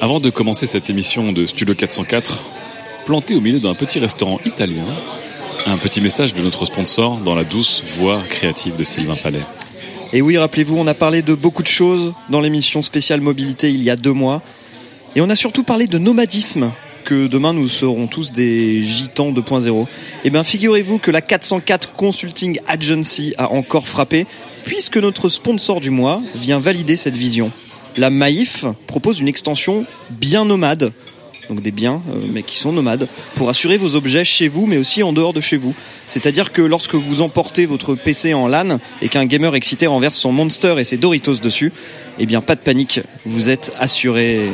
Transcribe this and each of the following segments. Avant de commencer cette émission de Studio 404, planté au milieu d'un petit restaurant italien, un petit message de notre sponsor dans la douce voix créative de Sylvain Palais. Et oui, rappelez-vous, on a parlé de beaucoup de choses dans l'émission spéciale mobilité il y a deux mois. Et on a surtout parlé de nomadisme, que demain nous serons tous des gitans 2.0. Eh bien, figurez-vous que la 404 Consulting Agency a encore frappé, puisque notre sponsor du mois vient valider cette vision. La Maïf propose une extension bien nomade, donc des biens, euh, mais qui sont nomades, pour assurer vos objets chez vous, mais aussi en dehors de chez vous. C'est-à-dire que lorsque vous emportez votre PC en LAN et qu'un gamer excité renverse son Monster et ses Doritos dessus, eh bien pas de panique, vous êtes assuré.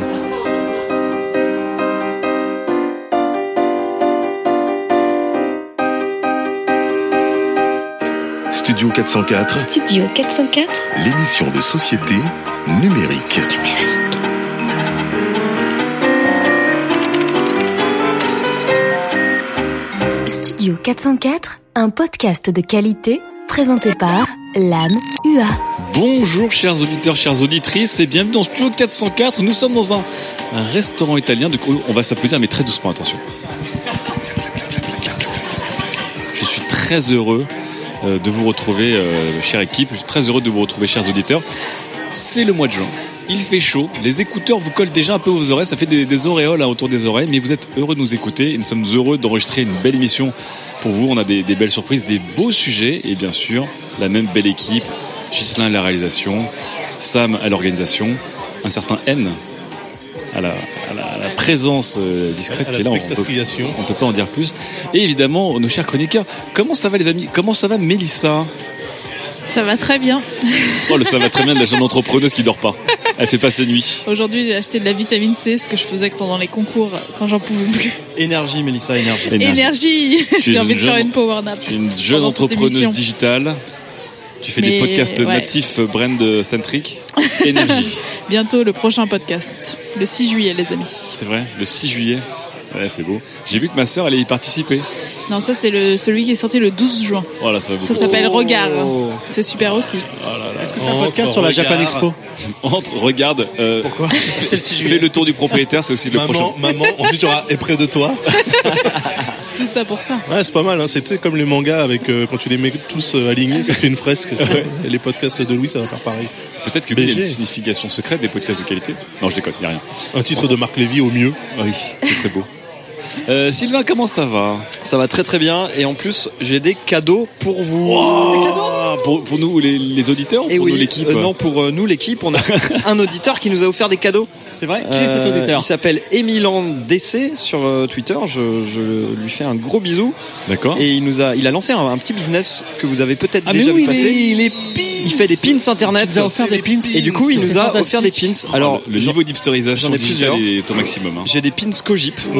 Studio 404, Studio 404, l'émission de société numérique. Studio 404, un podcast de qualité présenté par l'âme UA. Bonjour chers auditeurs, chères auditrices et bienvenue dans Studio 404. Nous sommes dans un, un restaurant italien. Donc on va s'applaudir mais très doucement, attention. Je suis très heureux euh, de vous retrouver, euh, chère équipe. Je suis très heureux de vous retrouver, chers auditeurs. C'est le mois de juin. Il fait chaud, les écouteurs vous collent déjà un peu aux oreilles, ça fait des, des auréoles hein, autour des oreilles, mais vous êtes heureux de nous écouter et nous sommes heureux d'enregistrer une belle émission pour vous. On a des, des belles surprises, des beaux sujets et bien sûr la même belle équipe. Ghislain à la réalisation, Sam à l'organisation, un certain N à la, à la- à la présence euh, discrète qui À la est là. On peut, spectatriation. on peut pas en dire plus. Et évidemment, nos chers chroniqueurs, comment ça va les amis Comment ça va Mélissa Ça va très bien. Oh, le ça va très bien de la jeune entrepreneuse qui dort pas. Elle fait pas ses nuits. Aujourd'hui, j'ai acheté de la vitamine C, ce que je faisais que pendant les concours quand j'en pouvais plus. Énergie, Mélissa, énergie. Énergie Tu es J'ai envie une de faire jeune- une power nap. Une jeune Pendant cette entrepreneuse émission. digitale. Tu fais des Mais, podcasts ouais. natifs euh, brand centric. Énergie. Bientôt le prochain podcast, le 6 juillet, les amis. C'est vrai, le 6 juillet. Ouais, c'est beau. J'ai vu que ma sœur allait y participer. Non, ça c'est le celui qui est sorti le 12 juin. Oh là, ça va beaucoup. Ça s'appelle Regard. C'est super aussi. Est-ce que c'est un podcast sur la Japan Expo Entre, regarde. euh, Pourquoi C'est le 6 Fais le tour du propriétaire, c'est aussi le prochain. Maman, maman, ensuite tu auras est près de toi. Tout ça pour ça. Ouais, c'est pas mal, hein. c'est tu sais, comme les mangas avec euh, quand tu les mets tous euh, alignés, ça fait une fresque. Et les podcasts de Louis, ça va faire pareil. Peut-être que lui, il y a une BG. signification secrète des podcasts de qualité. Non, je déconne, il n'y a rien. Un titre de Marc Lévy au mieux. Ah Oui, ce serait beau. Euh, Sylvain, comment ça va Ça va très très bien et en plus j'ai des cadeaux pour vous. Ah, pour, pour nous, les, les auditeurs ou Et pour oui, nous, l'équipe euh, non pour euh, nous l'équipe, on a un auditeur qui nous a offert des cadeaux. C'est vrai Qui est cet Euh, auditeur Il s'appelle Emilan DC sur euh, Twitter. Je, je lui fais un gros bisou D'accord. et il nous a, il a lancé un, un petit business que vous avez peut-être Oh. Ah, mais déjà oui, vu passer. il est, il est Il fait des pins internet. Il nous a offert des pins. Et du coup, il C'est nous a fantastique. offert des pins. Alors, Alors, Oh, le niveau d'hipsterisation j'en ai digitale plusieurs. est au maximum. hein. j'ai des pins Cogip. Oh,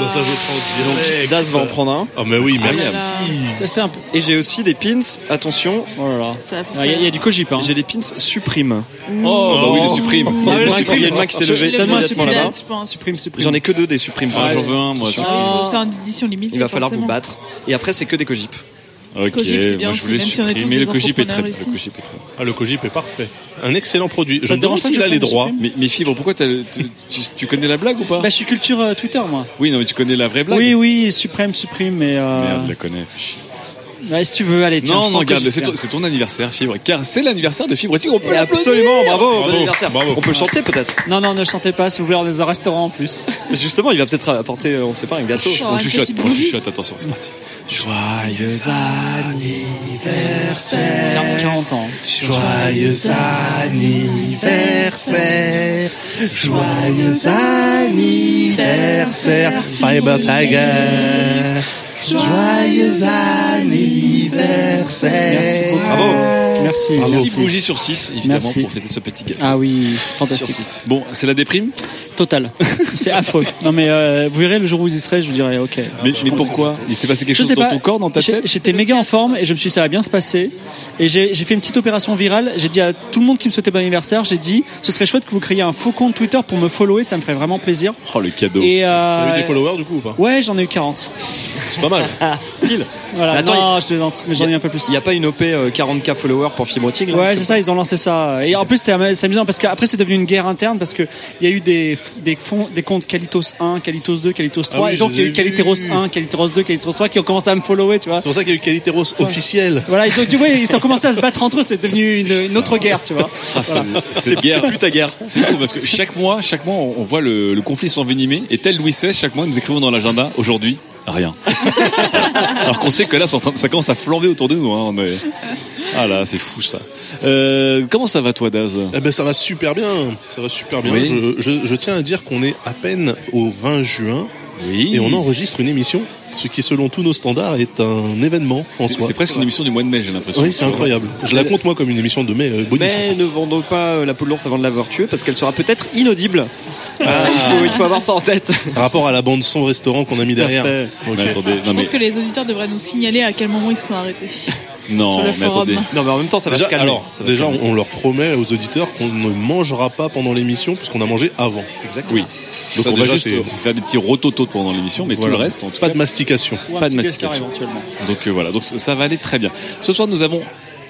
bah ça je prends Das va en prendre un. Oh, mais oui, merci. Incroyable. Ah, C'était un peu- Et j'ai aussi des pins. Attention, oh là là. Ça, ça- Ah, Il y, a- il y a du cogip. Hein. j'ai des pins Supreme. Oh, bah oui, le supprime. Il y a ouais, le le main- Supreme. il y a le main qui s'est Je- levé. le Donne-moi Mac laisse-moi Supreme. là-bas. je pense. Supprime, supprime. J'en ai que deux des Supreme. Ah, j'en veux un, moi. Attention. Ah, il faut- Ah. C'est en édition limitée. Il va falloir vous forcément. battre. Et après, c'est que des Cogip. Ok, Cogip, c'est moi bien je aussi, voulais même si on est tous supprimer des le cogip est très entrepreneurs le ici. cogip est très Ah, le Cogip est parfait. Un excellent produit. Je Ça me te dérange demande pas s'il que a je les prenne le droits. Mais, mais Fibre, pourquoi t'as le- tu, tu, tu connais la blague ou pas Bah, je suis culture euh, Twitter, moi. Oui, non, mais tu connais la vraie blague Oui, oui, suprême, suprime. Et, euh, Merde, je la connais, fais chier. ouais, si tu veux, allez, tiens. je Non, prends non, regarde, Cogip, c'est ton, tiens. c'est ton anniversaire, Fibre. Car c'est l'anniversaire de Fibre. Tigre, on peut l'applaudir. Absolument, bravo, bon Bravo, anniversaire. bravo. On peut chanter peut-être. Non, non, ne chantez pas, si vous voulez, on est dans un restaurant en plus. Justement, il va peut-être apporter, euh, on sait pas, un gâteau. Oh, On une chuchote, petite on bougie. chuchote, attention, c'est parti. Joyeux Euh, Quarante- 40 ans. Joyeux anniversaire, joyeux anniversaire, Fiber Tiger. Joyeux anniversaire. Bravo. Merci. Bravo. 6 bougies sur 6, évidemment, Merci. pour fêter ce petit gâteau. Ah oui, Sur fantastique. six. Bon, c'est la déprime Total. C'est affreux. Non mais euh, vous verrez le jour où vous y serez, je vous dirai ok. Mais, je mais comprends. pourquoi Il s'est passé quelque Je chose sais dans pas. ton corps, dans ta j'ai- tête J'étais méga en forme et je me suis dit ça va bien se passer. Et j'ai j'ai fait une petite opération virale. J'ai dit à tout le monde qui me souhaitait bon anniversaire, j'ai dit ce serait chouette que vous créiez un faux compte Twitter pour me follower, ça me ferait vraiment plaisir. Oh, le cadeau. Et T'as euh, eu des followers du coup ou pas ouais, j'en ai eu 40. C'est pas mal. Voilà. Mais attends, non, je plaisante, mais j'en ai eu un peu plus. Il n'y a pas une OP euh, 40k followers pour Fibre Tigre là Ouais, c'est ça, ils ont lancé ça. Et en plus, c'est am- c'est amusant parce qu'après, c'est devenu une guerre interne parce qu'il y a eu des, f- des, fonds, des comptes Kalitos 1, Kalitos 2, Kalitos 3. oui, et donc, je il y a eu les ai Kaliteros vus. 1, Kaliteros 2, Kaliteros 3 qui ont commencé à me follower, tu vois. C'est pour ça qu'il y a eu Caliteros officiel. Voilà, ils ont dit, ouais, ils ont commencé à se battre entre eux, c'est devenu une, une autre guerre, tu vois. Ah, c'est- c'est guerre. plus ta guerre. C'est fou parce que chaque mois, chaque mois, on on voit le, le conflit s'envenimer. Et tel Louis XVI, chaque mois, nous écrivons dans l'agenda aujourd'hui. Rien. Alors qu'on sait que là, c'est en train de- ça commence à flamber autour de nous. hein, on est- Ah là, c'est fou ça. Euh, comment ça va toi, Daz Eh ben ça va super bien. Ça va super bien. Oui. Je, je- je tiens à dire qu'on est à peine au 20 juin Oui. et on enregistre une émission, ce qui selon tous nos standards est un événement en C'est soi. c'est presque une émission du mois de mai, j'ai l'impression. Oui, c'est incroyable. Je la compte moi comme une émission de mai euh, bonus. Mais ne vendons pas euh, la peau de l'ours avant de l'avoir tuée parce qu'elle sera peut-être inaudible. Euh, Il, faut, il faut avoir ça en tête. Par rapport à la bande son restaurant qu'on a mis Tout à derrière. fait. Ok. Mais attendez, non Je mais pense que les auditeurs devraient nous signaler à quel moment ils se sont arrêtés. non, sur le mais forum. attendez. Non, mais en même temps, ça va Déjà, se calmer. alors, Ça va se déjà, calmer. on, on leur promet aux auditeurs qu'on ne mangera pas pendant l'émission puisqu'on a mangé avant. Oui. Donc Ça, on va déjà, juste euh, c'est- faire des petits rototos pendant l'émission, mais Voilà. tout le reste, en tout Pas cas, de mastication. Ou un Pas petit de dessert mastication. éventuellement. Donc euh, voilà, donc ça ça va aller très bien. Ce soir, nous avons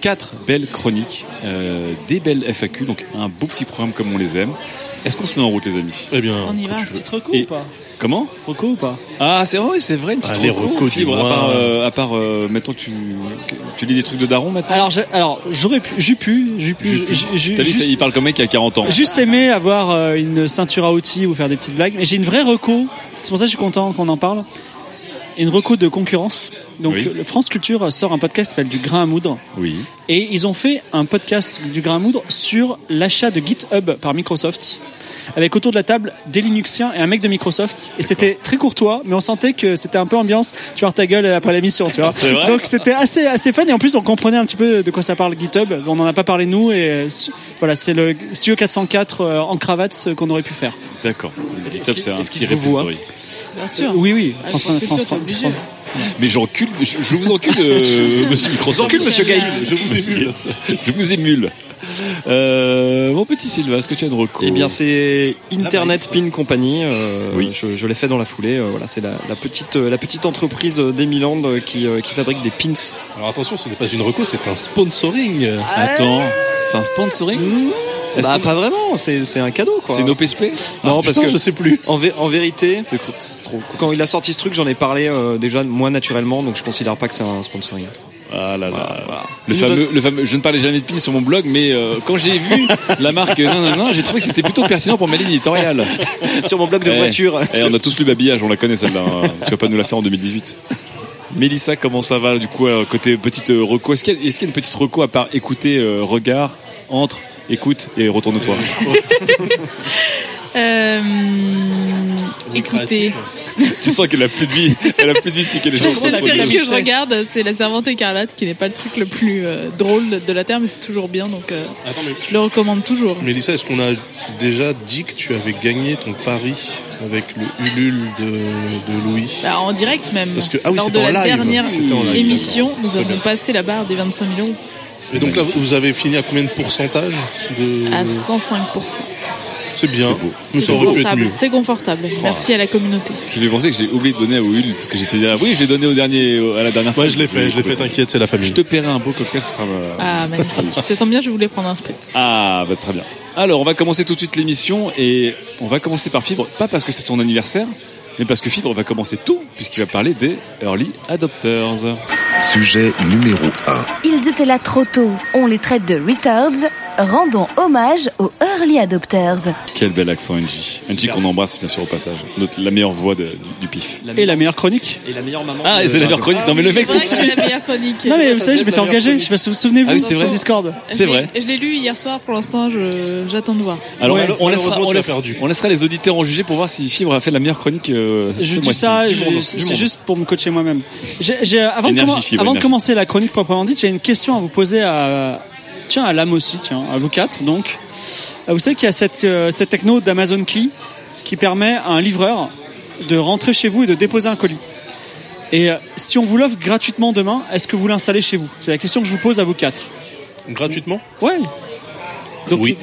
quatre belles chroniques, euh, des belles FAQ, donc un beau petit programme comme on les aime. Est-ce qu'on se met en route, les amis Eh bien, On y va. Petite reco Et- ou pas Comment Reco ou pas Ah, c'est vrai, c'est vrai, une petite Ah, les reco, recos, fibre, dis-moi. à part, euh, à part euh, mettons, tu, tu lis des trucs de Daron maintenant Alors, j'ai- alors, j'aurais pu, j'ai pu, j'ai pu, j'ai- j'ai- T'as vu, ça, juste- il parle comme mec qui a 40 ans. Juste aimé avoir euh, une ceinture à outils ou faire des petites blagues. Mais j'ai une vraie reco. C'est pour ça que je suis content qu'on en parle. Une reco de concurrence. Donc, Oui. le France Culture sort un podcast qui s'appelle Du Grain à Moudre. Oui. Et ils ont fait un podcast du Grain à Moudre sur l'achat de GitHub par Microsoft. Avec autour de la table des Linuxiens et un mec de Microsoft. Et c'était très courtois, mais on sentait que c'était un peu ambiance. Tu vois ta gueule après l'émission, tu vois. C'est vrai Donc c'était assez, assez fun. Et en plus, on comprenait un petit peu de quoi ça parle GitHub. On n'en a pas parlé nous. Et euh, su- voilà, c'est le Studio 404 euh, en cravate ce qu'on aurait pu faire. D'accord. GitHub, c'est un est-ce qu'il petit se voit repository. Bien sûr. Oui, oui. Ah, je pense que sûr, t'es obligé. Mais j'encule, je, je vous encule, euh, monsieur Microsoft. J'encule monsieur Gates. Je vous émule. je vous émule. Euh, mon petit Sylvain, est-ce que tu as une reco Eh bien, c'est Internet Pin Company. euh, Oui. Je, je l'ai fait dans la foulée. euh, voilà, c'est la, la petite, euh, la petite entreprise euh, d'Emiland euh, qui, euh, qui fabrique des pins. alors attention, ce n'est pas une reco, c'est un sponsoring. Ah, Attends, c'est un sponsoring Est-ce Bah, qu'on- pas vraiment. C'est c'est un cadeau, quoi. C'est nos PSP Non, parce Putain, que je sais plus. en, vé- en vérité, C'est trop, c'est trop. cool. quand il a sorti ce truc, j'en ai parlé euh, déjà moi naturellement, donc je considère pas que c'est un sponsoring. Ah là là. Voilà. Le Nous fameux, le fameux, je ne parlais jamais de pins sur mon blog, mais euh, quand j'ai vu la marque non non non, j'ai trouvé que c'était plutôt pertinent pour ma ligne éditoriale. donne- Sur mon blog de Eh, voiture. eh, on a tous lu Babillage, on la connaît celle-là. hein. tu vas pas nous la faire en 2018. Mélissa, comment ça va du coup euh, côté petite euh, reco Est-ce qu'il y, a- est-ce qu'il y a une petite reco à part écouter, euh, regard, entre, écoute et retourne-toi Euh, écoutez, Tu sens qu'elle a plus de vie, elle a plus de vie depuis qu'elle est sur le la seule podium. série que je regarde, c'est La Servante écarlate, qui n'est pas le truc le plus euh, drôle de, de la Terre, mais c'est toujours bien, donc euh, Attends, mais... je le recommande toujours. Mélissa, est-ce qu'on a déjà dit que tu avais gagné ton pari avec le Ulule de, de Louis Bah, en direct même. Parce que- ah oui, Lors c'était de en la live. dernière C'était en live, émission, nous Très avons bien. passé la barre des 25 000 euros Et donc là, vous avez fini à combien de pourcentage de... à 105%. C'est bien. Mais Ah, C'est ça aurait pu être confortable. mieux. C'est confortable. Merci à la communauté. Ce qui fait penser que j'ai oublié de donner à Will, parce que j'étais là. Oui, j'ai donné au dernier, au- à la dernière fois. Ouais, je l'ai fait, je l'ai fait, t'inquiète, c'est la Je famille. te paierai un beau cocktail, ce sera. ma- Ah, magnifique. C'est tant bien, je voulais prendre un spritz. Ah, bah, très bien. Alors, on va commencer tout de suite l'émission et on va commencer par Fibre, pas parce que c'est son anniversaire, mais parce que Fibre va commencer tout, puisqu'il va parler des Early Adopters. Sujet numéro 1. Ils étaient là trop tôt. On les traite de retards. Rendons hommage aux early adopters. Quel bel accent, Angie. Angie qu'on embrasse, bien sûr, au passage. Notre- la meilleure voix de- du pif. Et la meilleure chronique. Et la meilleure maman. Ah, et c'est la meilleure chronique. Non, mais le mec, C'est tout vrai de que c'est suite. la meilleure chronique. Non mais ça vous savez, devait je être la m'étais meilleure engagé. Je chronique. sais pas si vous vous souvenez-vous Ah oui, sur c'est vrai. Discord. Je C'est l'ai- vrai. Je l'ai lu hier soir, pour l'instant, je- j'attends de voir. Alors, Ouais, on, laissera, malheureusement, on tu as laissera- perdu. on laissera les auditeurs en juger pour voir si Fibre a fait la meilleure chronique. euh, ce Je dis mois-ci. ça, Du je- monde, du c'est monde. juste pour me coacher moi-même. J'ai- j'ai- Avant, de, Énergie, commen- fibre, avant de énergie. commencer la chronique proprement dite, j'ai une question à vous poser à, Tiens, à l'âme aussi, tiens, à vous quatre donc. Ah, Vous savez qu'il y a cette, euh, cette techno d'Amazon Key qui permet à un livreur de rentrer chez vous et de déposer un colis. Et euh, si on vous l'offre gratuitement demain, est-ce que vous l'installez chez vous C'est la question que je vous pose à vous quatre. Gratuitement Ouais. Donc, Oui.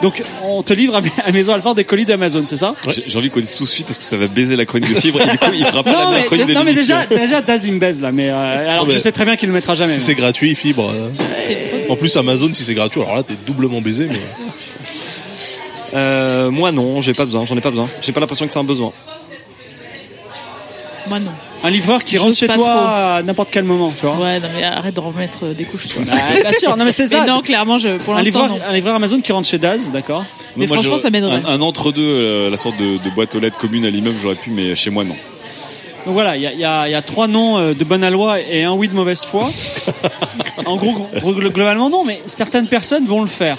Donc on te livre à, à Maison Alphard des colis d'Amazon, c'est ça J'ai j'ai envie qu'on dise tout de suite parce que ça va baiser la chronique de fibre et du coup il fera pas la- non, la, mais, chronique de non mais l'émission. déjà, déjà Daz il me baise là, mais euh, alors Non, mais- je sais très bien qu'il le mettra jamais. Si moi. c'est gratuit, fibre. euh. En plus, Amazon, si c'est gratuit, alors là, t'es doublement baisé. Mais... Euh, moi non, j'ai pas besoin, j'en ai pas besoin. J'ai pas l'impression que c'est un besoin. Moi non. Un livreur qui J'ose rentre chez pas toi trop. à n'importe quel moment, tu vois. Ouais, non, mais arrête de remettre euh, des couches. sur- Ah, bien sûr, non mais c'est ça. Ah, Mais non, clairement, je, pour un, l'instant, livreur, non. un livreur Amazon qui rentre chez Daz, d'accord Mais moi, franchement, j'aurais- ça m'aiderait. Un, un entre-deux, euh, la sorte de, de boîte aux lettres commune à l'immeuble, j'aurais pu, mais chez moi non. Donc voilà, il y a, il y a- il y a trois noms euh, de bonne aloi et un oui de mauvaise foi. en gros, gro- gro- globalement non, mais certaines personnes vont le faire.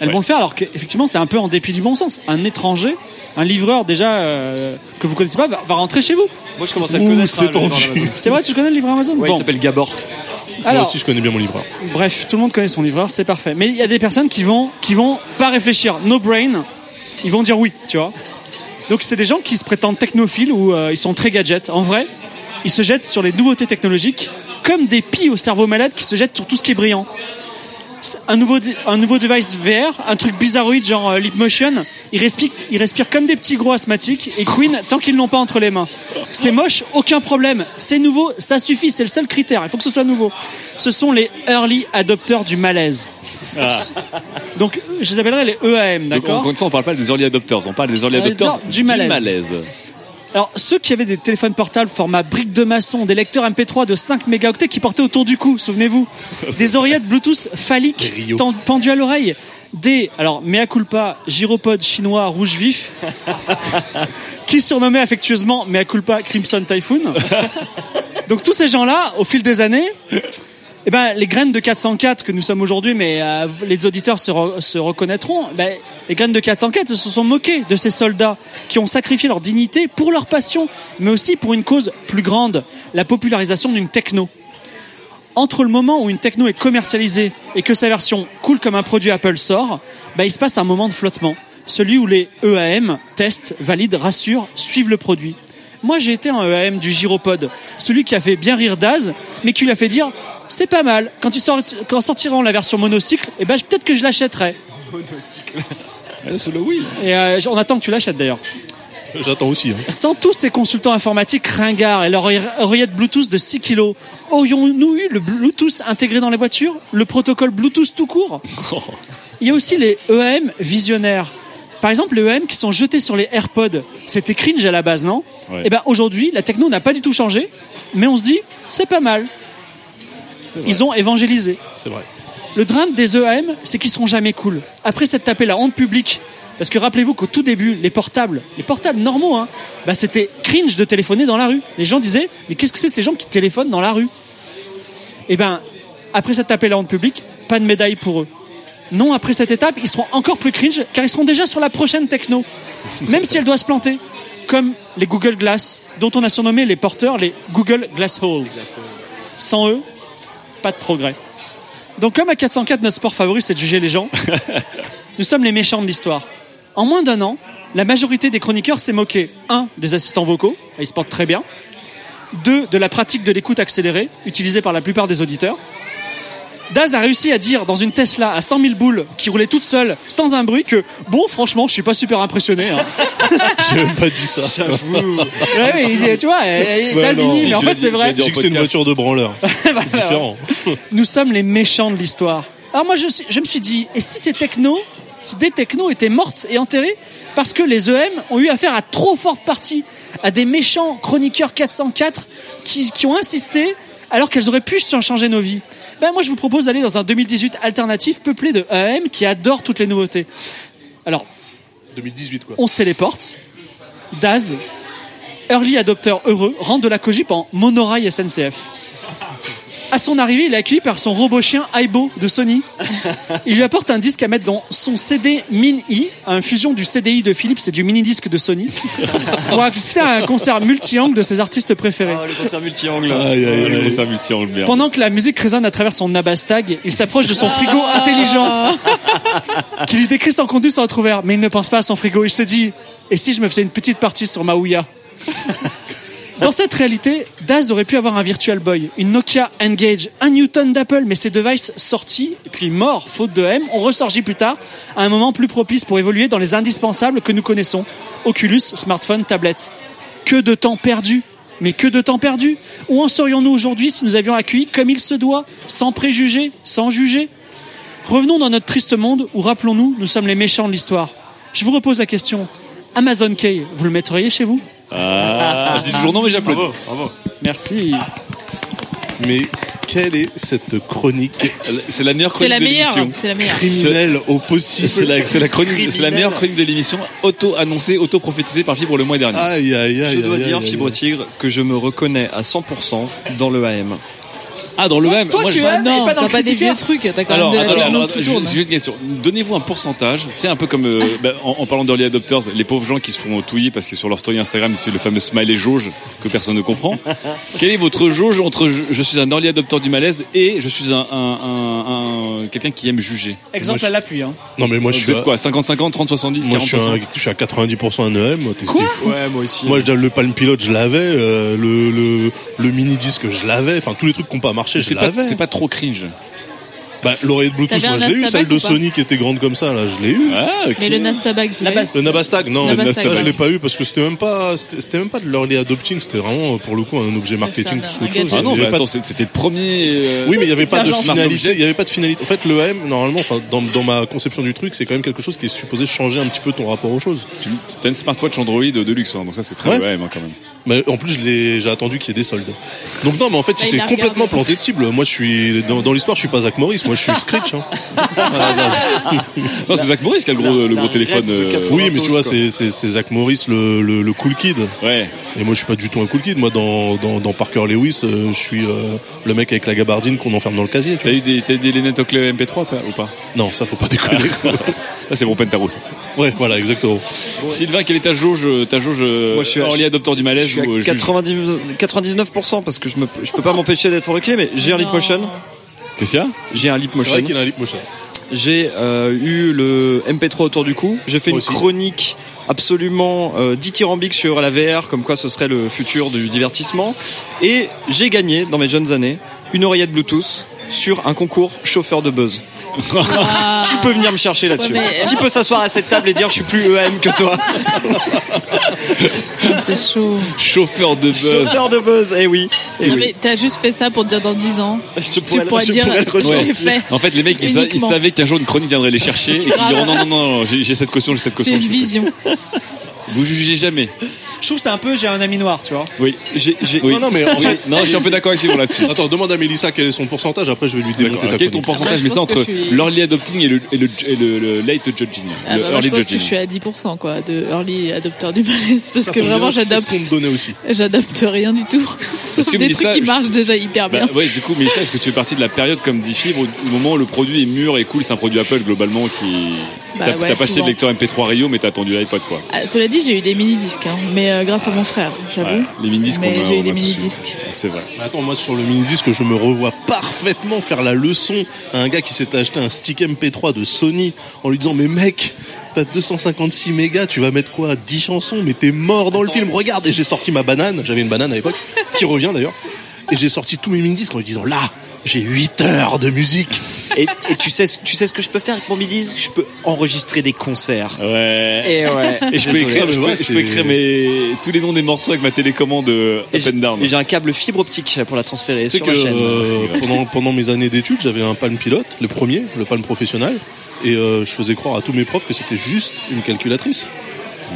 Elles Ouais. vont le faire alors qu'effectivement c'est un peu en dépit du bon sens. Un étranger, un livreur déjà euh, que vous connaissez pas va, va rentrer chez vous. euh, Moi je commence à Ouh, le connaître. c'est hein, le genre tendu. d'Amazon. C'est vrai, tu le connais le livreur Amazon Ouais, Bon. il s'appelle Gabor. Alors, Moi aussi, je connais bien mon livreur. Bref, tout le monde connaît son livreur, c'est parfait. Mais il y a des personnes qui vont, qui vont pas réfléchir, no brain, ils vont dire oui, tu vois. Donc c'est des gens qui se prétendent technophiles ou euh, ils sont très gadgets. En vrai, ils se jettent sur les nouveautés technologiques comme des pies au cerveau malade qui se jettent sur tout ce qui est brillant. C'est Un nouveau, un nouveau device VR, un truc bizarroïde genre euh, Leap Motion, ils respirent, ils respirent comme des petits gros asthmatiques et Queen tant qu'ils l'ont pas entre les mains. C'est moche, aucun problème. C'est nouveau, ça suffit, c'est le seul critère. Il faut que ce soit nouveau. Ce sont les early adopteurs du malaise. Donc je les appellerai les EAM, Donc, d'accord encore une fois, on parle pas des early adopters, on parle des early Early adopters adopters du malaise. Alors, ceux qui avaient des téléphones portables format brique de maçon, des lecteurs MP3 de 5 mégaoctets qui portaient autour du cou, souvenez-vous, des oreillettes Bluetooth phalliques Des Rio. ten- pendues à l'oreille, des, alors, mea culpa, gyropode chinois rouge vif, qui surnommait affectueusement mea culpa Crimson Typhoon. Donc, tous ces gens-là, au fil des années, eh ben, les graines de 404 que nous sommes aujourd'hui, mais euh, les auditeurs se, re- se reconnaîtront, ben, les graines de 404 se sont moquées de ces soldats qui ont sacrifié leur dignité pour leur passion, mais aussi pour une cause plus grande, la popularisation d'une techno. Entre le moment où une techno est commercialisée et que sa version cool comme un produit Apple sort, ben, il se passe un moment de flottement, celui où les EAM testent, valident, rassurent, suivent le produit. Moi, j'ai été un EAM du gyropode, celui qui a fait bien rire Daz, mais qui lui a fait dire c'est pas mal. Quand ils sort- quand sortiront la version monocycle, eh ben, je- peut-être que je l'achèterai. solo wheel. Et euh, on attend que tu l'achètes d'ailleurs. J'attends aussi. hein. Sans tous ces consultants informatiques ringards et leur oreille- oreillette Bluetooth de 6 kilos, aurions-nous eu le Bluetooth intégré dans les voitures Le protocole Bluetooth tout court Il y a aussi les EAM visionnaires. Par exemple, les EAM qui sont jetés sur les AirPods. C'était cringe à la base, non Ouais. Eh ben aujourd'hui, la techno n'a pas du tout changé, mais on se dit, c'est pas mal. Ils ont évangélisé. C'est vrai. Le drame des EAM, c'est qu'ils seront jamais cool. Après s'être tapé la honte publique, parce que rappelez-vous qu'au tout début, les portables, les portables normaux, hein, bah c'était cringe de téléphoner dans la rue. Les gens disaient, mais qu'est-ce que c'est ces gens qui téléphonent dans la rue Eh ben, après s'être tapé la honte publique, pas de médaille pour eux. Non, après cette étape, ils seront encore plus cringe, car ils seront déjà sur la prochaine techno, même si elle doit se planter. Comme les Google Glass, dont on a surnommé les porteurs les Google Glass Holes. Sans eux, pas de progrès. Donc comme à 404, notre sport favori, c'est de juger les gens, nous sommes les méchants de l'histoire. En moins d'un an, la majorité des chroniqueurs s'est moqué, un, des assistants vocaux, et ils se portent très bien, deux, de la pratique de l'écoute accélérée, utilisée par la plupart des auditeurs. Daz a réussi à dire dans une Tesla à 100 000 boules qui roulait toute seule sans un bruit que bon franchement je suis pas super impressionné. hein. J'ai même pas dit ça. Ouais, ouais, il dit, tu vois, euh, Ouais, Daz il non, dit, si, mais en tu fait l'as dit, c'est tu l'as vrai. dit J'ai dit que c'est une podcast. voiture de branleur. Bah, C'est différent. Nous sommes les méchants de l'histoire. Alors moi, je, suis- je me suis dit, et si ces technos, si des technos étaient mortes et enterrées parce que les EM ont eu affaire à trop forte partie, à des méchants chroniqueurs 404 qui, qui ont insisté alors qu'elles auraient pu ch- changer nos vies. Ben moi, je vous propose d'aller dans un 2018 alternatif peuplé de EM qui adorent toutes les nouveautés. Alors, 2018, quoi. on se téléporte. Daz, early adopteur heureux, rentre de la cogip en monorail SNCF. À son arrivée, il est accueilli par son robot chien Aibo de Sony. Il lui apporte un disque à mettre dans son CD Mini, un fusion du CDI de Philips et du mini disque de Sony, pour assister à un concert multi-angle de ses artistes préférés. le concert multi-angle. Aïe, aïe, Le aïe. concert multi-angle, merde. Pendant que la musique résonne à travers son abastag, il s'approche de son frigo intelligent, qui lui décrit son conduit sans ouvert. Mais il ne pense pas à son frigo. Il se dit Et si je me faisais une petite partie sur ma Ouya Dans cette réalité, Daz aurait pu avoir un Virtual Boy, une Nokia Engage, un Newton d'Apple, mais ces devices sortis, et puis morts, faute de M, ont ressorgi plus tard, à un moment plus propice pour évoluer dans les indispensables que nous connaissons. Oculus, smartphone, tablette. Que de temps perdu mais que de temps perdu Où en serions-nous aujourd'hui si nous avions accueilli comme il se doit, sans préjugés, sans juger Revenons dans notre triste monde où, rappelons-nous, nous sommes les méchants de l'histoire. Je vous repose la question. Amazon Key, vous le mettriez chez vous Ah, je dis toujours non, mais j'applaudis. Merci. Mais quelle est cette chronique C'est la meilleure C'est chronique la de meilleure. l'émission. C'est la meilleure. criminelle au possible C'est la, c'est la chronique, c'est la Criminelle. meilleure chronique de l'émission, auto-annoncée, auto-prophétisée par Fibre le mois dernier. Aïe, aïe, aïe. Je dois aïe, dire, aïe, aïe. Fibre Tigre, que je me reconnais à 100% dans le AM. Ah, dans le même. moi, je- Ah non, t'as pas des vieux trucs, t'as quand Alors, même de la attendez, techno alors, qui j'ai tourne. j'ai une question. Donnez-vous un pourcentage, tu sais, un peu comme euh, bah, en, en parlant d'early adopters, les pauvres gens qui se font touiller parce que sur leur story Instagram, c'est le fameux smiley jauge que personne ne comprend. Quelle est votre jauge entre je, je suis un early adopter du malaise et je suis un, un- un- un- quelqu'un qui aime juger Exemple à l'appui. Hein. Non, mais moi, je Vous suis êtes à... quoi 50-50, 30-70, Euh, bah, Moi, je suis, à, 40% je suis à 90% un EM. T'es- t'es fou. Ouais, moi aussi. Moi, je, le Palm Pilot, je l'avais. euh, le, le, le mini-disque, je l'avais. Enfin, tous les trucs qui n'ont pas marché, je C'est pas, l'avais. c'est pas trop cringe. Bah, l'oreillette Bluetooth, T'avais moi, un je l'ai eu. Nastabac Celle de ou pas Sony qui était grande comme ça, là, je l'ai eu. Ah, ok. Mais le Nastabag, tu La l'as eu base. Le Nabastag, non, Le le Nabastag, Nabastag, je ouais. l'ai pas eu parce que c'était même pas, c'était c'était même pas de l'early adopting, c'était vraiment euh, pour le coup un objet marketing un- plus un autre chose. Ah non, Il y mais avait pas de- attends, c'est- c'était le premier. euh, oui, mais il n'y avait pas de Agence. finalité. Il y avait pas de finalité. En fait, le AM, normalement, enfin, dans, dans ma conception du truc, c'est quand même quelque chose qui est supposé changer un petit peu ton rapport aux choses. Tu as une smartwatch Android de luxe, hein, donc ça c'est très Ouais. ouais. hein, quand même. Mais en plus, je l'ai- j'ai attendu qu'il y ait des soldes. Donc non, mais en fait, Ah, il il s'est a complètement regardé. planté de cible. Moi, je suis dans, dans l'histoire, je suis pas Zach Morris, moi, je suis Screech. hein. Non, c'est Zach Morris qui a le gros, le gros la téléphone. rêve de euh, 80. Oui, mais tu quoi. vois, c'est c'est- c'est Zach Morris, le, le, le cool kid. Ouais. Et moi, je suis pas du tout un cool kid. Moi, dans, dans, dans Parker Lewis, euh, je suis euh, le mec avec la gabardine qu'on enferme dans le casier. tu T'as eu des, t'as eu des lunettes Oakley MP3 pas- ou pas vois. Non, ça, faut pas déconner. Ça c'est bon Pentaro. ça. ouais, voilà, exactement. Sylvain, quelle est ta jauge, euh, ta jauge Moi, je suis à- early adopteur du Je malaise suis à ou euh, juge 90 99% parce que je, me, je peux pas m'empêcher d'être reculé, mais j'ai un lip Non. motion. Qu'est-ce qu'il y a J'ai un lip C'est motion. vrai qu'il a un lip motion. J'ai euh, eu le MP3 autour du cou. J'ai fait Moi une aussi. chronique absolument euh, dithyrambique sur la VR, comme quoi ce serait le futur du divertissement. Et j'ai gagné, dans mes jeunes années, une oreillette Bluetooth sur un concours chauffeur de buzz. Ah. Qui peut venir me chercher là-dessus Ouais, euh, mais- Qui peut s'asseoir à cette table et dire je suis plus EM que toi C'est chaud. Chauffeur de buzz. Chauffeur de buzz, eh oui. Eh Non, oui. mais t'as juste fait ça pour te dire dans 10 ans. Je Tu pourrais je dire. pourrais le ressentir. J'ai fait. En fait, les mecs, ils, sa- ils Uniquement. savaient qu'un jour une chronique viendrait les chercher et qu'ils diront non, non, non, j'ai j'ai cette caution, j'ai cette J'ai caution. une j'ai cette vision. caution. Vous jugez jamais. Je trouve que c'est un peu, j'ai un ami noir, tu vois. Oui. J'ai- j'ai- Oui. Non, non, mais en Oui. fait- non, je suis un peu d'accord avec Sylvain là-dessus. Attends, demande à Mélissa quel est son pourcentage, après je vais lui démonter D'accord. sa Quel est ton chronique. pourcentage Bah, je Mais c'est pense que entre je suis- l'early adopting et le, et le, et le- le late judging. Ah le bah, moi, je early pense que je judging. suis à 10% quoi, de early adopteur du malaise. Parce que Pour vraiment, dire, c'est j'adapte. ce qu'on me donnait aussi. J'adapte rien du tout. Sauf que des Mélissa, trucs qui je- marchent déjà hyper Bah, bien. ouais, du coup, mais ça, est-ce que tu fais partie de la période comme dit Fibre, au moment où le produit est mûr et cool, c'est un produit Apple globalement qui. Bah t'as ouais, t'as pas acheté de souvent. lecteur MP3 Rio, mais t'as attendu l'iPod quoi. Ah, Cela dit, j'ai eu des mini-disques, hein, mais euh, grâce à mon frère, j'avoue. Ouais, les mini-disques, Mais on a- j'ai on eu a des tous eu. mini-disques. C'est vrai. Mais Attends, moi sur le mini-disque, je me revois parfaitement faire la leçon à un gars qui s'est acheté un stick MP3 de Sony en lui disant Mais mec, t'as 256 mégas, tu vas mettre quoi 10 chansons, mais t'es mort dans le film. Regarde, et j'ai sorti ma banane, j'avais une banane à l'époque, qui revient d'ailleurs, et j'ai sorti tous mes mini-disques en lui disant Là, j'ai 8 heures de musique. Et, et tu, sais, tu sais ce que je peux faire avec mon midi Je peux enregistrer des concerts. Ouais. Et ouais. Et je peux Désolé. écrire, mais je ouais, peux, je c'est- peux écrire mes, tous les noms des morceaux avec ma télécommande euh, Et up j'ai- and down. et j'ai un câble fibre optique pour la transférer Tu sais sur que la chaîne. euh, pendant, pendant mes années d'études, j'avais un palme pilote, le premier, le palme professionnel, et euh, je faisais croire à tous mes profs que c'était juste une calculatrice.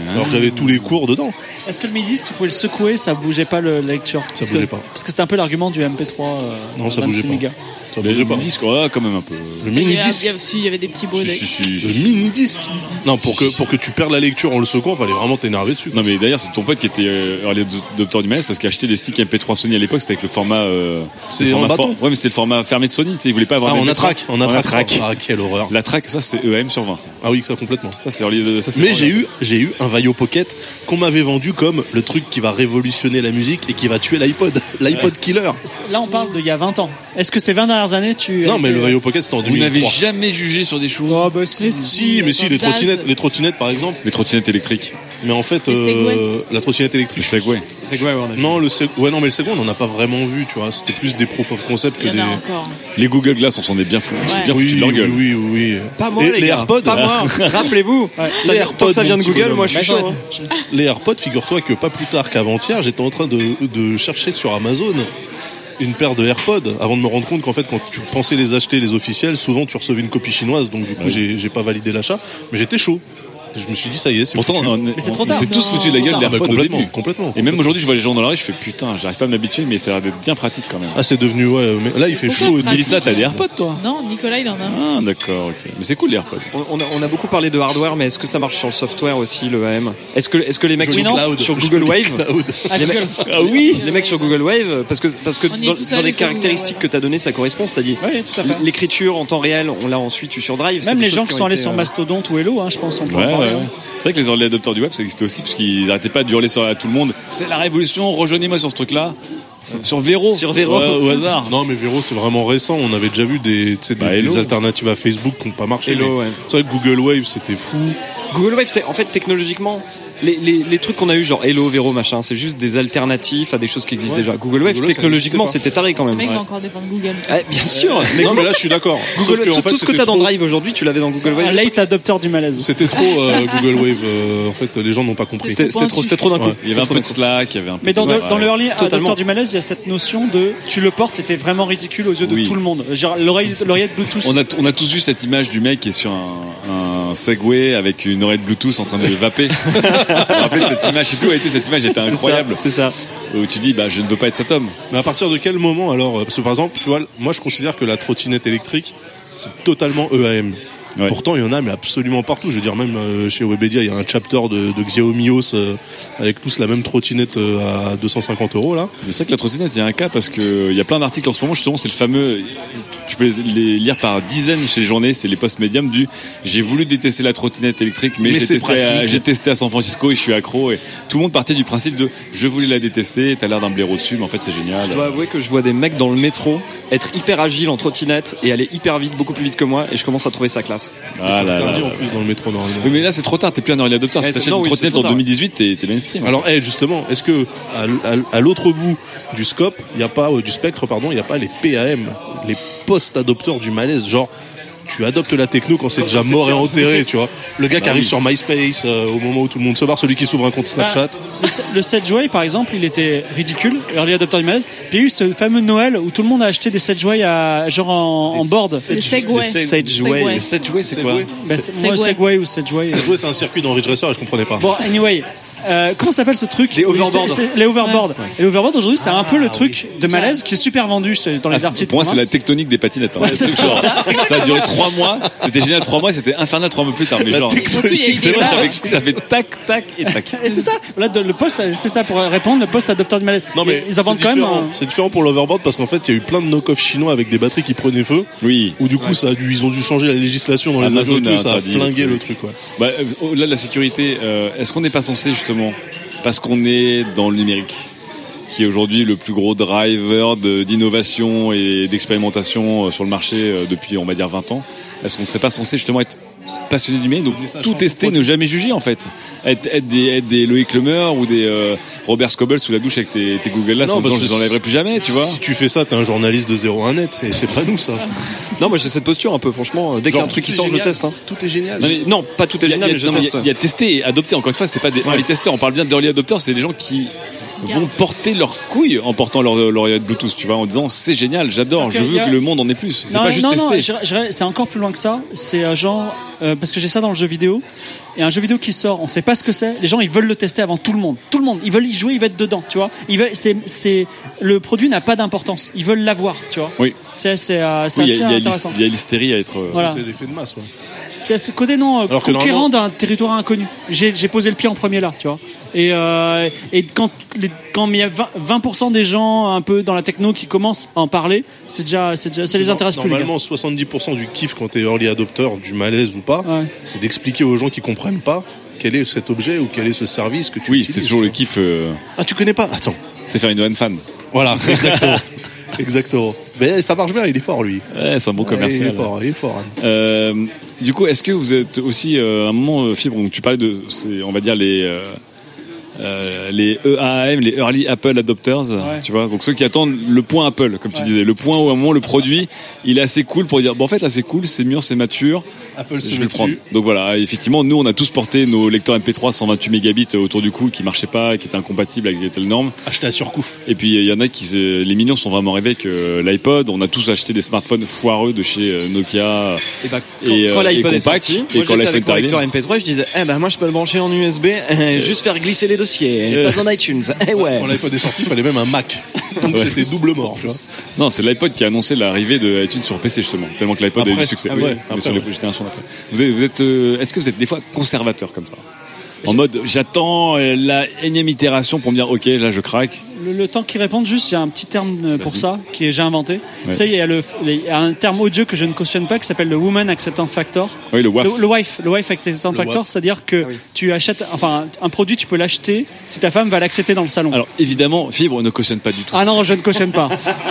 Ah. Alors que j'avais tous les cours dedans. Est-ce que le midi, si tu pouvais le secouer, ça bougeait pas le, la lecture Ça bougeait pas. Parce que c'était un peu l'argument du MP3. euh, Non, ça 26 bougeait pas. mégas. Ça, Les je jeux sais pas. par disque, ouais, quand même un peu. Le Il y mini avait- il y disque. avait- si, il y avait des petits beaux Si, decks. si, si, Le si. mini disque. Non, pour que pour que tu perdes la lecture en le secouant, fallait vraiment t'énerver dessus. Non mais d'ailleurs c'est ton pote qui était euh, early adopteur du MS parce qu'il achetait des sticks MP3 Sony à l'époque c'était avec le format euh, C'est le en format bâton. for- ouais mais c'était le format fermé de Sony tu sais il voulait pas avoir Ah, de on MP3. attraque, On on attraque. attraque. Ah, quelle horreur. la track ça c'est EAM sur 20 ça, Ah oui, ça complètement. ça c'est early ça, c'est Mais early j'ai eu, j'ai eu un Vaio Pocket qu'on m'avait vendu comme le truc qui va révolutionner la musique et qui va tuer l'iPod, l'iPod killer. Là, on parle d'il y a 20 ans. Est-ce que ces 20 dernières années, tu. Non, mais le Vaio Pocket c'était en Vous n'avez 2003. jamais jugé sur des choses Oh, bah, si. Si, mais si, les Jazz. trottinettes, les trottinettes par exemple. Les trottinettes électriques. Mais en fait, Les euh, la trottinette électrique. Les Segway. Segway, ouais, on a Non, le Seg- ouais, non, mais le Segway, on n'en a pas vraiment vu, tu vois. C'était plus des proof of concept que Il y en des. a encore. Les Google Glass, on s'en est bien fou. C'est bien oui, foutu de leur gueule. oui, oui, oui. Pas moi, Et les, les gars. AirPods. Pas moi. Rappelez-vous. Ça, Les vient- tant que ça AirPods, vient de mon petit Google, bonhomme. moi je suis Mais chaud. non. hein. Les AirPods, figure-toi que pas plus tard qu'avant-hier, j'étais en train de, de chercher sur Amazon une paire de AirPods avant de me rendre compte qu'en fait, quand tu pensais les acheter, les officiels, souvent tu recevais une copie chinoise, donc du coup, j'ai j'ai pas validé l'achat, mais j'étais chaud. Je me suis dit, ça y est, c'est Pourtant, foutu. on, c'est on- trop on tard. s'est tous Non, foutu de la trop gueule tard. des Ah, bah, AirPods au complètement, début. complètement. Et même aujourd'hui, je vois les gens dans la rue, je fais putain, j'arrive pas à m'habituer, mais ça a l'air d'être bien pratique quand même. Ah, c'est devenu, ouais, mais là, il fait Pourquoi chaud. pratique Mélissa, t'as des AirPods toi Non, Nicolas, il en a. un. Ah, d'accord, ok. Mais c'est cool les AirPods. On, on a, on a beaucoup parlé de hardware, mais est-ce que ça marche sur le software aussi, le AM Est-ce que, est-ce que les mecs Joli sur, cloud. sur Google Joli Wave, cloud. les mecs, Ah oui les mecs sur Google Wave, parce que, parce que On y est dans, tous dans allés les sur caractéristiques Google que tu as données, ça correspond, c'est-à-dire Oui, tout à fait. l'écriture en temps réel, on l'a ensuite eu sur Drive. c'est Même des les choses gens qui sont ont allés été, sur euh, Mastodonte ou Hello, hein, je pense, on peut Ouais, en parler. ouais. hein. C'est vrai que les early adopteurs du web, ça existait aussi, parce qu'ils arrêtaient pas de hurler sur, à tout le monde c'est la révolution, rejoignez-moi sur ce truc-là. Euh, Sur Véro. Sur Véro. Ouais, au hasard. Non, mais Véro, c'est vraiment récent. On avait déjà vu des, tu sais, des, Bah, Hello. des alternatives à Facebook qui n'ont pas marché. Hello, mais ouais. C'est vrai que Google Wave, c'était fou. Oh, Google Wave, t'es- en fait, technologiquement, les, les, les trucs qu'on a eu, genre Hello, Vero, machin, c'est juste des alternatifs à des choses qui existent déjà. Google Wave, Google Wave, ça technologiquement, n'existait c'était taré quand même. Le mec Ouais. va encore défendre Google. Eh, bien sûr, mais Non, mais là, je suis d'accord. Sauf Google, que, en tout, fait, tout ce que c'était t'as dans trop- Drive aujourd'hui, tu l'avais dans Google Un Wave. late adopteur du malaise. C'était trop euh, Google Wave. euh, en fait, les gens n'ont pas compris. C'était c'était trop, c'était trop d'un coup. Ouais. Il y avait un peu de Slack, il y avait un peu Mais dans, de- dans le early Totalement. adopteur du malaise, il y a cette notion de tu le portes et t'es vraiment ridicule aux yeux de Oui. tout le monde. Genre l'oreille- l'oreillette Bluetooth. On a, on a tous vu cette image du mec qui est sur un, un Segway avec une oreille de Bluetooth en train de vaper. vous vous rappelez de cette image Je sais plus où a été cette image, elle était C'est ça, incroyable. C'est ça. Où tu dis, bah, je ne veux pas être cet homme. Mais à partir de quel moment alors euh, Parce que par exemple, tu vois, moi je considère que la trottinette électrique, c'est totalement EAM. Ouais. Pourtant, il y en a, mais absolument partout. Je veux dire, même euh, chez Webedia, il y a un chapter de, de Xiaomios euh, avec tous la même trottinette euh, à 250 euros là. Mais c'est vrai que la trottinette, il y a un cas parce que euh, il y a plein d'articles en ce moment, justement, c'est le fameux, tu peux les- les lire par dizaines chez les journées, c'est les post médiums du, j'ai voulu détester la trottinette électrique, mais, Mais j'ai c'est testé, à, pratique. j'ai testé à San Francisco et je suis accro et tout le monde partait du principe de, je voulais la détester, t'as l'air d'un blaireau dessus, mais en fait, c'est génial. Je dois avouer que je vois des mecs dans le métro être hyper agile en trottinette et aller hyper vite, beaucoup plus vite que moi, et je commence à trouver sa classe. Ah là c'est là. interdit en plus dans le métro normalement. Oui, mais là, c'est trop tard, t'es plus un early adopter. Eh, Si c'est- t'achètes une non, oui, c'est trottinette trop en tard. 2018, t'es t'es mainstream. Alors, eh, justement, est-ce que à, l- à- à l'autre bout du scope, il y a pas euh, du spectre, pardon, il n'y a pas les PAM, les post-adopteurs du malaise, genre tu adoptes la techno quand c'est déjà mort et enterré, tu vois. Le gars qui arrive Bah oui. sur MySpace euh, au moment où tout le monde se barre, celui qui s'ouvre un compte Ah. Snapchat. Bah, Le se- Le 7 Joy, par exemple, il était ridicule, early adopteur du malaise. Puis il y a eu ce fameux Noël où tout le monde a acheté des 7 Joy à, genre en, en board. Le Segway. des Segway. Segway. Segway, c'est quoi Bah, c'est- moi, Segway. Segway ou 7 Joy. euh. C'est joué, c'est un circuit dans Ridge Racer et je comprenais pas. Bon, anyway. Euh, comment s'appelle ce truc Les overboards. C'est- c'est- Les overboards. Les overboards aujourd'hui, c'est un peu le truc de malaise qui est super vendu je- dans les articles. Ah Pour moi, c'est la mince. tectonique des patinettes. hein. Ouais, Le c'est truc, ça. genre, ça a duré trois mois, c'était génial trois mois, c'était infernal trois mois plus tard. Mais genre, Surtout, il y a eu c'est des vrai, ça blagues. fait, ça fait tac, tac et tac. Et c'est ça. Là, de- le poste, c'est ça pour répondre. Le poste adopteur du malaise. Non mais ils inventent c'est quand même. hein. différent. un- C'est différent pour l'overboard parce qu'en fait il y a eu plein de knock-off chinois avec des batteries qui prenaient feu. Oui. Ou du coup ça a dû, ils ont dû changer la législation dans les Amazon avions et a tout, ça a interdit le flingué truc. le truc. ouais. Bah, euh, au-delà de la sécurité, euh, est-ce qu'on n'est pas censé justement, parce qu'on est dans le numérique, qui est aujourd'hui le plus gros driver de- d'innovation et d'expérimentation euh, sur le marché euh, depuis, on va dire, 20 ans, est-ce qu'on serait pas censé justement être passionné du numérique, Donner sa donc tout chance tester, au ne jamais juger en fait, être, être des, être des Loïc Lemer ou des euh, Robert Scoble sous la douche avec tes, tes Google Glass Non, en disant je parce les que enlèverai plus jamais, tu vois. Si tu fais ça, t'es un journaliste de 01 net et c'est pas nous ça. Non, moi j'ai cette posture un peu, franchement. euh, Dès qu'il y a un truc qui sort, je le teste. hein. Tout est génial. Non, mais- Non, pas tout est Il y a- génial, mais il y je a- non, mais teste. Il y a- il y a testé et adopté, encore une fois, c'est pas des early testeurs. On parle bien d'early adopteurs, c'est des gens qui vont porter leurs couilles en portant leur, euh, leur oreillette Bluetooth, tu vois, en disant c'est génial, j'adore, Parce je que y veux a- que le monde en ait plus. C'est Non, pas juste non, non, testé. je- je- c'est encore plus loin que ça. C'est un genre euh, parce que j'ai ça dans le jeu vidéo et un jeu vidéo qui sort, on sait pas ce que c'est. Les gens ils veulent le tester avant tout le monde. Tout le monde, ils veulent y jouer, ils veulent être dedans, tu vois. Ils veulent, c'est, c'est le produit n'a pas d'importance. Ils veulent l'avoir, tu vois. Oui. C'est, c'est, euh, c'est Oui, il y assez a- il y a l'hys- intéressant. il y a l'hystérie à être. euh, Voilà. C'est l'effet de masse, ouais. C'est ce côté non euh, Alors que conquérant normalement- d'un territoire inconnu. J'ai j'ai posé le pied en premier là, tu vois. Et, euh, et quand les- quand il y a 20%, 20% des gens un peu dans la techno qui commencent à en parler, c'est déjà, c'est déjà, ça les No- intéresse plus. les gars. Normalement, 70% du kiff quand t'es early adopteur, du malaise ou pas, Ouais. c'est d'expliquer aux gens qui comprennent pas quel est cet objet ou quel est ce service que tu Oui, utilises, c'est toujours tu le vois. kiff, euh, Ah, tu connais pas Attends. c'est faire une one fan. Voilà, exactement. exactement. Mais ça marche bien, il est fort, lui. Ouais, c'est un bon Il commercial. est fort, il est fort. hein. Euh, du coup, est-ce que vous êtes aussi euh, à un moment euh, fibre où tu parlais de, c'est, on va dire les euh, euh, les EAM, les Early Apple Adopters, tu vois, donc ceux qui attendent le point Apple, comme tu disais, le point où à un moment le produit il est assez cool pour dire, bon en fait là c'est cool, c'est mûr, c'est mature, Apple se je vais met le prendre. dessus. Donc voilà, effectivement, nous on a tous porté nos lecteurs MP3 128 mégabits euh, autour du cou qui marchaient pas, qui étaient incompatibles avec les telles normes. Acheté à surcouf. Et puis il y en a qui, se- les mignons sont vraiment rêvés que euh, l'iPod. On a tous acheté des smartphones foireux de chez euh, Nokia. Et bah, quand, Et, euh, quand l'iPod et est compact, sorti, et moi, quand j'étais l'iPhone avec mon est lecteur MP3, je disais, eh ben moi je peux le brancher en USB, euh, juste faire glisser les dossiers, Euh. pas en iTunes. Eh ouais. Quand l'iPod est sorti, il fallait même un Mac. Donc Ouais. c'était double mort, tu vois. Non, c'est l'iPod qui a annoncé l'arrivée de iTunes sur PC justement. Tellement que l'iPod a eu Après. du succès. Ah oui, Mais après, sur les ouais. générations d'après. Vous êtes, vous êtes, euh, est-ce que vous êtes des fois conservateur comme ça En mode, j'attends euh, la énième itération pour me dire, ok, là je craque. Le, le temps qu'ils répondent, juste, il y a un petit terme euh, pour Vas-y. ça que j'ai inventé. Tu sais, il y, a le- il y a un terme odieux que je ne cautionne pas qui s'appelle le Woman Acceptance Factor. Oui, le WAF. Le, le wife, le wife acceptance Le factor, WAF. c'est-à-dire que tu achètes, enfin, un produit, tu peux l'acheter si ta femme va l'accepter dans le salon. Alors évidemment, Fibre ne cautionne pas du tout. ah non, je ne cautionne pas.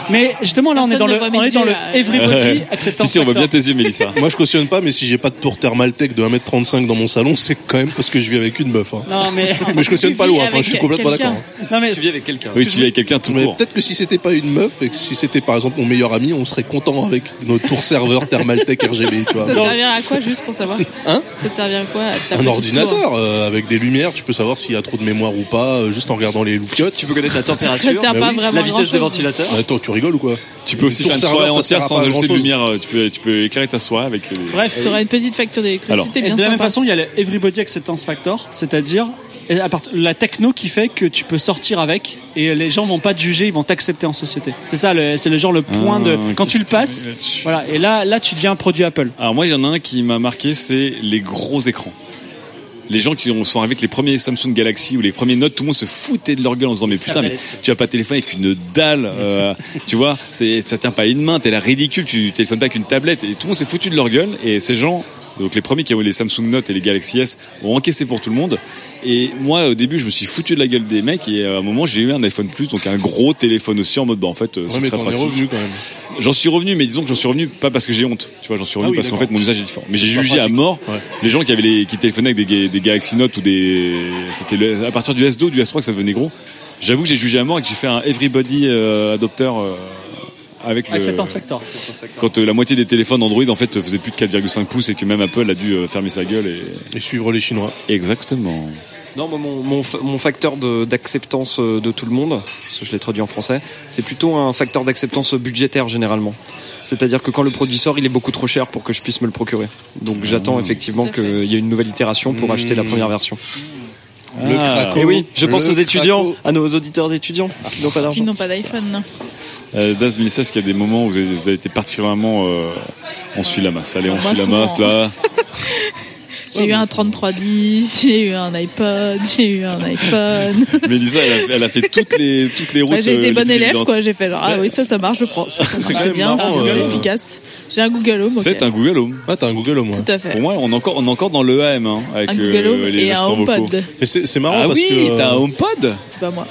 Mais justement, là, on est Personne dans ne le, voit mes on est dans yeux, le là. Ah, everybody acceptance si, si, on voit factor. bien tes yeux, Mélissa. Moi, je cautionne pas, mais si j'ai pas de tour thermaltech de 1m35 dans mon salon, c'est quand même parce que je vis avec une meuf. hein. Non, mais, Mais je cautionne Tu pas vis l'eau, enfin, avec je suis complètement quelqu'un. d'accord. hein. non, mais Tu vis avec quelqu'un. Oui, tu vis avec quelqu'un tout Mais court. peut-être que si c'était pas une meuf et que si c'était par exemple mon meilleur ami, on serait content avec notre tour serveur Thermaltech RGB, tu vois. Ça te servira à quoi, juste pour savoir Hein Ça te servira à quoi à ta Un petite tour ordinateur euh, avec des lumières, tu peux savoir s'il y a trop de mémoire ou pas, euh, juste en regardant les loupiottes. Tu peux connaître la Ça température, sert bah pas oui. vraiment la à vitesse des grand-chose. ventilateurs. Attends, tu rigoles ou quoi Tu peux aussi Tour faire une serveur, soirée ça entière sert à sans pas ajouter de grand-chose. lumière. euh, Tu peux, tu peux éclairer ta soirée avec. euh, bref. Tu auras une petite facture Alors, d'électricité Et de bien la même sympa. façon, il y a le Everybody Acceptance Factor, c'est-à-dire et à part- la techno qui fait que tu peux sortir avec et les gens vont pas te juger, ils vont t'accepter en société. C'est ça, le- c'est le genre le point de Ah, quand qu'est-ce tu le que- passes. Voilà, et là, là, tu deviens un produit Apple. Alors moi, il y en a un qui m'a marqué, c'est les gros écrans. Les gens qui ont- sont arrivés avec les premiers Samsung Galaxy ou les premiers Note, tout le monde se foutait de leur gueule en se disant mais putain mais tu vas pas téléphoner avec une dalle, euh, tu vois, c'est- ça tient pas à une main, t'es la ridicule, tu téléphones pas avec une tablette et tout le monde s'est foutu de leur gueule et ces gens, donc les premiers qui avaient les Samsung Note et les Galaxy S ont encaissé pour tout le monde et moi au début je me suis foutu de la gueule des mecs et euh, à un moment j'ai eu un iPhone Plus donc un gros téléphone aussi en mode bah en fait euh, Ouais, c'est mais très t'en es pratique. revenu quand même. J'en suis revenu, mais disons que j'en suis revenu pas parce que j'ai honte. Tu vois, j'en suis revenu Ah oui, parce qu'en fait d'accord. mon usage est différent. Mais j'ai C'est pas jugé à pratique. mort Ouais. les gens qui avaient les, qui téléphonaient avec des, ga- des Galaxy Note ou des, c'était le- à partir du S2 ou du S3 que ça devenait gros. J'avoue que j'ai jugé à mort et que j'ai fait un everybody euh, adopteur euh, avec le. Acceptance Factor. Quand euh, la moitié des téléphones Android en fait faisaient plus de 4,5 pouces et que même Apple a dû euh, fermer sa gueule et. Et suivre les Chinois. Exactement. Non, moi, mon, mon, fa- mon facteur de- d'acceptance euh, de tout le monde, parce que je l'ai traduit en français, c'est plutôt un facteur d'acceptance budgétaire généralement. C'est-à-dire que quand le produit sort, il est beaucoup trop cher pour que je puisse me le procurer. Donc j'attends effectivement Tout à fait. qu'il y ait une nouvelle itération pour Ah. Mmh. Ah. acheter la première version. Le craco. Et oui, je pense le aux étudiants, craco. à nos auditeurs étudiants qui n'ont pas Ils d'argent. n'ont pas d'iPhone, non. Euh, Daz Melissa, est-ce qu'il y a des moments où vous avez, vous avez été particulièrement euh, on suit la masse Allez, on Moi, suit la souvent. masse là. J'ai eu un 3310, j'ai eu un iPod, j'ai eu un iPhone. Mélissa, elle a, fait- elle a fait toutes les, toutes les routes. Bah, j'ai euh, été les bonne plus élève, évidentes. quoi. J'ai fait genre, ah oui, ça, ça marche, je prends. Ça C'est quand marche même bien, marrant, c'est euh, efficace. J'ai un Google Home. ok. C'est un Google Home. Ah, t'as un Google au moins. Tout à fait. Pour moi, on est encore, on est encore dans le AM hein, avec Un Google euh, Home les et un assistants vocaux. HomePod. Mais c'est c'est marrant Ah parce oui, que. euh, t'as un HomePod C'est pas moi.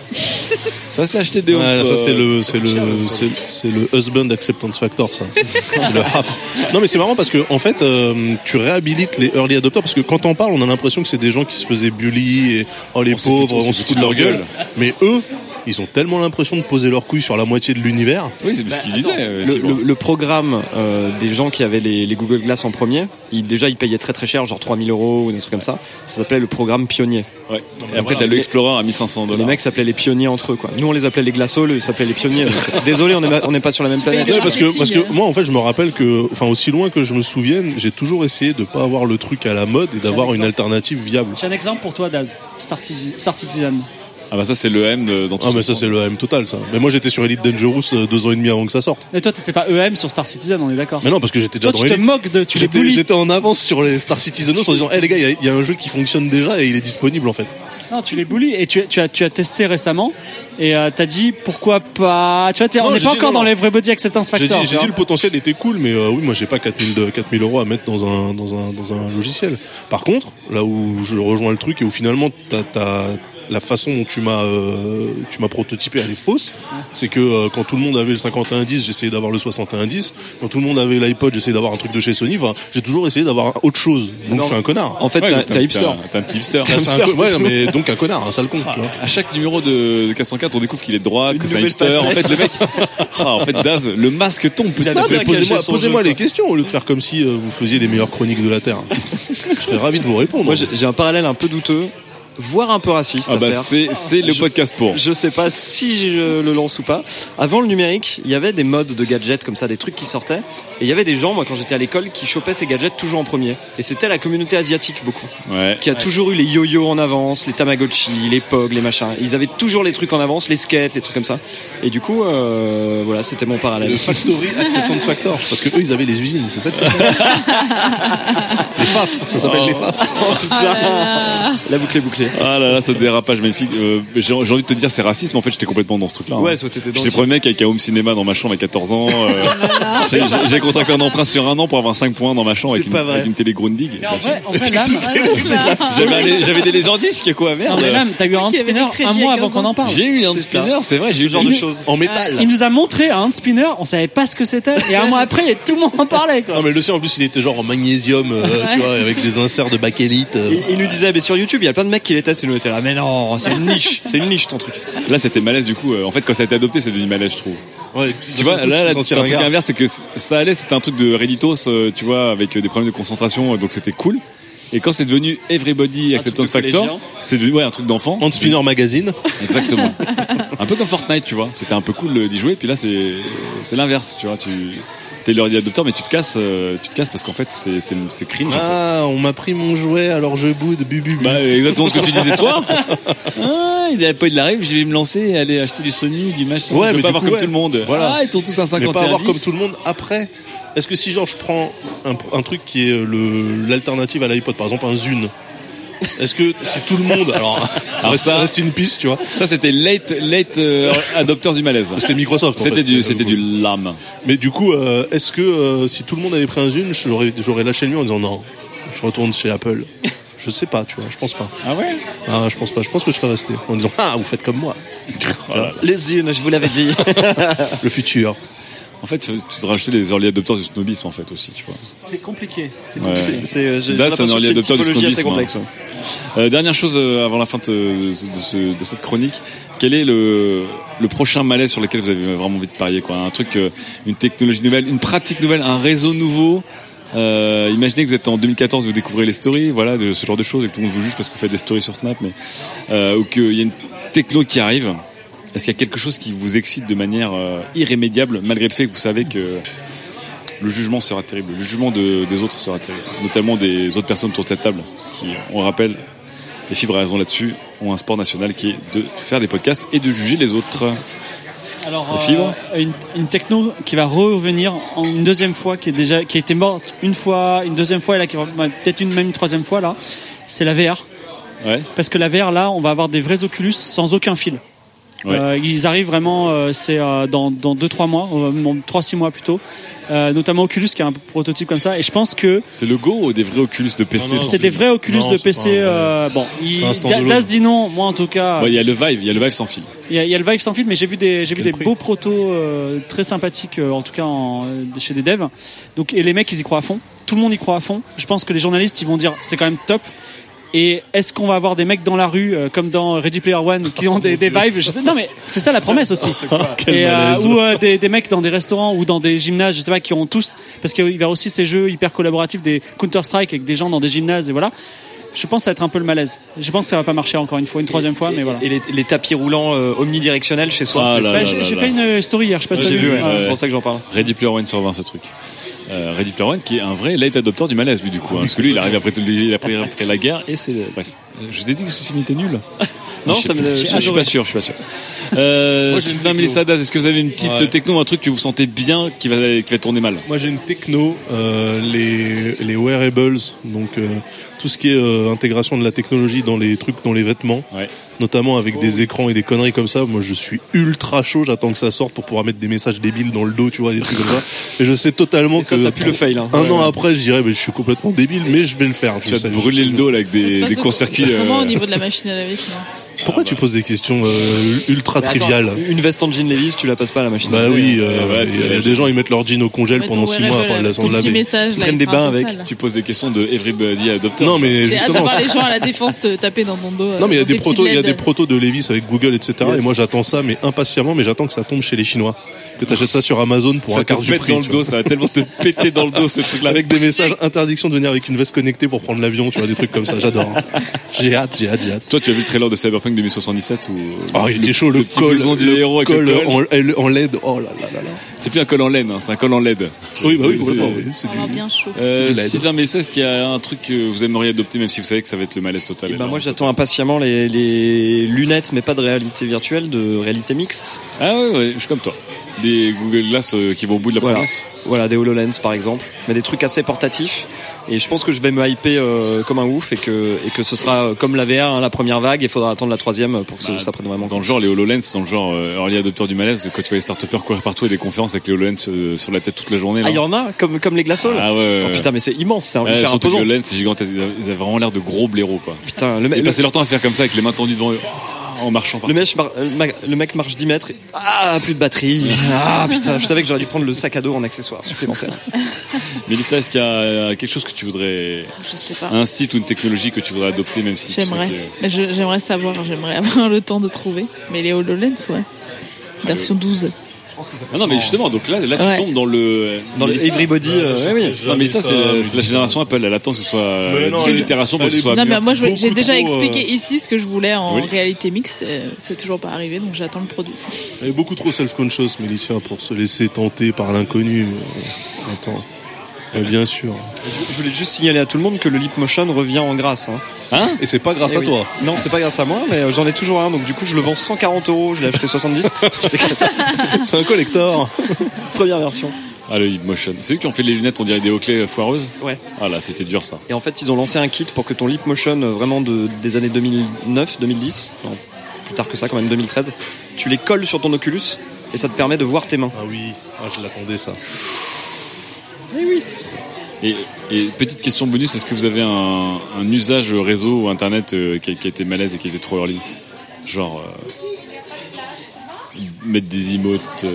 Ça, c'est acheter des Ouais, HomePod. là, ça c'est le c'est le c'est c'est le husband acceptance factor ça. c'est le half. Non mais c'est marrant parce que en fait euh, tu réhabilites les early adopters parce que quand on parle on a l'impression que c'est des gens qui se faisaient bully et oh les s'est fait- pauvres on s'est on se foutu fout de leur gueule. Mais eux ils ont tellement l'impression de poser leur couille sur la moitié de l'univers. Oui, c'est Bah, ce qu'il disait. euh, Le, c'est bon. le- le programme euh, des gens qui avaient les, les Google Glass en premier, ils, déjà ils payaient très très cher, genre 3000 euros ou des trucs comme ça. Ça s'appelait le programme pionnier. Ouais. Et après, t'as le Explorer à 1500 Les dollars. mecs s'appelaient les pionniers entre eux. Quoi. Nous on les appelait les glaçons, eux ils s'appelaient les pionniers. Donc, Désolé, on n'est pas- on n'est pas sur la même Tu payes planète. le Ouais, parce que marketing, parce que hein. moi en fait je me rappelle que enfin aussi loin que je me souvienne j'ai toujours essayé de pas avoir le truc à la mode et d'avoir une exemple. alternative viable. J'ai un exemple pour toi, Daz. Startiz- Startisan. Ah bah ça, c'est le M de- dans tout Ah mais ça c'est le M total ça. Mais moi j'étais sur Elite Dangerous euh, deux ans et demi avant que ça sorte. Mais toi, t'étais pas EM sur Star Citizen, on est d'accord. Mais non parce que j'étais déjà Toi, dans tu te Elite. moques de. Tu les J'étais bullies. j'étais en avance sur les Star Citizenos en disant Eh les gars il y a- il y, a un jeu qui fonctionne déjà et il est disponible en fait. Non, tu les bullies et tu, tu as, tu as testé récemment et euh, t'as dit pourquoi pas. Tu vois, t'es- Non, on n'est j'ai pas dit encore non, dans non. les vrais body acceptance J'ai dit, factor. j'ai dit le potentiel était cool mais euh, oui moi j'ai pas 4000 de- 4000 euros à mettre dans un dans un dans un logiciel. Par contre là où je rejoins le truc et où finalement t'as t'as- la façon dont tu m'as euh, tu m'as prototypé elle est fausse, c'est que euh, quand tout le monde avait le 5110 j'essayais d'avoir le 6110. Quand tout le monde avait l'iPod j'essayais d'avoir un truc de chez Sony. Enfin j'ai toujours essayé d'avoir autre chose donc je suis un connard. En fait, Ouais, t'as- donc t'as hipster. T'as un petit hipster. Ouais, c'est un hamster, co- c'est ouais, tout. mais donc un connard, un sale con, tu vois. À chaque numéro de de 404, on découvre qu'il est droit, que c'est un nouvelle hipster. En fait, le mec, Ah, en fait, Daz, le masque tombe petit à Non, petit. bien mais posez-moi caché son posez-moi jeu, les questions au lieu de faire comme si euh, vous faisiez les meilleures chroniques de la Terre. Je serais ravi de vous répondre. Moi j'ai j'ai un parallèle un peu douteux, voire un peu raciste. Ah à bah faire. c'est c'est le Je- podcast pour. Je sais pas si je le lance ou pas. Avant le numérique, il y avait des modes de gadgets comme ça, des trucs qui sortaient. Et il y avait des gens, moi quand j'étais à l'école, qui chopaient ces gadgets toujours en premier. Et c'était la communauté asiatique beaucoup, Ouais. qui a toujours eu les yo-yo en avance, les Tamagotchi, les Pog, les machins. Ils avaient toujours les trucs en avance, les skates, les trucs comme ça. Et du coup, euh, voilà, c'était mon Le parallèle. Factory Acceptance Factor, parce que eux ils avaient les usines, c'est ça que- Les FAF, ça s'appelle les FAF. Oh, putain. La boucle est bouclée. Ah là là, ce dérapage magnifique. Euh, j'ai j'ai envie de te dire c'est raciste, mais en fait j'étais complètement dans ce truc-là. hein. Ouais, toi t'étais dans J'étais le premier mec avec un home cinéma dans ma chambre à 14 ans. euh, j'ai- j'ai- J'ai contracté un emprunt sur un an pour avoir 5 points dans ma chambre C'est avec une, pas vrai. avec une télé Grundig. Mais en vrai, en vrai, Lame, J'avais des- j'avais des légendes disques quoi, non, merde. mais Lame, t'as eu un Qui avait spinner des crédits un à mois 15 avant qu'on en parle. J'ai eu un C'est ça. spinner, c'est vrai, C'est j'ai ce eu genre de une- choses. En métal. Il nous a montré un spinner, on savait pas ce que c'était, et un mois après, tout le monde en parlait. Quoi. Non mais le sien en plus il était genre en magnésium, euh, tu vois, avec des inserts de bakélite. euh. Il, il nous disait, Ah, mais sur YouTube, il y a plein de mecs qui les testent et nous on était là. Mais non, c'est une niche, c'est une niche ton truc. Là c'était malaise du coup. euh, En fait quand ça a été adopté, c'est devenu malaise je trouve. Ouais, Tu vois, là, là, c'est te sentir un truc ringard. inverse, c'est que c- ça allait, c'était un truc de Redditos, euh, tu vois, avec euh, des problèmes de concentration, euh, donc c'était cool. Et quand c'est devenu Everybody Acceptance truc de Factor, collégien. c'est devenu ouais, un truc d'enfant. Hand Spinner Magazine. Exactement. un peu comme Fortnite, tu vois. C'était un peu cool euh, d'y jouer, puis là, c'est c'est l'inverse, tu vois. Tu t'es leur adopteur, mais tu te casses, euh, tu te casses parce qu'en fait, c'est c'est- c'est cringe. en fait. Ah, on m'a pris mon jouet, alors je boude, bubu. bu. Bah, euh, exactement ce que tu disais toi. Ah, il a pas eu de la rêve, je vais me lancer, aller acheter du Sony, du machin. Ouais, je mais veux pas du avoir coup, comme ouais. tout le monde. Voilà. Ah, ils sont tous à 51 mais pas avoir comme tout le monde après. Est-ce que si genre je prends un, un truc qui est euh, le l'alternative à l'iPod, par exemple un Zune, est-ce que si tout le monde, alors, Alors reste, ça- reste une piste, tu vois, Ça, c'était late, late euh, adopteur du malaise. c'était Microsoft. en C'était fait. du, c'était du lame. Mais du coup, euh, est-ce que euh, si tout le monde avait pris un Zune, j'aurais j'aurais lâché le mien en disant non, je retourne chez Apple. Je sais pas, tu vois, je pense pas. Ah ouais Ah, je pense pas. Je pense que je serais resté en disant ah, vous faites comme moi. Les unes, je vous l'avais dit. Le futur. En fait, tu te rajoutais des early adopteurs du snobisme, en fait, aussi, tu vois. C'est compliqué. C'est Ouais. C'est- c'est, euh, j'ai- Daz, j'ai l'impression c'est un que early c'est une adopter du typologie snobisme, assez complexe, hein. ouais. Euh, dernière chose euh, avant la fin de, de ce- de cette chronique, quel est le, le prochain malaise sur lequel vous avez vraiment envie de parier quoi Un truc, euh, une technologie nouvelle, une pratique nouvelle, un réseau nouveau Euh, imaginez que vous êtes en 2014, vous découvrez les stories, voilà, de ce genre de choses, et que tout le monde vous juge parce que vous faites des stories sur Snap, mais euh, ou qu'il y a une techno qui arrive. Est-ce qu'il y a quelque chose qui vous excite de manière euh, irrémédiable, malgré le fait que vous savez que le jugement sera terrible, le jugement de- des autres sera terrible, notamment des autres personnes autour de cette table, qui, on le rappelle, les fibres à raison là-dessus ont un sport national qui est de faire des podcasts et de juger les autres. Alors, La euh, fibre une, une techno qui va revenir en une deuxième fois, qui est déjà, qui a été morte une fois, une deuxième fois, et là, qui va ouais, peut-être une même une troisième fois là. C'est la VR, Ouais. parce que la VR là, on va avoir des vrais Oculus sans aucun fil. Ouais. Euh, ils arrivent vraiment, euh, c'est euh, dans dans deux trois mois, euh, bon, trois six mois plutôt. Euh, notamment Oculus qui a un prototype comme ça, et je pense que C'est le go des vrais Oculus de PC. Non, non, sans c'est des fil. vrais Oculus Non, de c'est pas PC. un- euh, bon, il, c'est un standalone. Das dit non, moi en tout cas. Bah, Ouais, Il y a le Vive, il y a le Vive sans fil. Il y, a- il y a le Vive sans fil, mais j'ai vu des, j'ai vu Quel des prix. beaux protos euh, très sympathiques, euh, en tout cas en, euh, chez des devs. Donc, et les mecs, ils y croient à fond. Tout le monde y croit à fond. Je pense que les journalistes, ils vont dire, c'est quand même top. Et est-ce qu'on va avoir des mecs dans la rue, euh, comme dans Ready Player One, qui ont des, des vibes je sais- Non, mais c'est ça la promesse aussi. quel Et, euh, malaise. ou euh, des, des mecs dans des restaurants ou dans des gymnases, je sais pas, qui ont tous. Parce qu'il va y avoir aussi ces jeux hyper collaboratifs, des Counter-Strike avec des gens dans des gymnases, et voilà. Je pense que ça va être un peu le malaise. Je pense que ça va pas marcher encore une fois, une troisième fois, Et- mais voilà. Et les, les tapis roulants euh, omnidirectionnels chez soi. Ah là Ouais, là là J'ai j'ai là. fait une euh, story hier, je sais pas si Ouais, t'as hein. j'ai vu, ouais. Ouais. C'est pour ça que j'en parle. Ready Player One sur 20 ce truc. Euh, Ready Player One qui est un vrai late adopteur du malaise lui du coup. hein, parce que lui il arrive après, tout- il arrive après la guerre et c'est... Bref. Je t'ai dit que ce film était nul. Non, je sais ça me- plus. Je, j'ai je suis adoré. pas sûr, je suis pas sûr. Euh, Moi, j'ai une Sylvain techno. Melissadas, est-ce que vous avez une petite Ouais. techno, un truc que vous sentez bien qui va, qui va tourner mal Moi j'ai une techno, euh, les, les wearables, donc euh, tout ce qui est euh, intégration de la technologie dans les trucs, dans les vêtements, Ouais. notamment avec des écrans et des conneries comme ça. Moi je suis ultra chaud, j'attends que ça sorte pour pouvoir mettre des messages débiles dans le dos, tu vois, des trucs comme ça. Et je sais totalement Et ça, que ça pue le fail. hein. un an après je dirais mais je suis complètement débile, mais je vais le faire. Tu Je vas te sais. brûler le dos là, avec Ça se des, passe des au- courts-circuits. euh, Comment au niveau de la machine à laver sinon Ah Pourquoi bah. tu poses des questions euh, ultra Mais attends, triviales Une veste en jean Levis, tu la passes pas à la machine. Bah oui, euh, Ouais, ouais, il y a c'est- des gens ils mettent leur jean au congèle Mets ton pendant 6 mois wearable, avant de la- ton de petit laver. message là. prennent il des sera bains un peu avec. sale. Tu poses des questions de Everybody Adopter. Non mais J'ai hâte justement, d'avoir les gens à la défense te taper dans ton dos. euh, Non, mais il y a dans des tes protos, il y a petites des LED. protos de Levis avec Google, etc. Yes. Et moi, j'attends ça, mais impatiemment, mais j'attends que ça tombe chez les Chinois. Que t'achètes ça sur Amazon pour ça un te quart du pète prix. dans le tu dos, vois. ça va tellement te péter dans le dos ce truc là. Avec des messages interdiction de venir avec une veste connectée pour prendre l'avion, tu vois, des trucs comme ça. J'adore. J'ai hâte, j'ai hâte, j'ai hâte. Toi, tu as vu le trailer de Cyberpunk 2077 ou Oh, il était chaud, le, petit col. blouson du le héros avec col le col. en- elle- En, LED. Oh là là là là. C'est plus un col en laine, hein, c'est un col en LED. Oui, bah oui, C'est- complètement. c'est- oui, C'est Ça du. va Ah, bien chaud. Euh, C'est du LED. Sylvain Messès, est-ce qu'il y a un truc que vous aimeriez adopter, même si vous savez que ça va être le malaise total Eh ben, alors moi j'attends impatiemment les, les lunettes, mais pas de réalité virtuelle, de réalité mixte. Ah ouais, ouais, je suis comme toi. Des Google Glass euh, qui vont au bout de la Voilà. province. Voilà, des HoloLens par exemple, mais des trucs assez portatifs. Et je pense que je vais me hyper euh, comme un ouf et que, et que ce sera euh, comme la VR, hein, la première vague, et faudra attendre la troisième pour que ça- Bah, ça prenne vraiment Dans le genre, les HoloLens, dans le genre euh, early adopteur du malaise, quand tu vois les start courir partout et des conférences avec les HoloLens euh, sur la tête toute la journée. là. Ah, il y en a, comme, comme les glaçoles Ah ouais, ouais, Oh ouais. putain, mais c'est immense, c'est un Ouais, hyper surtout que imposant. le HoloLens, c'est gigantesque. Ils avaient ils avaient vraiment l'air de gros blaireaux, quoi. Putain, le, me- Ils le, passaient leur temps à faire comme ça avec les mains tendues devant eux, oh, en marchant par le mec, mar- euh, ma- le mec marche 10 mètres, et- ah, plus de batterie, ah putain, je savais que j'aurais dû prendre le sac à dos en accessoire supplémentaire. Mélissa, est-ce qu'il y a euh, quelque chose que tu voudrais. Je sais pas. Hein, Un site ou une technologie que tu voudrais adopter, même si tu sais J'aimerais. que- Je- J'aimerais savoir, j'aimerais avoir le temps de trouver. Mais les HoloLens, ouais. Version 12. Ah non, mais justement, donc là, là Ouais. tu tombes dans le. Oh. Dans le Mélissa- everybody, euh, ouais, oui. Non, mais ça, c'est c'est la génération Apple. Elle attend que ce soit euh, Mais non, 10 elle est- itérations pour que elle ce est- soit Non, mieux. mais moi, je- j'ai Beaucoup déjà trop, expliqué ici ce que je voulais en euh, Oui. réalité mixte. euh, C'est toujours pas arrivé, donc j'attends le produit. Elle est beaucoup trop self-conscious, Mélicia, pour se laisser tenter par l'inconnu. Euh, Attends. Euh, Bien sûr. Je voulais juste signaler à tout le monde que le lip motion revient en grâce. Hein. Et c'est pas grâce Eh à oui. toi. Non, c'est pas grâce à moi, mais euh, j'en ai toujours un, donc du coup je le vends 140 euros, je l'ai acheté 70. C'est un collector. Première version. Ah, le Hip Motion. C'est eux qui ont fait les lunettes, on dirait des Oakley euh, foireuses Ouais. Ah là, c'était dur ça. Et en fait, ils ont lancé un kit pour que ton lip motion euh, vraiment de, des années 2009, 2010, non, plus tard que ça quand même 2013, tu les colles sur ton Oculus et ça te permet de voir tes mains. Ah oui, ah, je l'attendais ça. Et, et petite question bonus, est-ce que vous avez un, un usage réseau ou internet euh, qui, a, qui a été malaise et qui a été trop early Genre euh, mettre des emotes euh,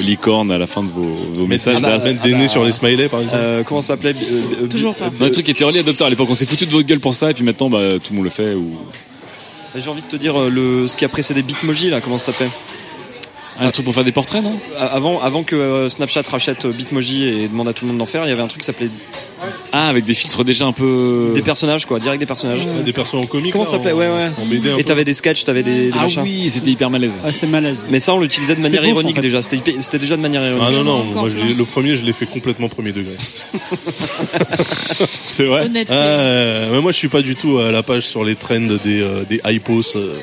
licornes à la fin de vos, vos messages ah bah, d'as. Mettre des nez sur les smileys par exemple. Euh, comment ça s'appelait euh, euh, Toujours pas. Non, le truc qui était early adopteur à l'époque, on s'est foutu de votre gueule pour ça et puis maintenant bah, tout le monde le fait ou J'ai envie de te dire euh, le, ce qui a précédé Bitmoji là, comment ça s'appelait ah, un truc pour faire des portraits non A- Avant, avant que euh, Snapchat rachète euh, Bitmoji et demande à tout le monde d'en faire, il y avait un truc qui s'appelait euh, Ah avec des filtres déjà un peu des personnages quoi, direct des personnages. Des personnes en comique. Comment là, ça s'appelait en- Ouais, ouais. En BD un Et peu. t'avais des sketchs, t'avais des, des Ah machins. oui, c'était hyper malaise. Ah, c'était malaise. Mais ça, on l'utilisait de C'était manière beauf, ironique en fait. déjà. C'était hyper- c'était déjà de manière ironique. Ah non, non, Encore moi je plein. l'ai- le premier je l'ai fait complètement premier degré. C'est vrai. Honnêtement. Euh, mais moi je suis pas du tout à la page sur les trends des, euh, des hypos euh,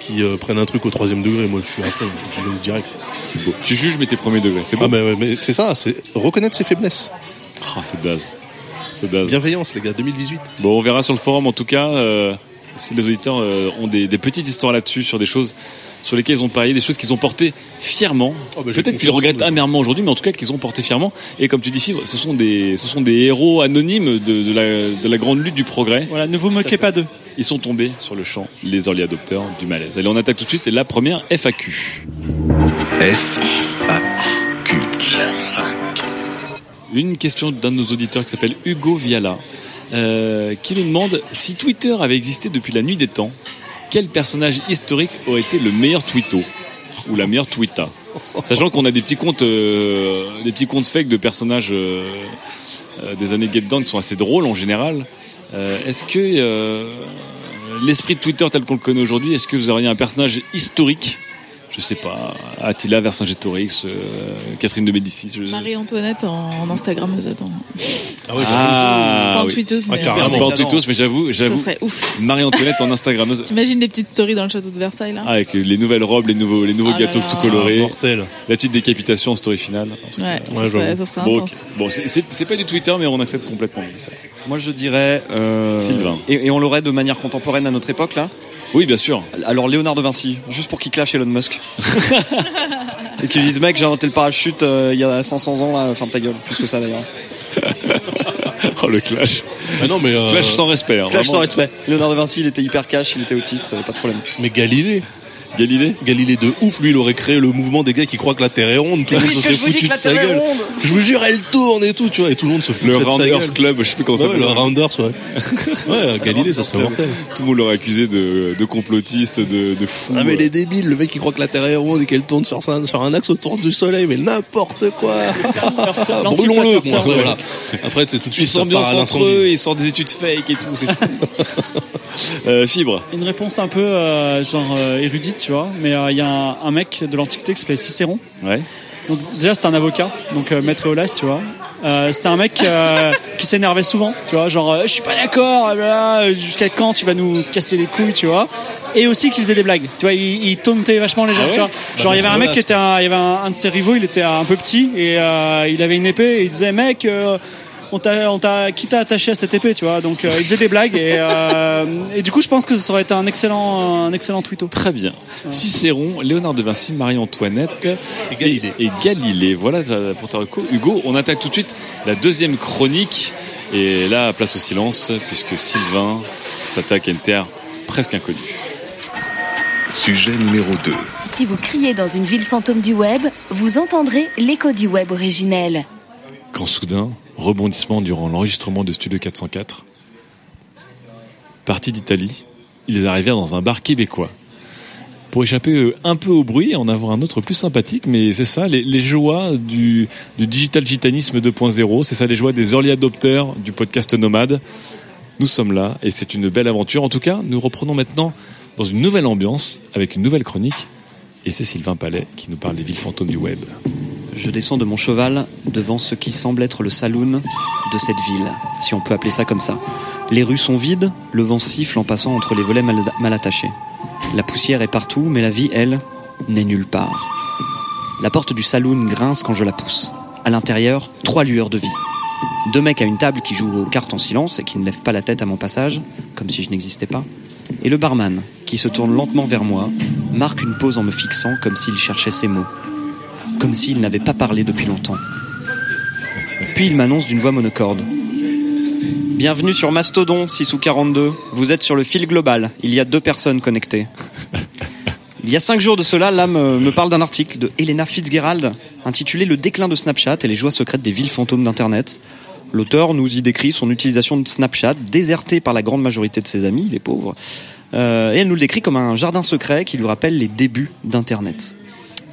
qui euh, prennent un truc au troisième degré. Moi je suis à fond, je le direct. C'est beau. Tu juges mais tes premiers degrés, c'est Ah beau. mais, mais- mais c'est ça, c'est reconnaître ses faiblesses. Oh, c'est daze. C'est daze. Bienveillance les gars, 2018. Bon, on verra sur le forum en tout cas euh, si les auditeurs euh, ont des, des petites histoires là-dessus, sur des choses sur lesquelles ils ont parié, des choses qu'ils ont portées fièrement. Oh, bah, Peut-être j'ai qu'ils confiance en regrettent eux. amèrement aujourd'hui, mais en tout cas qu'ils ont porté fièrement. Et comme tu dis, Fibre, ce sont des, ce sont des héros anonymes de, de la, de la grande lutte du progrès. Voilà, ne vous moquez pas d'eux. Ils sont tombés sur le champ, les early adopteurs du malaise. Allez, on attaque tout de suite. Et la première, FAQ. F, A, Q. Une question d'un de nos auditeurs qui s'appelle Hugo Viala. euh, qui nous demande si Twitter avait existé depuis la nuit des temps, quel personnage historique aurait été le meilleur twitto ou la meilleure twita Sachant qu'on a des petits comptes, euh, des petits comptes fake de personnages euh, euh, des années Get Down qui sont assez drôles en général. Euh, est-ce que euh, l'esprit de Twitter tel qu'on le connaît aujourd'hui, est-ce que vous auriez un personnage historique je sais pas, Attila Vercingétorix, euh, Catherine de Médicis. je- Marie-Antoinette en, en Instagram nous attend. Ah ouais, Ah, pas en oui. tweetos, mais carrément. Pas en tweetos, mais j'avoue, ça j'avoue. serait ouf. Marie-Antoinette en Instagrammeuse. T'imagines des petites stories dans le château de Versailles là Ah, Avec les nouvelles robes, les nouveaux, les nouveaux Ah là gâteaux là. tout colorés, mortel. la petite décapitation en story finale. un truc Ouais, comme ça, Ouais, serait, j'avoue. ça serait ça. Bon, intense. ok. Bon, c'est- c'est c'est pas du Twitter, mais on accepte complètement. ça. Moi, je dirais. euh, Sylvain. Et, et on l'aurait de manière contemporaine à notre époque, là. Oui, bien sûr. Alors, Léonard de Vinci, juste pour qu'il clash Elon Musk. et qu'il dise, mec, j'ai inventé le parachute euh, il y a 500 ans, là, ferme ta gueule. Plus que ça, d'ailleurs. Oh, le clash. Ah non, mais. euh, Clash sans respect. hein, Clash vraiment. sans respect. Léonard de Vinci, il était hyper cash, il était autiste, euh, pas de problème. Mais Galilée. Galilée Galilée de ouf, lui, il aurait créé le mouvement des gars qui croient que la Terre est ronde. Tout le monde se serait foutu de sa gueule. Je vous jure, elle tourne et tout, tu vois. Et tout le monde se fout Le de sa gueule. Rounders Club, je sais plus comment ça Ouais, s'appelle. le Rounders, ouais. ouais, Galilée, ça serait mortel. Tout le monde l'aurait accusé de, de complotiste, de, de fou. Ah mais les débiles, le mec qui croit que la Terre est ronde et qu'elle tourne sur, un- sur un axe autour du Soleil, mais n'importe quoi Ah, Brûlons-le bon, après, voilà. Après, c'est tout de Ils suite, ça part s'ambiancent à entre l'incendie. eux, ils sortent des études fake et tout, c'est fou. Euh, fibre. Une réponse un peu euh, genre euh, érudite, tu vois. Mais euh, il y a un, un mec de l'Antiquité qui s'appelait Cicéron. Ouais. Donc, déjà, c'est un avocat, donc euh, maître Eolas, tu vois. Euh, c'est un mec euh, qui s'énervait souvent, tu vois, genre euh, je suis pas d'accord, euh, là, euh, jusqu'à quand tu vas nous casser les couilles, tu vois. Et aussi qu'il faisait des blagues, tu vois, il, il tauntait vachement les gens, Ah tu vois. Bah, Genre il y avait un mec qui était, un, il y avait un, un de ses rivaux, il était un peu petit et euh, il avait une épée et il disait mec. euh, on t'a, on t'a, qui t'a attaché à cette épée, tu vois. Donc, euh, il faisait des blagues et, euh, et du coup, je pense que ça aurait été un excellent, un excellent twitto. Très bien. Cicéron, Léonard de Vinci, Marie-Antoinette et Galilée. Et, Galilée. Voilà euh, pour ta reco. Hugo, on attaque tout de suite la deuxième chronique. Et là, place au silence, puisque Sylvain s'attaque à une terre presque inconnue. Sujet numéro 2. Si vous criez dans une ville fantôme du web, vous entendrez l'écho du web originel. Quand soudain, rebondissement durant l'enregistrement de Studio 404, partis d'Italie, ils arrivèrent dans un bar québécois. Pour échapper euh, un peu au bruit et en avoir un autre plus sympathique, mais c'est ça, les, les joies du, du digital gitanisme 2.0, c'est ça les joies des early adopteurs du podcast Nomade. Nous sommes là et c'est une belle aventure. En tout cas, nous reprenons maintenant dans une nouvelle ambiance avec une nouvelle chronique. Et c'est Sylvain Palais qui nous parle des villes fantômes du web. Je descends de mon cheval devant ce qui semble être le saloon de cette ville, si on peut appeler ça comme ça. Les rues sont vides, le vent siffle en passant entre les volets mal, mal attachés. La poussière est partout, mais la vie, elle, n'est nulle part. La porte du saloon grince quand je la pousse. À l'intérieur, trois lueurs de vie. Deux mecs à une table qui jouent aux cartes en silence et qui ne lèvent pas la tête à mon passage, comme si je n'existais pas. Et le barman, qui se tourne lentement vers moi, marque une pause en me fixant comme s'il cherchait ses mots comme s'il n'avait pas parlé depuis longtemps. Puis il m'annonce d'une voix monocorde. Bienvenue sur Mastodon 6 ou 42. Vous êtes sur le fil global. Il y a deux personnes connectées. Il y a cinq jours de cela, l'âme euh, me parle d'un article de Helena Fitzgerald intitulé Le déclin de Snapchat et les joies secrètes des villes fantômes d'Internet. L'auteur nous y décrit son utilisation de Snapchat, désertée par la grande majorité de ses amis, les pauvres. Euh, et elle nous le décrit comme un jardin secret qui lui rappelle les débuts d'Internet.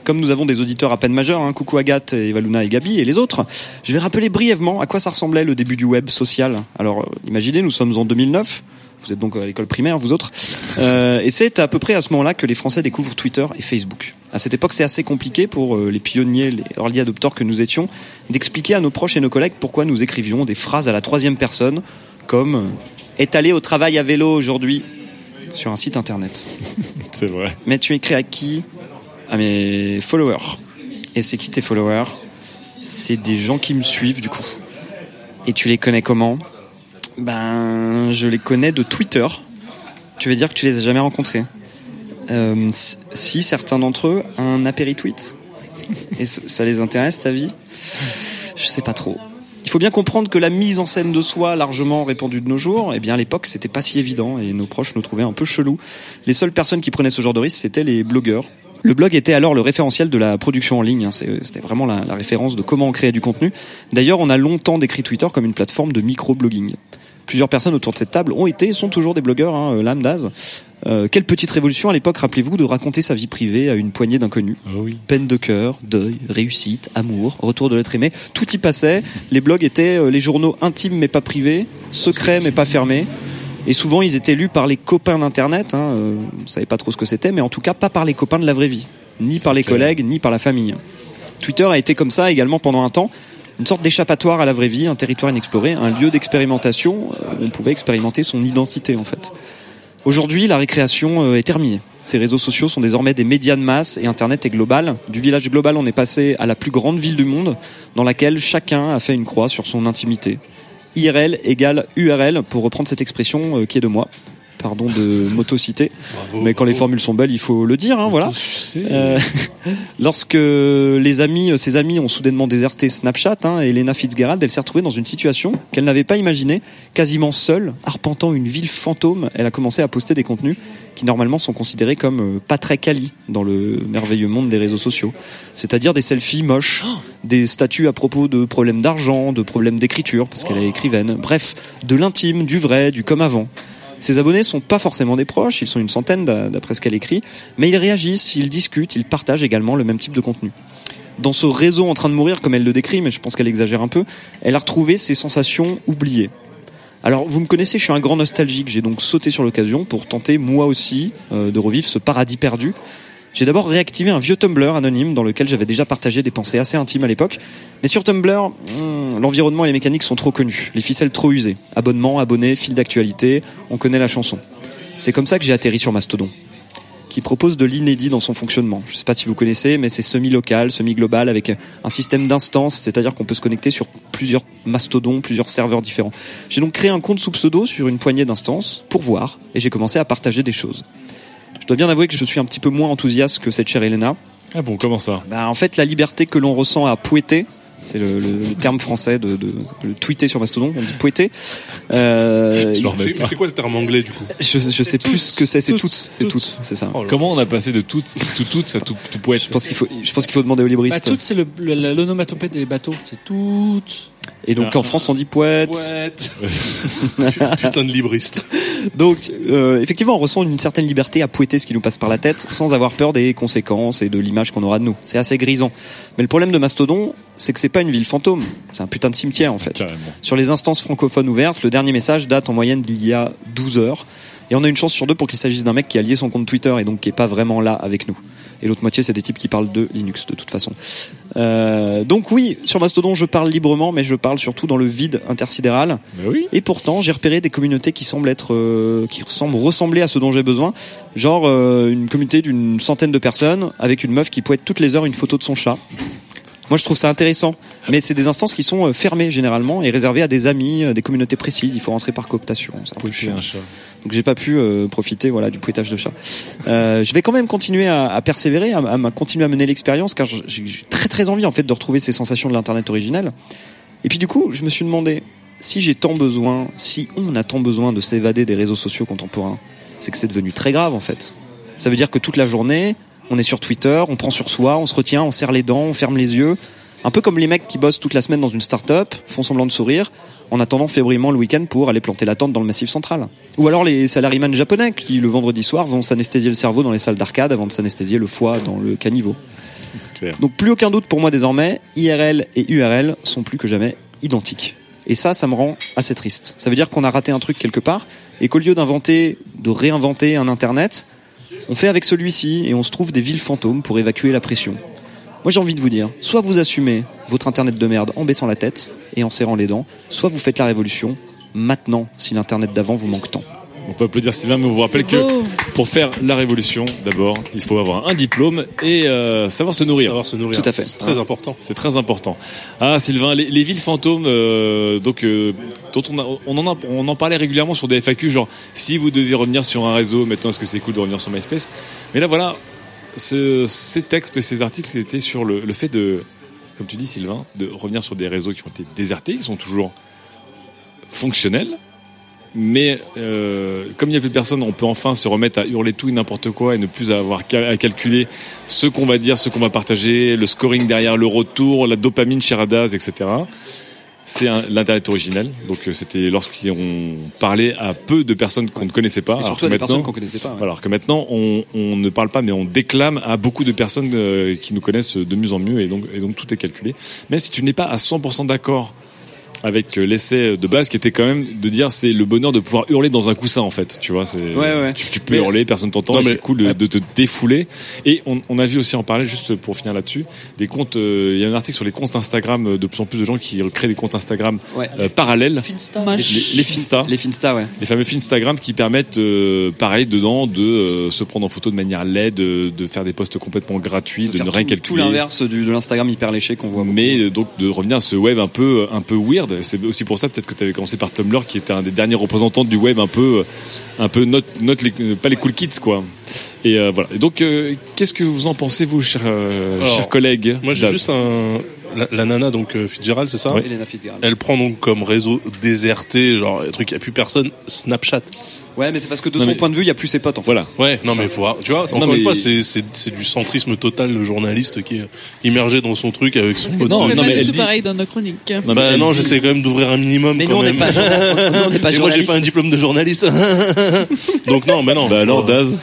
Comme nous avons des auditeurs à peine majeurs, hein, coucou Agathe, et Valuna et Gabi et les autres, je vais rappeler brièvement à quoi ça ressemblait le début du web social. Alors euh, imaginez, nous sommes en 2009, vous êtes donc à l'école primaire, vous autres, Euh, et c'est à peu près à ce moment-là que les Français découvrent Twitter et Facebook. À cette époque, c'est assez compliqué pour euh, les pionniers, les early adopteurs que nous étions, d'expliquer à nos proches et nos collègues pourquoi nous écrivions des phrases à la troisième personne, comme euh, est allé au travail à vélo aujourd'hui sur un site internet. C'est vrai. Mais tu écris à qui À mes followers. Et c'est qui tes followers C'est des gens qui me suivent du coup. Et tu les connais comment Ben, je les connais de Twitter. Tu veux dire que tu les as jamais rencontrés Euh, s- Si certains d'entre eux un apéritweet. Et c- ça les intéresse ta vie Je sais pas trop. Il faut bien comprendre que la mise en scène de soi largement répandue de nos jours, eh bien à l'époque c'était pas si évident et nos proches nous trouvaient un peu chelous. Les seules personnes qui prenaient ce genre de risque, c'était les blogueurs. Le blog était alors le référentiel de la production en ligne. hein. C'est- C'était vraiment la, la référence de comment on créait du contenu. D'ailleurs, on a longtemps décrit Twitter comme une plateforme de micro-blogging. plusieurs personnes autour de cette table ont été, sont toujours des blogueurs, hein, euh, lambdas. Euh, quelle petite révolution à l'époque, rappelez-vous, de raconter sa vie privée à une poignée d'inconnus. Peine de cœur, deuil, réussite, amour, retour de l'être aimé, tout y passait. Les blogs étaient euh, les journaux intimes mais pas privés, secrets mais pas fermés. Et souvent, ils étaient lus par les copains d'Internet. Hein, euh, on savait pas trop ce que c'était, mais en tout cas pas par les copains de la vraie vie, ni par les clair. collègues, ni par la famille. Twitter a été comme ça également pendant un temps, une sorte d'échappatoire à la vraie vie, un territoire inexploré, un lieu d'expérimentation euh, où on pouvait expérimenter son identité en fait. Aujourd'hui, la récréation euh, est terminée. Ces réseaux sociaux sont désormais des médias de masse et Internet est global. Du village global, on est passé à la plus grande ville du monde, dans laquelle chacun a fait une croix sur son intimité. IRL égale URL, pour reprendre cette expression euh, qui est de moi. Pardon de motocité, mais quand les formules sont belles, il faut le dire. Hein, Ah, voilà. Euh, lorsque les amis, euh, ses amis ont soudainement déserté Snapchat, hein, Elena Fitzgerald, elle s'est retrouvée dans une situation qu'elle n'avait pas imaginée, quasiment seule, arpentant une ville fantôme. Elle a commencé à poster des contenus qui normalement sont considérés comme euh, pas très quali dans le merveilleux monde des réseaux sociaux. C'est-à-dire des selfies moches, des statuts à propos de problèmes d'argent, de problèmes d'écriture, parce qu'elle est écrivaine. Bref, de l'intime, du vrai, du comme avant. Ses abonnés sont pas forcément des proches, ils sont une centaine d'a- d'après ce qu'elle écrit, mais ils réagissent, ils discutent, ils partagent également le même type de contenu. Dans ce réseau en train de mourir, comme elle le décrit, mais je pense qu'elle exagère un peu, elle a retrouvé ses sensations oubliées. Alors, vous me connaissez, je suis un grand nostalgique, j'ai donc sauté sur l'occasion pour tenter, moi aussi, euh, de revivre ce paradis perdu. J'ai d'abord réactivé un vieux Tumblr anonyme dans lequel j'avais déjà partagé des pensées assez intimes à l'époque. Mais sur Tumblr, hmm, l'environnement et les mécaniques sont trop connus, les ficelles trop usées. Abonnement, abonné, fil d'actualité, on connaît la chanson. C'est comme ça que j'ai atterri sur Mastodon, qui propose de l'inédit dans son fonctionnement. Je ne sais pas si vous connaissez, mais c'est semi-local, semi-global, avec un système d'instance, c'est-à-dire qu'on peut se connecter sur plusieurs mastodons, plusieurs serveurs différents. J'ai donc créé un compte sous pseudo sur une poignée d'instances pour voir, et j'ai commencé à partager des choses. Je dois bien avouer que je suis un petit peu moins enthousiaste que cette chère Elena. Ah bon, comment ça Bah, en fait, la liberté que l'on ressent à pouetter, c'est le, le- le terme français de, de- de tweeter sur Mastodon, on dit pouetter. Euh, Je le remets C'est pas. c'est quoi le terme anglais du coup je, je sais plus ce que c'est, c'est Toutes. toutes, c'est Toutes. toutes, c'est ça. Oh là. Comment on a passé de tout tout tout à tout tout poète Je pense qu'il faut, je pense qu'il faut demander aux Bah, libristes. toutes, c'est le- le- l'onomatopée des bateaux. C'est toutes. Et donc en France, on dit poète. Poète. Putain de libriste. Donc, euh, effectivement, on ressent une certaine liberté à pouetter ce qui nous passe par la tête sans avoir peur des conséquences et de l'image qu'on aura de nous. C'est assez grisant. Mais le problème de Mastodon, c'est que c'est pas une ville fantôme. C'est un putain de cimetière, en fait. Carrément. Sur les instances francophones ouvertes, le dernier message date en moyenne d'il y a 12 heures. Et on a une chance sur deux pour qu'il s'agisse d'un mec qui a lié son compte Twitter et donc qui est pas vraiment là avec nous. Et l'autre moitié, c'est des types qui parlent de Linux, de toute façon. Euh, donc oui, sur Mastodon, je parle librement, mais je parle surtout dans le vide intersidéral. Mais oui. Et pourtant, j'ai repéré des communautés qui semblent être, euh, qui semblent ressembler à ce dont j'ai besoin. Genre euh, une communauté d'une centaine de personnes avec une meuf qui poète toutes les heures une photo de son chat. Moi, je trouve ça intéressant. Mais c'est des instances qui sont euh, fermées généralement et réservées à des amis, euh, des communautés précises. Il faut rentrer par cooptation. C'est un peu chiant. Donc j'ai pas pu euh, profiter voilà du poétage de chat. Euh, je vais quand même continuer à, à persévérer, à, à m- continuer à mener l'expérience car j'ai j'ai très très envie en fait de retrouver ces sensations de l'internet original. Et puis du coup, je me suis demandé si j'ai tant besoin, si on a tant besoin de s'évader des réseaux sociaux contemporains, c'est que c'est devenu très grave en fait. Ça veut dire que toute la journée, on est sur Twitter, on prend sur soi, on se retient, on serre les dents, on ferme les yeux. Un peu comme les mecs qui bossent toute la semaine dans une start-up, font semblant de sourire, en attendant fébrilement le week-end pour aller planter la tente dans le massif central. Ou alors les salaryman japonais qui, le vendredi soir, vont s'anesthésier le cerveau dans les salles d'arcade avant de s'anesthésier le foie dans le caniveau. Clair. Donc plus aucun doute pour moi désormais, IRL et URL sont plus que jamais identiques. Et ça, ça me rend assez triste. Ça veut dire qu'on a raté un truc quelque part et qu'au lieu d'inventer, de réinventer un Internet, on fait avec celui-ci et on se trouve des villes fantômes pour évacuer la pression. Moi j'ai envie de vous dire, soit vous assumez votre internet de merde en baissant la tête et en serrant les dents, soit vous faites la révolution maintenant si l'internet d'avant vous manque tant. On peut applaudir Sylvain, mais on vous rappelle que beau. pour faire la révolution, d'abord, il faut avoir un diplôme et euh, savoir se nourrir. Savoir se nourrir. Tout à fait. C'est très important. C'est très important. Ah Sylvain, les, les villes fantômes, euh, donc euh, dont on, a- on en a- on en parlait régulièrement sur des FAQ, genre si vous deviez revenir sur un réseau, maintenant est-ce que c'est cool de revenir sur MySpace Mais là voilà, ce- ces textes, ces articles étaient sur le, le fait de, comme tu dis Sylvain, de revenir sur des réseaux qui ont été désertés, ils sont toujours fonctionnels. Mais euh, comme il n'y a plus personne, on peut enfin se remettre à hurler tout et n'importe quoi et ne plus avoir cal- à calculer ce qu'on va dire, ce qu'on va partager, le scoring derrière, le retour, la dopamine chez Radaz, etc. C'est un- l'internet original, donc euh, c'était lorsqu'on parlait à peu de personnes qu'on ne connaissait pas. Et alors surtout que à des maintenant- personnes qu'on connaissait pas. ouais. alors que maintenant, on, on ne parle pas, mais on déclame à beaucoup de personnes euh, qui nous connaissent de mieux en mieux, et donc, et donc tout est calculé. Même si tu n'es pas à 100% d'accord avec euh, l'essai de base, qui était quand même de dire c'est le bonheur de pouvoir hurler dans un coussin, en fait. Tu vois, c'est Ouais, ouais. Tu, tu peux Mais- hurler, personne t'entend, Non, et mais- c'est cool de, de te défouler. Et on, on a vu aussi en parler, juste pour finir là-dessus, des comptes. euh, Il y a un article sur les comptes Instagram, euh, de plus en plus de gens qui créent des comptes Instagram Ouais. euh, parallèles. Moche. Les, les Finsta Les Finsta, ouais. les fameux Instagram qui permettent, euh, pareil, dedans, de euh, se prendre en photo de manière laide, de, de faire des posts complètement gratuits, de, Faire ne rien tout- calculer. Tout l'inverse du- de l'Instagram hyper léché qu'on voit. beaucoup. Mais euh, donc de revenir à ce web un peu un peu weird, c'est aussi pour ça peut-être que tu avais commencé par Tumblr qui était un des derniers représentants du web un peu euh, un peu note note les, euh, pas les cool kids quoi. Et euh, voilà. Et donc euh, qu'est-ce que vous en pensez vous chers euh, Alors, chers collègues Moi, j'ai Daz juste un. La, la nana, donc euh, Fitzgerald, c'est ça Ouais. Elena Fitzgerald. Elle prend donc comme réseau déserté, genre un truc, il n'y a plus personne, Snapchat. Ouais, mais c'est parce que de Non, son mais- point de vue, il y a plus ses potes en fait. voilà. Ouais, non mais faut, tu vois, encore mais- une fois, c'est, c'est, c'est du centrisme total, le journaliste qui est immergé dans son truc avec son Parce que pot de non, non, vin. non, mais pas elle du tout dit- pareil dans nos chroniques. Non, mais Bah elle non, dit- j'essaie quand même d'ouvrir un minimum Mais nous, quand on n'est même. pas, nous, on n'est pas Et moi, j'ai journalistes. pas un diplôme de journaliste. Donc non, mais non. Bah alors Daz.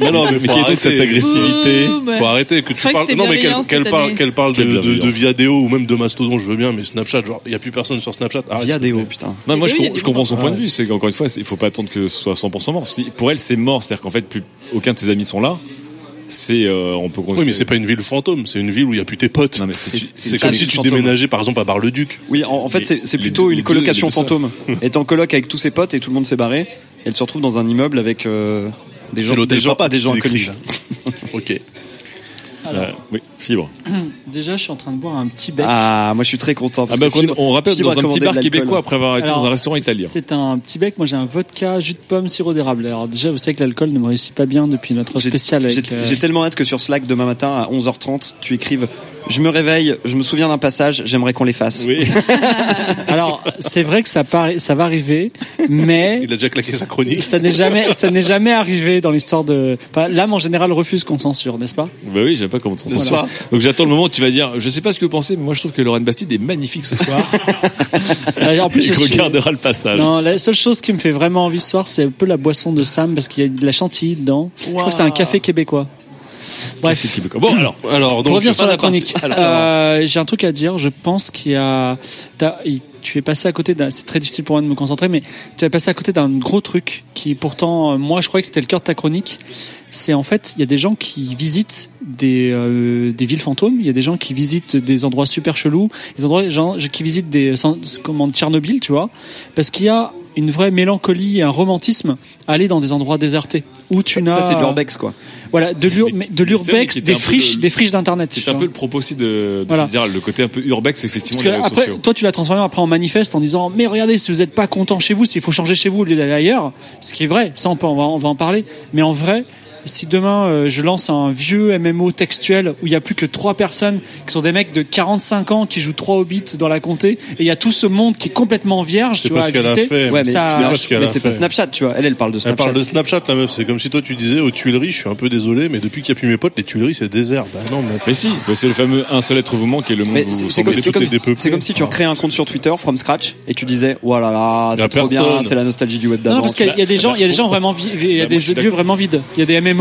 Non, non, mais mais faut quelle est donc cette arrêter. agressivité Boum. Faut arrêter que Je tu croyais que parles. c'était non mais qu'elle, bienveillant qu'elle cette parle, année. qu'elle parle de, Quelle de, de bienveillance. Viadeo ou même de Mastodon, je veux bien, mais Snapchat, genre, il y a plus personne sur Snapchat. Arrête, Via s'il te Deo, plaît. putain. Non, moi Et je, oui, il y a com- des je comprends son moments- point de vue, c'est qu'encore une fois, c'est- il faut pas attendre que ce soit 100% mort. Si pour elle c'est mort, c'est-à-dire qu'en fait plus aucun de ses amis sont là, c'est euh, on peut Oui, mais c'est pas une ville fantôme, c'est une ville où il y a plus tes potes. Non mais c'est c'est- c'est c'est comme ça, si les tu fantômes. déménageais par exemple à Bar-le-Duc. Oui, en, en fait, Les- c'est c'est les plutôt deux- les une deux- colocation les deux sœurs. fantôme. Elle est en coloc avec tous ses potes et tout le monde s'est barré. Et elle se retrouve dans un immeuble avec euh, des C'est gens, l'hôtel des gens, Papa des qui gens décrit. inconnus. là. Ok. Euh, oui, fibre. Déjà, je suis en train de boire un petit bec. Ah, moi, je suis très content. Ah parce bah, que on, Fibre- on rappelle dans Fibre a un petit commandé de bar l'alcool. québécois après avoir été Alors, dans un restaurant italien. C'est un petit bec. Moi, j'ai un vodka, jus de pomme, sirop d'érable. Alors, déjà, vous savez que l'alcool ne me réussit pas bien depuis notre J'ai- spécial avec. J'ai euh, j'ai tellement hâte que sur Slack demain matin à 11h30, tu écrives Je me réveille, je me souviens d'un passage, j'aimerais qu'on l'efface. Oui. Alors, c'est vrai que ça, pari- ça va arriver, mais Il a déjà claqué sa chronique. ça n'est jamais, ça n'est jamais arrivé dans l'histoire de. Enfin, l'âme en général refuse qu'on censure, n'est-ce pas bah oui, j'aime pas comment on s'en Ce sort. soir. Donc j'attends le moment où tu vas dire, je sais pas ce que vous pensez, mais moi je trouve que Lorraine Bastide est magnifique ce soir. Et Euh, En plus, Il je suis- regardera le passage. Non, la seule chose qui me fait vraiment envie ce soir, c'est un peu la boisson de Sam parce qu'il y a de la chantilly dedans. Je crois que c'est un café québécois. C'est Bref, québécois. Bon alors, Alors, pour donc, revenir sur pas la d'aparté. chronique, euh, j'ai un truc à dire. Je pense qu'il y a, t'as- il- tu es passé à côté. d'un- C'est très difficile pour moi de me concentrer, mais tu es passé à côté d'un gros truc qui, pourtant, euh, moi, je croyais que c'était le cœur de ta chronique. C'est en fait, il y a des gens qui visitent des euh, des villes fantômes. Il y a des gens qui visitent des endroits super chelous, des endroits genre, qui visitent des sans- comment Tchernobyl, tu vois, parce qu'il y a une vraie mélancolie et un romantisme à aller dans des endroits désertés où tu n'as Ça, c'est de l'urbex, quoi. voilà de l'ur- Mais c'est vrai mais de qu'il l'urbex était des un peu friches le- des friches d'internet tu c'est un vois. peu le propos aussi de, de Voilà. Fitzgerald, le côté un peu urbex effectivement Parce des que réseaux après, sociaux. toi, tu l'as transformé après en manifeste en disant mais regardez si vous n'êtes pas content chez vous, s'il faut changer chez vous au lieu d'aller ailleurs, ce qui est vrai, ça on, peut, on, va, on va en parler. Mais en vrai, si demain euh, je lance un vieux MMO textuel où il y a plus que trois personnes qui sont des mecs de 45 ans qui jouent trois hobbits dans la comté et il y a tout ce monde qui est complètement vierge, c'est tu pas vois, ce à qu'elle a visiter. fait. Ouais, mais, mais Ça- Je sais pas ce qu'elle a c'est pas fait. Snapchat, tu vois. Elle, elle parle de Elle Snapchat. parle de Snapchat, la meuf. C'est comme si toi, tu disais aux Tuileries, je suis un peu désolé, mais depuis qu'il n'y a plus mes potes, les Tuileries, c'est désert. Bah non, mais. Mais si, mais c'est le fameux un seul être vous manque et le monde Mais vous c'est- c'est semble comme, c'est tout comme est Ah. si- dépeuplé. c'est comme si tu recréais un compte sur Twitter from scratch et tu disais, voilà là, Y a c'est trop personne. bien, c'est la nostalgie du web Non, d'avant. parce qu'il y a des gens, il y a des gens vraiment, vi- il y a Bah, moi, des je suis lieux vraiment vides. Il y a des MMO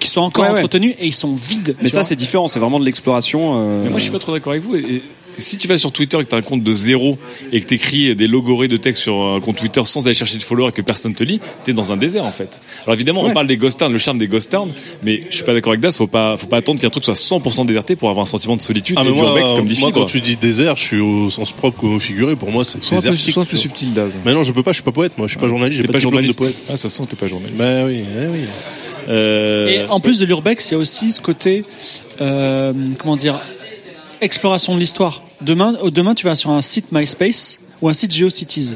qui sont encore Ouais, ouais. entretenus et ils sont vides. Mais tu ça, vois. c'est différent, c'est vraiment de l'exploration. euh, Mais moi, je suis pas trop d'accord avec vous. Et- et si tu vas sur Twitter et que t'as un compte de zéro et que t'écris des logorées de texte sur un compte Twitter sans aller chercher de followers et que personne te lit, t'es dans un désert en fait. Alors évidemment, on parle des ghost towns, le charme des ghost towns, mais je suis pas d'accord avec Das. Faut pas, faut pas attendre qu'un truc soit 100% déserté pour avoir un sentiment de solitude. Ah, mais et moi, d'urbex, comme dit moi, Fibre. quand tu dis désert, je suis au sens propre comme au figuré. Pour moi, c'est Sois un peu- désertique. sois un peu subtil, Das. Mais non, je peux pas, je suis pas poète, moi. Je suis Ah. pas journaliste, j'ai T'es pas pas, de diplôme de journaliste. poète. Ah, ça se sent, que t'es pas journaliste. Bah oui, eh oui. Euh, Et en plus de l'urbex, il y a aussi ce côté, euh, comment dire, exploration de l'histoire. Demain, euh, demain, tu vas sur un site MySpace ou un site GeoCities.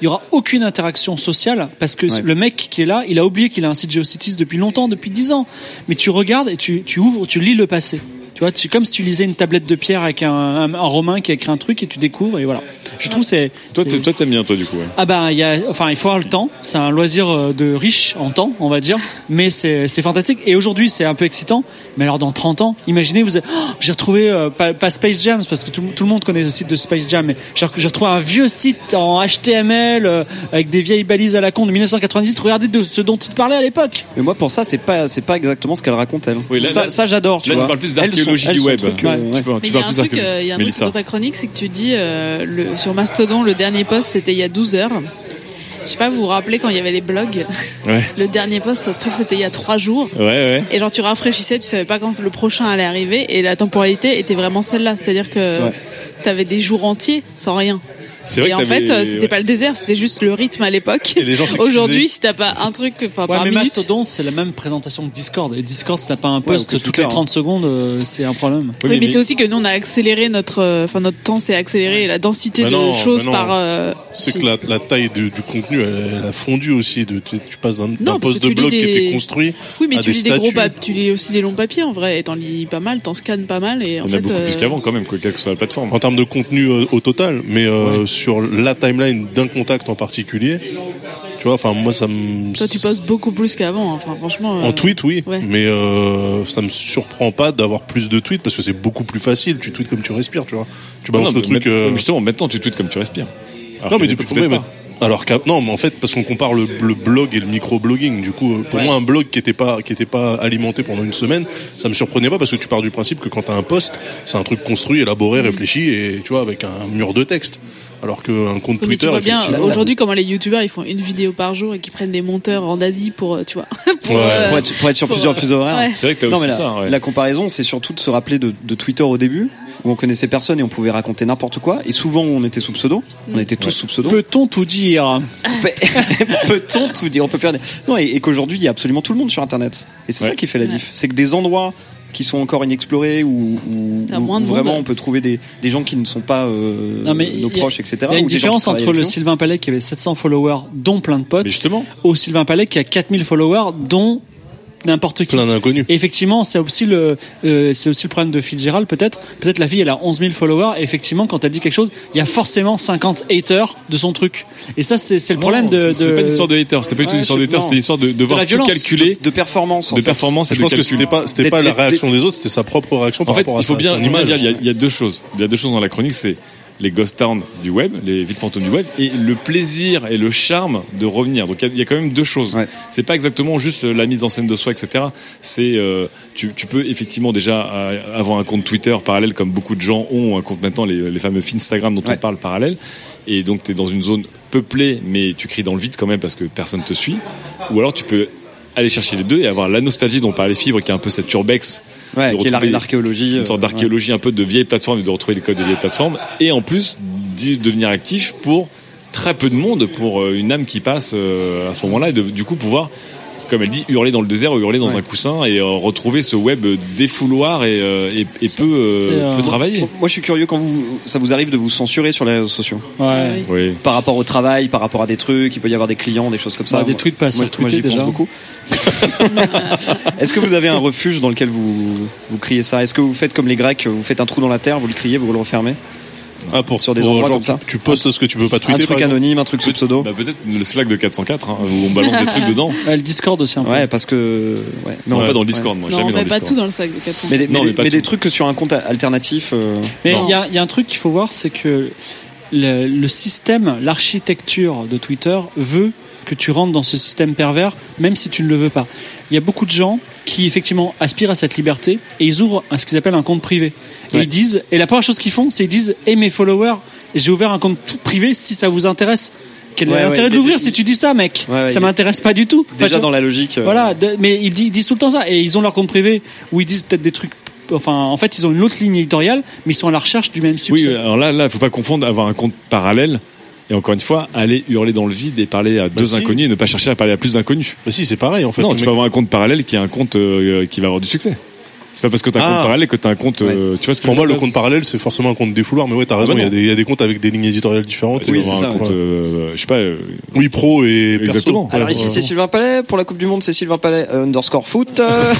Il y aura aucune interaction sociale parce que Ouais. le mec qui est là, il a oublié qu'il a un site GeoCities depuis longtemps, depuis 10 ans. Mais tu regardes et tu, tu ouvres, tu lis le passé. Tu vois, tu, comme si tu lisais une tablette de pierre avec un, un- un romain qui a écrit un truc et tu découvres et voilà. Je trouve que c'est. Toi, c'est- t'es- toi, t'aimes bien, toi, du coup. ouais. ah bah, il y a, enfin, il faut avoir le temps. C'est un loisir euh, de riche en temps, on va dire. Mais c'est c'est fantastique. Et aujourd'hui, c'est un peu excitant. Mais alors, dans 30 ans, imaginez, vous, êtes- Oh, j'ai retrouvé euh, pas, pas Space Jam, parce que tout, tout le monde connaît le site de Space Jam. Mais j'ai j'ai retrouvé un vieux site en HTML euh, avec des vieilles balises à la con de 1998. Regardez de ce dont il parlait à l'époque. Mais moi, pour ça, c'est pas, c'est pas exactement ce qu'elle raconte, elle. Oui, là- ça, là- ça, j'adore, tu Là, vois. tu parles plus Elles sont- d'archéologie elles du sont web. trucs, Tu euh, parles- ouais. tu parles Mais il y a un plus truc, d'archéologie. euh, il y a un truc Mélissa. dans ta chronique, c'est que tu dis euh, le, sur Mastodon, le dernier post c'était il y a 12 heures. Je sais pas, vous vous rappelez quand il y avait les blogs Ouais. Le dernier post, ça se trouve, c'était il y a 3 jours. Ouais, ouais. Et genre, tu rafraîchissais, tu savais pas quand le prochain allait arriver. Et la temporalité était vraiment celle-là. C'est-à-dire que vrai. t'avais des jours entiers sans rien. C'est vrai et que en fait, t'avais- euh, c'était ouais. pas le désert, c'était juste le rythme à l'époque. Et les gens s'excusaient. Aujourd'hui, si t'as pas un truc, enfin, Ouais, par mais minute. Mastodon, c'est la même présentation que Discord. Et Discord, si t'as pas un post ou que toutes Twitter, les 30 secondes, euh, c'est un problème. Oui, Oui, mais, mais- c'est aussi que nous, on a accéléré notre, euh, enfin, notre temps s'est accéléré, la densité Bah de non, choses bah non. par. euh, C'est si. que la, la taille du, du contenu, elle, elle a fondu aussi. De, tu, tu passes d'un d'un parce poste que tu de lis blog qui des- était construit. Oui, mais à tu des lis des gros statues. papiers, tu lis aussi des longs papiers en vrai, et t'en lis pas mal, t'en scannes pas mal, et en Il y en a fait. beaucoup plus euh, qu'avant, quand même, quoi, quelle que soit la plateforme. En termes de contenu euh, au total, mais euh, sur la timeline d'un contact en particulier, tu vois, enfin moi ça me... Toi, tu postes beaucoup plus qu'avant, hein. enfin, franchement. euh, En tweet, oui, ouais. mais euh, ça me surprend pas d'avoir plus de tweets parce que c'est beaucoup plus facile. Tu tweets comme tu respires, tu vois. Tu Non, balances mais le truc. maintenant- euh, Ah, mais Justement, maintenant, tu tweets comme tu respires. Alors Non, qu'à mais du l'époque, coup, peut-être ouais, pas. mais- alors qu'à- non, mais en fait, parce qu'on compare le, le blog et le micro-blogging. Du coup, euh, pour moi, un blog qui était pas qui était pas alimenté pendant une semaine, ça me surprenait pas parce que tu pars du principe que quand t'as un poste, c'est un truc construit, Mm. élaboré, réfléchi et tu vois avec un mur de texte. Alors qu'un compte mais Twitter, tu vois euh, bien effectivement, aujourd'hui comment les youtubeurs ils font une vidéo par jour et qu'ils prennent des monteurs en Asie pour euh, tu vois pour, Ouais. euh, Pour être, pour être sur pour, plusieurs euh, fuseaux horaires. ouais. C'est vrai que t'as Non, mais aussi la, ça, ouais. la comparaison, c'est surtout de se rappeler de, de Twitter au début, où on connaissait personne et on pouvait raconter n'importe quoi. Et souvent, on était sous pseudo. On était tous sous pseudo. Peut-on tout dire Pe- Peut-on tout dire On peut perdre. Non, et, et qu'aujourd'hui, il y a absolument tout le monde sur Internet. Et c'est Ouais. ça qui fait la diff. C'est que des endroits qui sont encore inexplorés ou où, T'as où- moins de où vraiment monde. on peut trouver des, des gens qui ne sont pas euh, Non, mais nos il y a- proches, etc. Il ou y a une des gens qui différence travaillent entre le avec nous. Sylvain Palais qui avait 700 followers, dont plein de potes, Mais justement. au Sylvain Palais qui a 4000 followers, dont n'importe qui. plein d'inconnus. Et effectivement, c'est aussi le euh, c'est aussi le problème de Fitzgerald peut-être. Peut-être la fille elle a 11 000 followers et effectivement quand elle dit quelque chose, il y a forcément 50 haters de son truc. Et ça c'est c'est le problème Non, de, Oh, c'est- C'était de- pas une histoire de hater, c'était pas du tout Ouais, une histoire de je- hater, non. c'était une histoire de, de la voir tout violence, calculer. de performance. en de fait. performance et Je de pense que calcul. c'était pas c'était pas la D'être- d'être- réaction des autres, c'était sa propre réaction. En par fait, rapport à il faut sa- bien, son il faut bien image. dire, il y, a, il y a deux choses. Il y a deux choses dans la chronique, c'est les ghost towns du web, les villes fantômes du web, et le plaisir et le charme de revenir. Donc il y a- il y, a quand même deux choses. Ouais. C'est pas exactement juste la mise en scène de soi, etc. C'est euh, tu, tu peux effectivement déjà euh, avoir un compte Twitter parallèle, comme beaucoup de gens ont un compte maintenant, les, les fameux Instagram dont on Ouais. parle parallèle. Et donc tu es dans une zone peuplée, mais tu cries dans le vide quand même parce que personne te suit. Ou alors tu peux aller chercher les deux et avoir la nostalgie dont parlait Fibre, qui est un peu cette urbex Ouais, de qui est l'ar- retrouver l'archéologie, Une sorte euh, d'archéologie un peu de vieille plateforme et de retrouver les codes des vieilles plateformes. Et en plus, d'y devenir actif pour très peu de monde, pour euh, une âme qui passe euh, à ce moment-là et de, du coup pouvoir, comme elle dit, hurler dans le désert ou hurler dans un coussin et euh, retrouver ce web défouloir et, euh, et, et peu, euh, c'est, euh, peu travailler. Moi, je suis curieux quand vous, ça vous arrive de vous censurer sur les réseaux sociaux. Ouais. Oui. Ah Oui. par rapport au travail, par rapport à des trucs, il peut y avoir des clients, des choses comme ça. Bah, des Moi- tweets pas assez moi, moi, j'y tweetés, pense déjà. beaucoup. Est-ce que vous avez un refuge dans lequel vous, vous criez ça Est-ce que vous faites comme les Grecs, vous faites un trou dans la terre, vous le criez, vous le refermez Ah, pour sur des pour, endroits genre, comme ça. Tu, tu postes ce que tu peux pas tweeter. Un par truc exemple. anonyme, un truc sous pseudo Bah, peut-être le Slack de 404, hein, où on balance des trucs dedans. Ouais, le Discord aussi un peu. Ouais, parce que. Ouais. Non, Ouais. pas dans le Discord, moi, non jamais on dans le met pas Discord. tout dans le sac de 400 Mais des, Non, mais mais des- pas mais tout. des trucs que sur un compte alternatif. euh, Mais Non. il y a, il y a un truc qu'il faut voir, c'est que le, le système, l'architecture de Twitter veut que tu rentres dans ce système pervers, même si tu ne le veux pas. Il y a beaucoup de gens qui effectivement aspirent à cette liberté et ils ouvrent un- ce qu'ils appellent un compte privé. Et Ouais. ils disent, et la première chose qu'ils font, c'est ils disent, et mes followers, j'ai ouvert un compte tout privé si ça vous intéresse. Quel Ouais, est l'intérêt ouais, de l'ouvrir il- si tu dis ça, mec Ouais, ouais, Ça il- m'intéresse pas du tout. Enfin, déjà tu- dans la logique. euh, voilà, de- mais ils, di- ils disent tout le temps ça. Et ils ont leur compte privé où ils disent peut-être des trucs. Enfin, en fait, ils ont une autre ligne éditoriale, mais ils sont à la recherche du même Oui, succès. alors là, là, faut pas confondre avoir un compte parallèle et encore une fois, aller hurler dans le vide et parler à deux Bah si. inconnus et ne pas chercher à parler à plus d'inconnus. Bah si, c'est pareil en fait. Non, Le tu mec- peux avoir un compte parallèle qui est un compte euh, qui va avoir du succès. C'est pas parce que t'as un compte Ah. parallèle que t'as un compte. euh, tu vois ce que Pour je moi, veux le dire compte parallèle, c'est forcément un compte défouloir, mais ouais, t'as raison, bah il y a non. des- il y, a des comptes avec des lignes éditoriales différentes. Tu Ah Oui, vas et c'est avoir ça, un compte, ouais. euh, je sais pas. euh, Oui, pro et perso. Exactement. Alors Ouais, ici ouais. c'est Sylvain Palais pour la Coupe du Monde c'est Sylvain Palais euh, underscore foot. euh.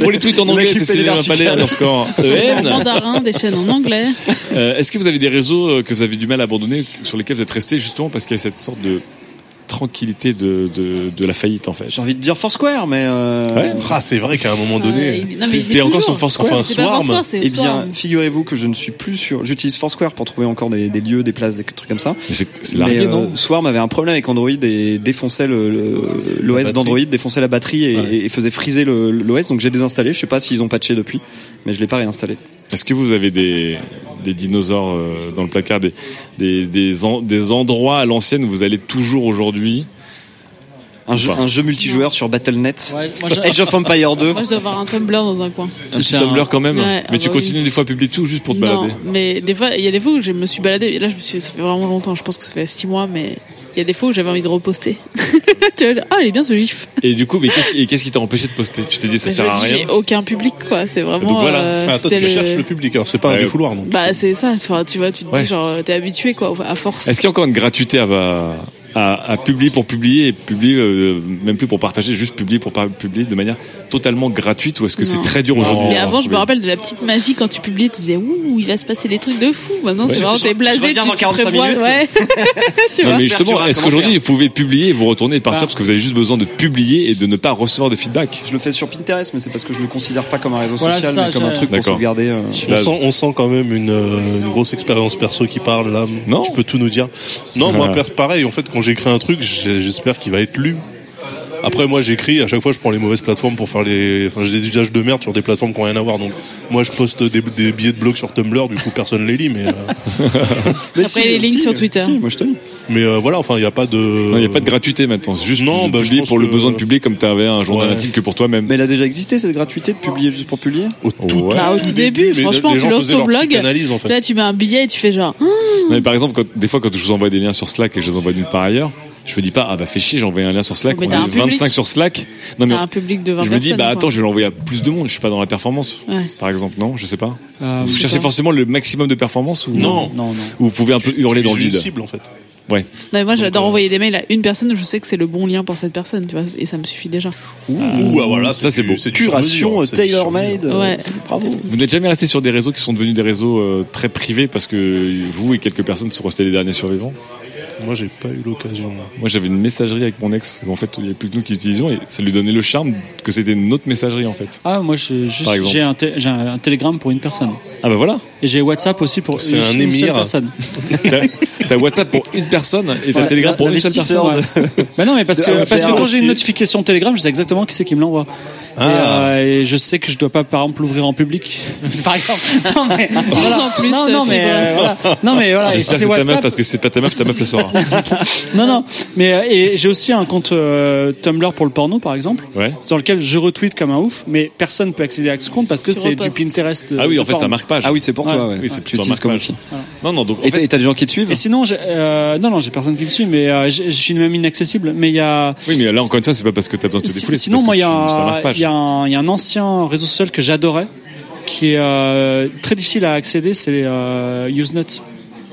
Pour les tweets en Le anglais, mec qui c'est fait les Sylvain verticales. Palais underscore En EN. mandarin, des chaînes en anglais. Euh, Est-ce que vous avez des réseaux euh, que vous avez du mal à abandonner, sur lesquels vous êtes resté justement parce qu'il y a cette sorte de tranquillité de, de, de la faillite en fait J'ai envie de dire Foursquare mais euh, Ouais. Ah, c'est vrai qu'à un moment donné. Ah, il- non, mais il T'es est encore toujours. sur Foursquare, enfin, C'est pas Swarm. Foursquare, c'est Eh bien, Swarm. figurez-vous que je ne suis plus sûr. J'utilise Foursquare pour trouver encore des, des lieux, des places, des trucs comme ça. Mais C'est c'est largué, Mais, euh, non Swarm avait un problème avec Android et défonçait le- le- l'OS batterie. d'Android, défonçait la batterie et, Ouais. et faisait friser le- l'OS. Donc j'ai désinstallé. Je sais pas s'ils ont patché depuis, mais je l'ai pas réinstallé. Est-ce que vous avez des, des dinosaures euh, dans le placard, des, des, des, en- des endroits à l'ancienne où vous allez toujours aujourd'hui Un jeu, pas. un jeu multijoueur sur BattleNet. Ouais, moi, j'ai- Age of Empire 2. Moi, je dois avoir un Tumblr dans Ah, un coin. Un petit J'ai un- Tumblr quand même Ouais, ah Mais tu bah continues des fois à publier tout juste pour te non, balader mais des fois, il y a des fois où je me suis baladée. Et là, je me suis, ça fait vraiment longtemps. Je pense que ça fait 6 mois, mais il y a des fois où j'avais envie de reposter. Tu vois, je- ah, il est bien ce gif. Et du coup, mais qu'est-ce qui- et qu'est-ce qui t'a empêché de poster Tu t'es dit ça Mais je sert me à dis, rien J'ai aucun public, quoi. C'est vraiment. Donc voilà. euh, Ah, toi, tu c'était le- cherches le public, alors c'est pas un Ouais. défouloir, non Bah, c'est ça. Enfin, tu vois, tu te Ouais. dis, genre, t'es habitué, quoi, à force. Est-ce qu'il y a encore une gratuité à, à, à publier pour publier et publier euh, même plus pour partager, juste publier pour par- publier de manière totalement gratuite ou est-ce que c'est Non. très dur aujourd'hui Mais à avant, je me trouver rappelle de la petite magie quand tu publiais, tu disais ouh, il va se passer des trucs de fou. Maintenant, c'est vraiment Je- t'es je blasé, reviens tu dans 45 prévois. minutes. Ouais. Non, tu vois. mais J'espère qu'il y justement, aura un est-ce qu'aujourd'hui vous commentaire. pouvez publier et vous retourner et partir Ah. parce que vous avez juste besoin de publier et de ne pas recevoir de feedback Je le fais sur Pinterest, mais c'est parce que je le considère pas comme un réseau Voilà, social, ça, mais comme j'ai- un truc pour D'accord. sauvegarder. euh, On Là, sent, on sent quand même une, euh, une grosse expérience perso qui parle là. Non. Tu peux tout nous dire. Non, moi, Ah. per- pareil, en fait, quand j'écris un truc, j'ai- j'espère qu'il va être lu. Après, moi, j'écris, à chaque fois, je prends les mauvaises plateformes pour faire les, enfin, j'ai des usages de merde sur des plateformes qui n'ont rien à voir. Donc, moi, je poste des, des billets de blog sur Tumblr, du coup, personne les lit, mais, euh, Mais Après, les lignes sur Twitter. si, moi je te lis. mais euh, voilà, enfin, il n'y a pas de... Non, il n'y a pas de gratuité maintenant. C'est juste Non, de bah, je publier pense pour le que- besoin de publier comme tu avais un journal Ouais. intime que pour toi-même. Mm. Mais elle a déjà existé cette gratuité de publier juste pour publier. Au tout, Ouais. Bah, au tout début, mais franchement, les tu gens lances faisaient ton leur blog. psychanalyse, en fait. Là, tu mets un billet et tu fais genre, Hum, Non, mais par exemple, quand, des fois, quand je vous envoie des liens sur Slack et je les envoie nulle part ailleurs, je me dis pas, ah bah fais chier, j'ai envoyé un lien sur Slack, Mais on t'as est un public. 25 sur Slack. Non, mais t'as un public de 20 je me dis, personnes, bah quoi. attends, je vais l'envoyer à plus de monde, je suis pas dans la performance. Ouais. Par exemple, non, je sais pas. Euh, Vous cherchez pas. forcément le maximum de performance ou Non. non, non. Ou vous pouvez un peu hurler Tu dans le vises vide. une cible, en fait. Ouais. Non, mais moi, j'adore euh, envoyer des mails à une personne. Je sais que c'est le bon lien pour cette personne, tu vois, et ça me suffit déjà. Ouh, ah, voilà, Ça, c'est du- beau. c'est du Curation sur-mesure, c'est du tailor-made. euh, Ouais. c'est- Bravo. Vous n'êtes jamais resté sur des réseaux qui sont devenus des réseaux euh, très privés parce que vous et quelques personnes sont restés les derniers survivants. sur-mesure. Moi, j'ai pas eu l'occasion. Moi, j'avais une messagerie avec mon ex où en fait, il n'y avait plus que nous qui l'utilisions et ça lui donnait le charme que c'était notre messagerie en fait. Ah, moi, je- juste, Par exemple. j'ai un, té- j'ai un, un télégramme pour une personne. Ah bah voilà. Et j'ai WhatsApp aussi pour C'est une, un une émir. seule personne. T'as t'as WhatsApp pour une personne et t'as Ouais, Telegram pour une seule personne. L'investisseur de- Bah non, mais parce De- que, parce que de- quand j'ai une de- notification Telegram, je sais exactement qui c'est qui me l'envoie. Ah. Et, euh, et je sais que je dois pas, par exemple, l'ouvrir en public. par exemple. Non, mais. voilà. en plus, non, euh, non, mais, fibre. euh, voilà. non, mais voilà. Et si J'espère que Ah, c'est ta c'est meuf WhatsApp. parce que c'est pas ta meuf, ta meuf le saura. Non, non. Mais, euh, et j'ai aussi un compte euh, Tumblr pour le porno, par exemple. Ouais. Sur lequel je retweet comme un ouf, mais personne peut accéder à ce compte parce que Tu c'est du repostes. Pinterest. euh, Ah oui, de en fait, porno. ça marque page. Ah oui, c'est pour toi. Ouais. Oui, c'est Tu plutôt un utilises comme marquage. outil. Non, non, donc. en Et fait- t'as- et t'as des gens qui te suivent Et sinon, j'ai- euh, non, non, j'ai personne qui me suit, mais euh, j'ai- je suis même inaccessible. Mais il y a. oui, mais là, encore une fois, c'est pas parce que t'as besoin de te Si- défouler. c'est sinon, parce que moi, il y, a tu- ça un- marque page. il y a un il y a un ancien réseau social que j'adorais, qui est euh, très difficile à accéder, c'est euh, Usenet.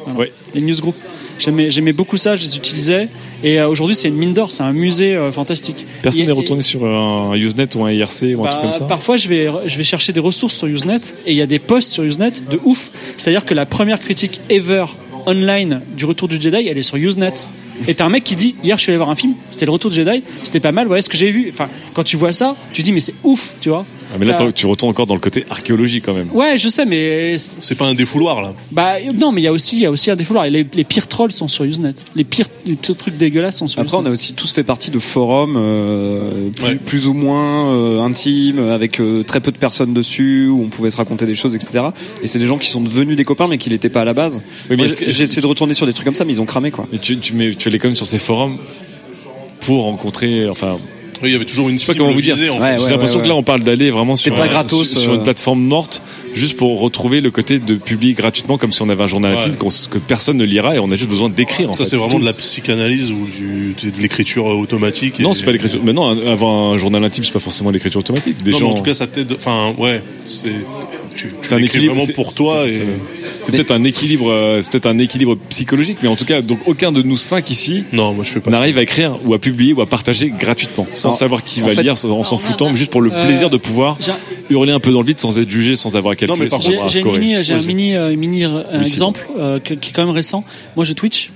Voilà. Ouais. Les newsgroups. J'aimais, j'aimais beaucoup ça, je les utilisais. Et euh, aujourd'hui, c'est une mine d'or, c'est un musée euh, fantastique. Personne Et- n'est retourné sur euh, un Usenet ou un IRC ou un bah, truc comme ça. Parfois, je vais, je vais chercher des ressources sur Usenet et il y a des posts sur Usenet de ouf. C'est-à-dire que la première critique ever online du retour du Jedi, elle est sur Usenet. Et t'as un mec qui dit hier je suis allé voir un film, c'était le retour du Jedi, c'était pas mal, voilà ce que j'ai vu. Enfin, quand tu vois ça, tu dis mais c'est ouf, tu vois. Ah, mais là, T'as- t'en- tu retournes encore dans le côté archéologie quand même. Ouais, je sais, mais c'est- C'est pas un défouloir, là. bah non, mais il y a aussi, il y a aussi un défouloir. Et Les, les pires trolls sont sur Usenet, les pires, les pires trucs dégueulasses sont sur Après, on Usenet. a aussi tous fait partie de forums euh, plus, Ouais. plus ou moins euh, intimes, avec euh, très peu de personnes dessus, où on pouvait se raconter des choses, etc. Et c'est des gens qui sont devenus des copains, mais qui l'étaient pas à la base. mais Moi, est-ce que- J'ai essayé de retourner sur des trucs comme ça, mais ils ont cramé, quoi. Mais tu, tu, mets, tu allais quand même sur ces forums pour rencontrer. Enfin, Oui, il y avait toujours une je sais pas cible comment vous dire. visée, en Ouais, fait. J'ai l'impression ouais, que là, on parle d'aller vraiment sur, pas un- gratos, sur, sur euh. une plateforme morte juste pour retrouver le côté de publier gratuitement comme si on avait un journal intime Ouais. qu'on- que personne ne lira et on a juste besoin d'écrire. en Ça, fait, c'est vraiment tout. de la psychanalyse ou du- de l'écriture euh, automatique. et- Non, c'est pas l'écriture. Mais non, un- avoir un journal intime, c'est pas forcément l'écriture automatique. Des Non, mais gens. en tout cas, ça t'aide. Enfin, ouais, c'est. Tu, tu C'est un l'écris équilibre, vraiment c'est- pour toi et. C'est peut-être un équilibre, euh, c'est peut-être un équilibre psychologique, mais en tout cas, donc aucun de nous cinq ici Non, moi, je fais pas. n'arrive à écrire ou à publier ou à partager gratuitement, sans Alors, savoir qui en va fait- lire, sans- en s'en foutant, mais juste pour le Euh, plaisir de pouvoir j'ai- hurler un peu dans le vide sans être jugé, sans avoir à calculer, mais par sans J'ai avoir à j'ai une scorer. mini- j'ai un Oui, mini, euh, mini euh, un Oui, c'est exemple euh, que- qui est quand même récent. Moi, je Twitch.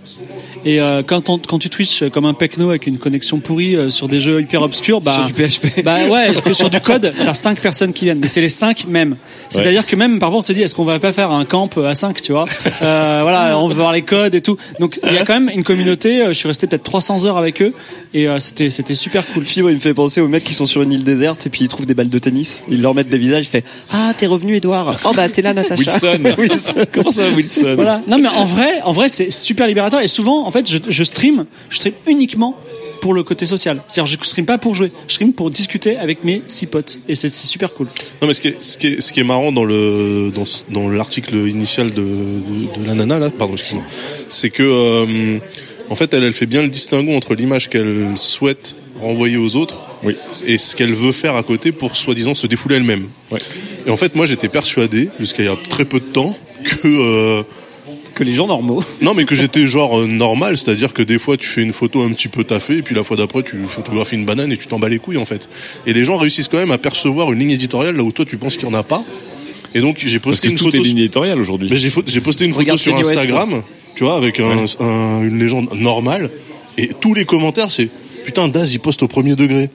Et euh, quand, on, quand tu Twitch euh, comme un pecno avec une connexion pourrie euh, sur des jeux hyper obscurs, bah, Sur du PHP. bah ouais, parce que sur du code, t'as cinq personnes qui viennent, mais c'est les cinq mêmes. C'est-à-dire que même parfois on s'est dit, est-ce qu'on va pas faire un camp à 5 tu vois Euh, Voilà, on veut voir les codes et tout. Donc il y a quand même une communauté. euh, Je suis resté peut-être 300 heures avec eux et euh, c'était c'était super cool. Fibre, il me fait penser aux mecs qui sont sur une île déserte et puis ils trouvent des balles de tennis, ils leur mettent des visages, il fait Ah, t'es revenu, Edouard Oh, bah, t'es là, Natacha. Wilson. Comment ça va, Wilson Voilà. Non, mais en vrai, en vrai, c'est super libérateur. Et souvent, en fait, je, je stream, je stream uniquement pour le côté social. C'est-à-dire, je stream pas pour jouer, je stream pour discuter avec mes six potes. Et c'est c'est super cool. Non, mais ce qui est, ce qui est, ce qui est marrant dans le dans, ce- dans l'article initial de, de, de la nana là, pardon, excuse-moi, c'est que euh, en fait, elle, elle fait bien le distinguo entre l'image qu'elle souhaite renvoyer aux autres Oui. et ce qu'elle veut faire à côté pour soi-disant se défouler elle-même. Ouais. Et en fait, moi, j'étais persuadé jusqu'à il y a très peu de temps que euh, Que les gens normaux. Non, mais que j'étais genre euh, normal, c'est-à-dire que des fois tu fais une photo un petit peu taffée, et puis la fois d'après tu photographies une banane et tu t'en bats les couilles en fait. Et les gens réussissent quand même à percevoir une ligne éditoriale là où toi tu penses qu'il n'y en a pas. Et donc j'ai Parce posté que une tout photo. est ligne éditoriale aujourd'hui. Mais j'ai, fo- j'ai posté une photo Regarde sur Kanye West. Instagram, tu vois, avec un- un- une légende normale, et tous les commentaires c'est putain Daz il poste au premier degré.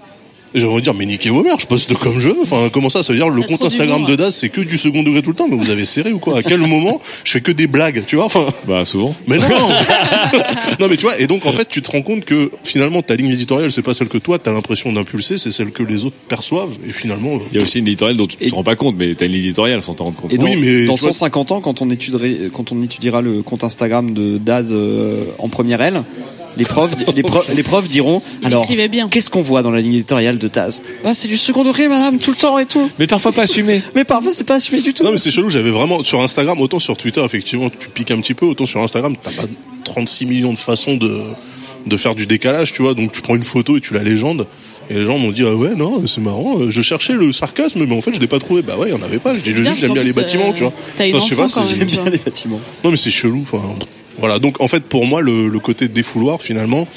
Et j'aimerais dire mais niquez vos mères, je poste comme je veux. Enfin comment ça, ça veut dire le T'as compte trop Instagram d'humour. de Daz c'est que du second degré tout le temps, mais vous avez serré ou quoi À quel moment je fais que des blagues, tu vois Enfin. Bah, souvent. Mais non Non mais tu vois, et donc en fait tu te rends compte que finalement ta ligne éditoriale c'est pas celle que toi t'as l'impression d'impulser, c'est celle que les autres perçoivent, et finalement... euh. Il y a aussi une éditoriale dont tu te rends pas compte, mais t'as une ligne éditoriale sans t'en rendre compte. Et dans, Oui, mais dans tu vois- 150 ans, quand on, étudierait- quand on étudiera le compte Instagram de Daz euh, en première L, les profs, di- les pro- les profs diront alors écrivait bien. qu'est-ce qu'on voit dans la ligne éditoriale de Daz Bah c'est du second degré, madame, tout le temps et tout. Mais parfois pas assumé. Mais parfois c'est pas assumé du tout. Non mais c'est chelou, j'avais vraiment... Sur Instagram, autant sur Twitter effectivement tu piques un petit peu, autant sur Instagram t'as pas 36 millions de façons de, de faire du décalage, tu vois, donc tu prends une photo et tu la légendes. Et les gens m'ont dit ah ouais non c'est marrant euh, je cherchais le sarcasme mais en fait je l'ai pas trouvé bah ouais il y en avait pas j'ai bizarre, juste j'aime bien parce les que, bâtiments euh, tu vois t'as une Enfin, je sais pas, enfant quand c'est- même, tu vois. les bâtiments. Non mais c'est chelou. Enfin, voilà. Donc en fait pour moi le, le côté défouloir finalement,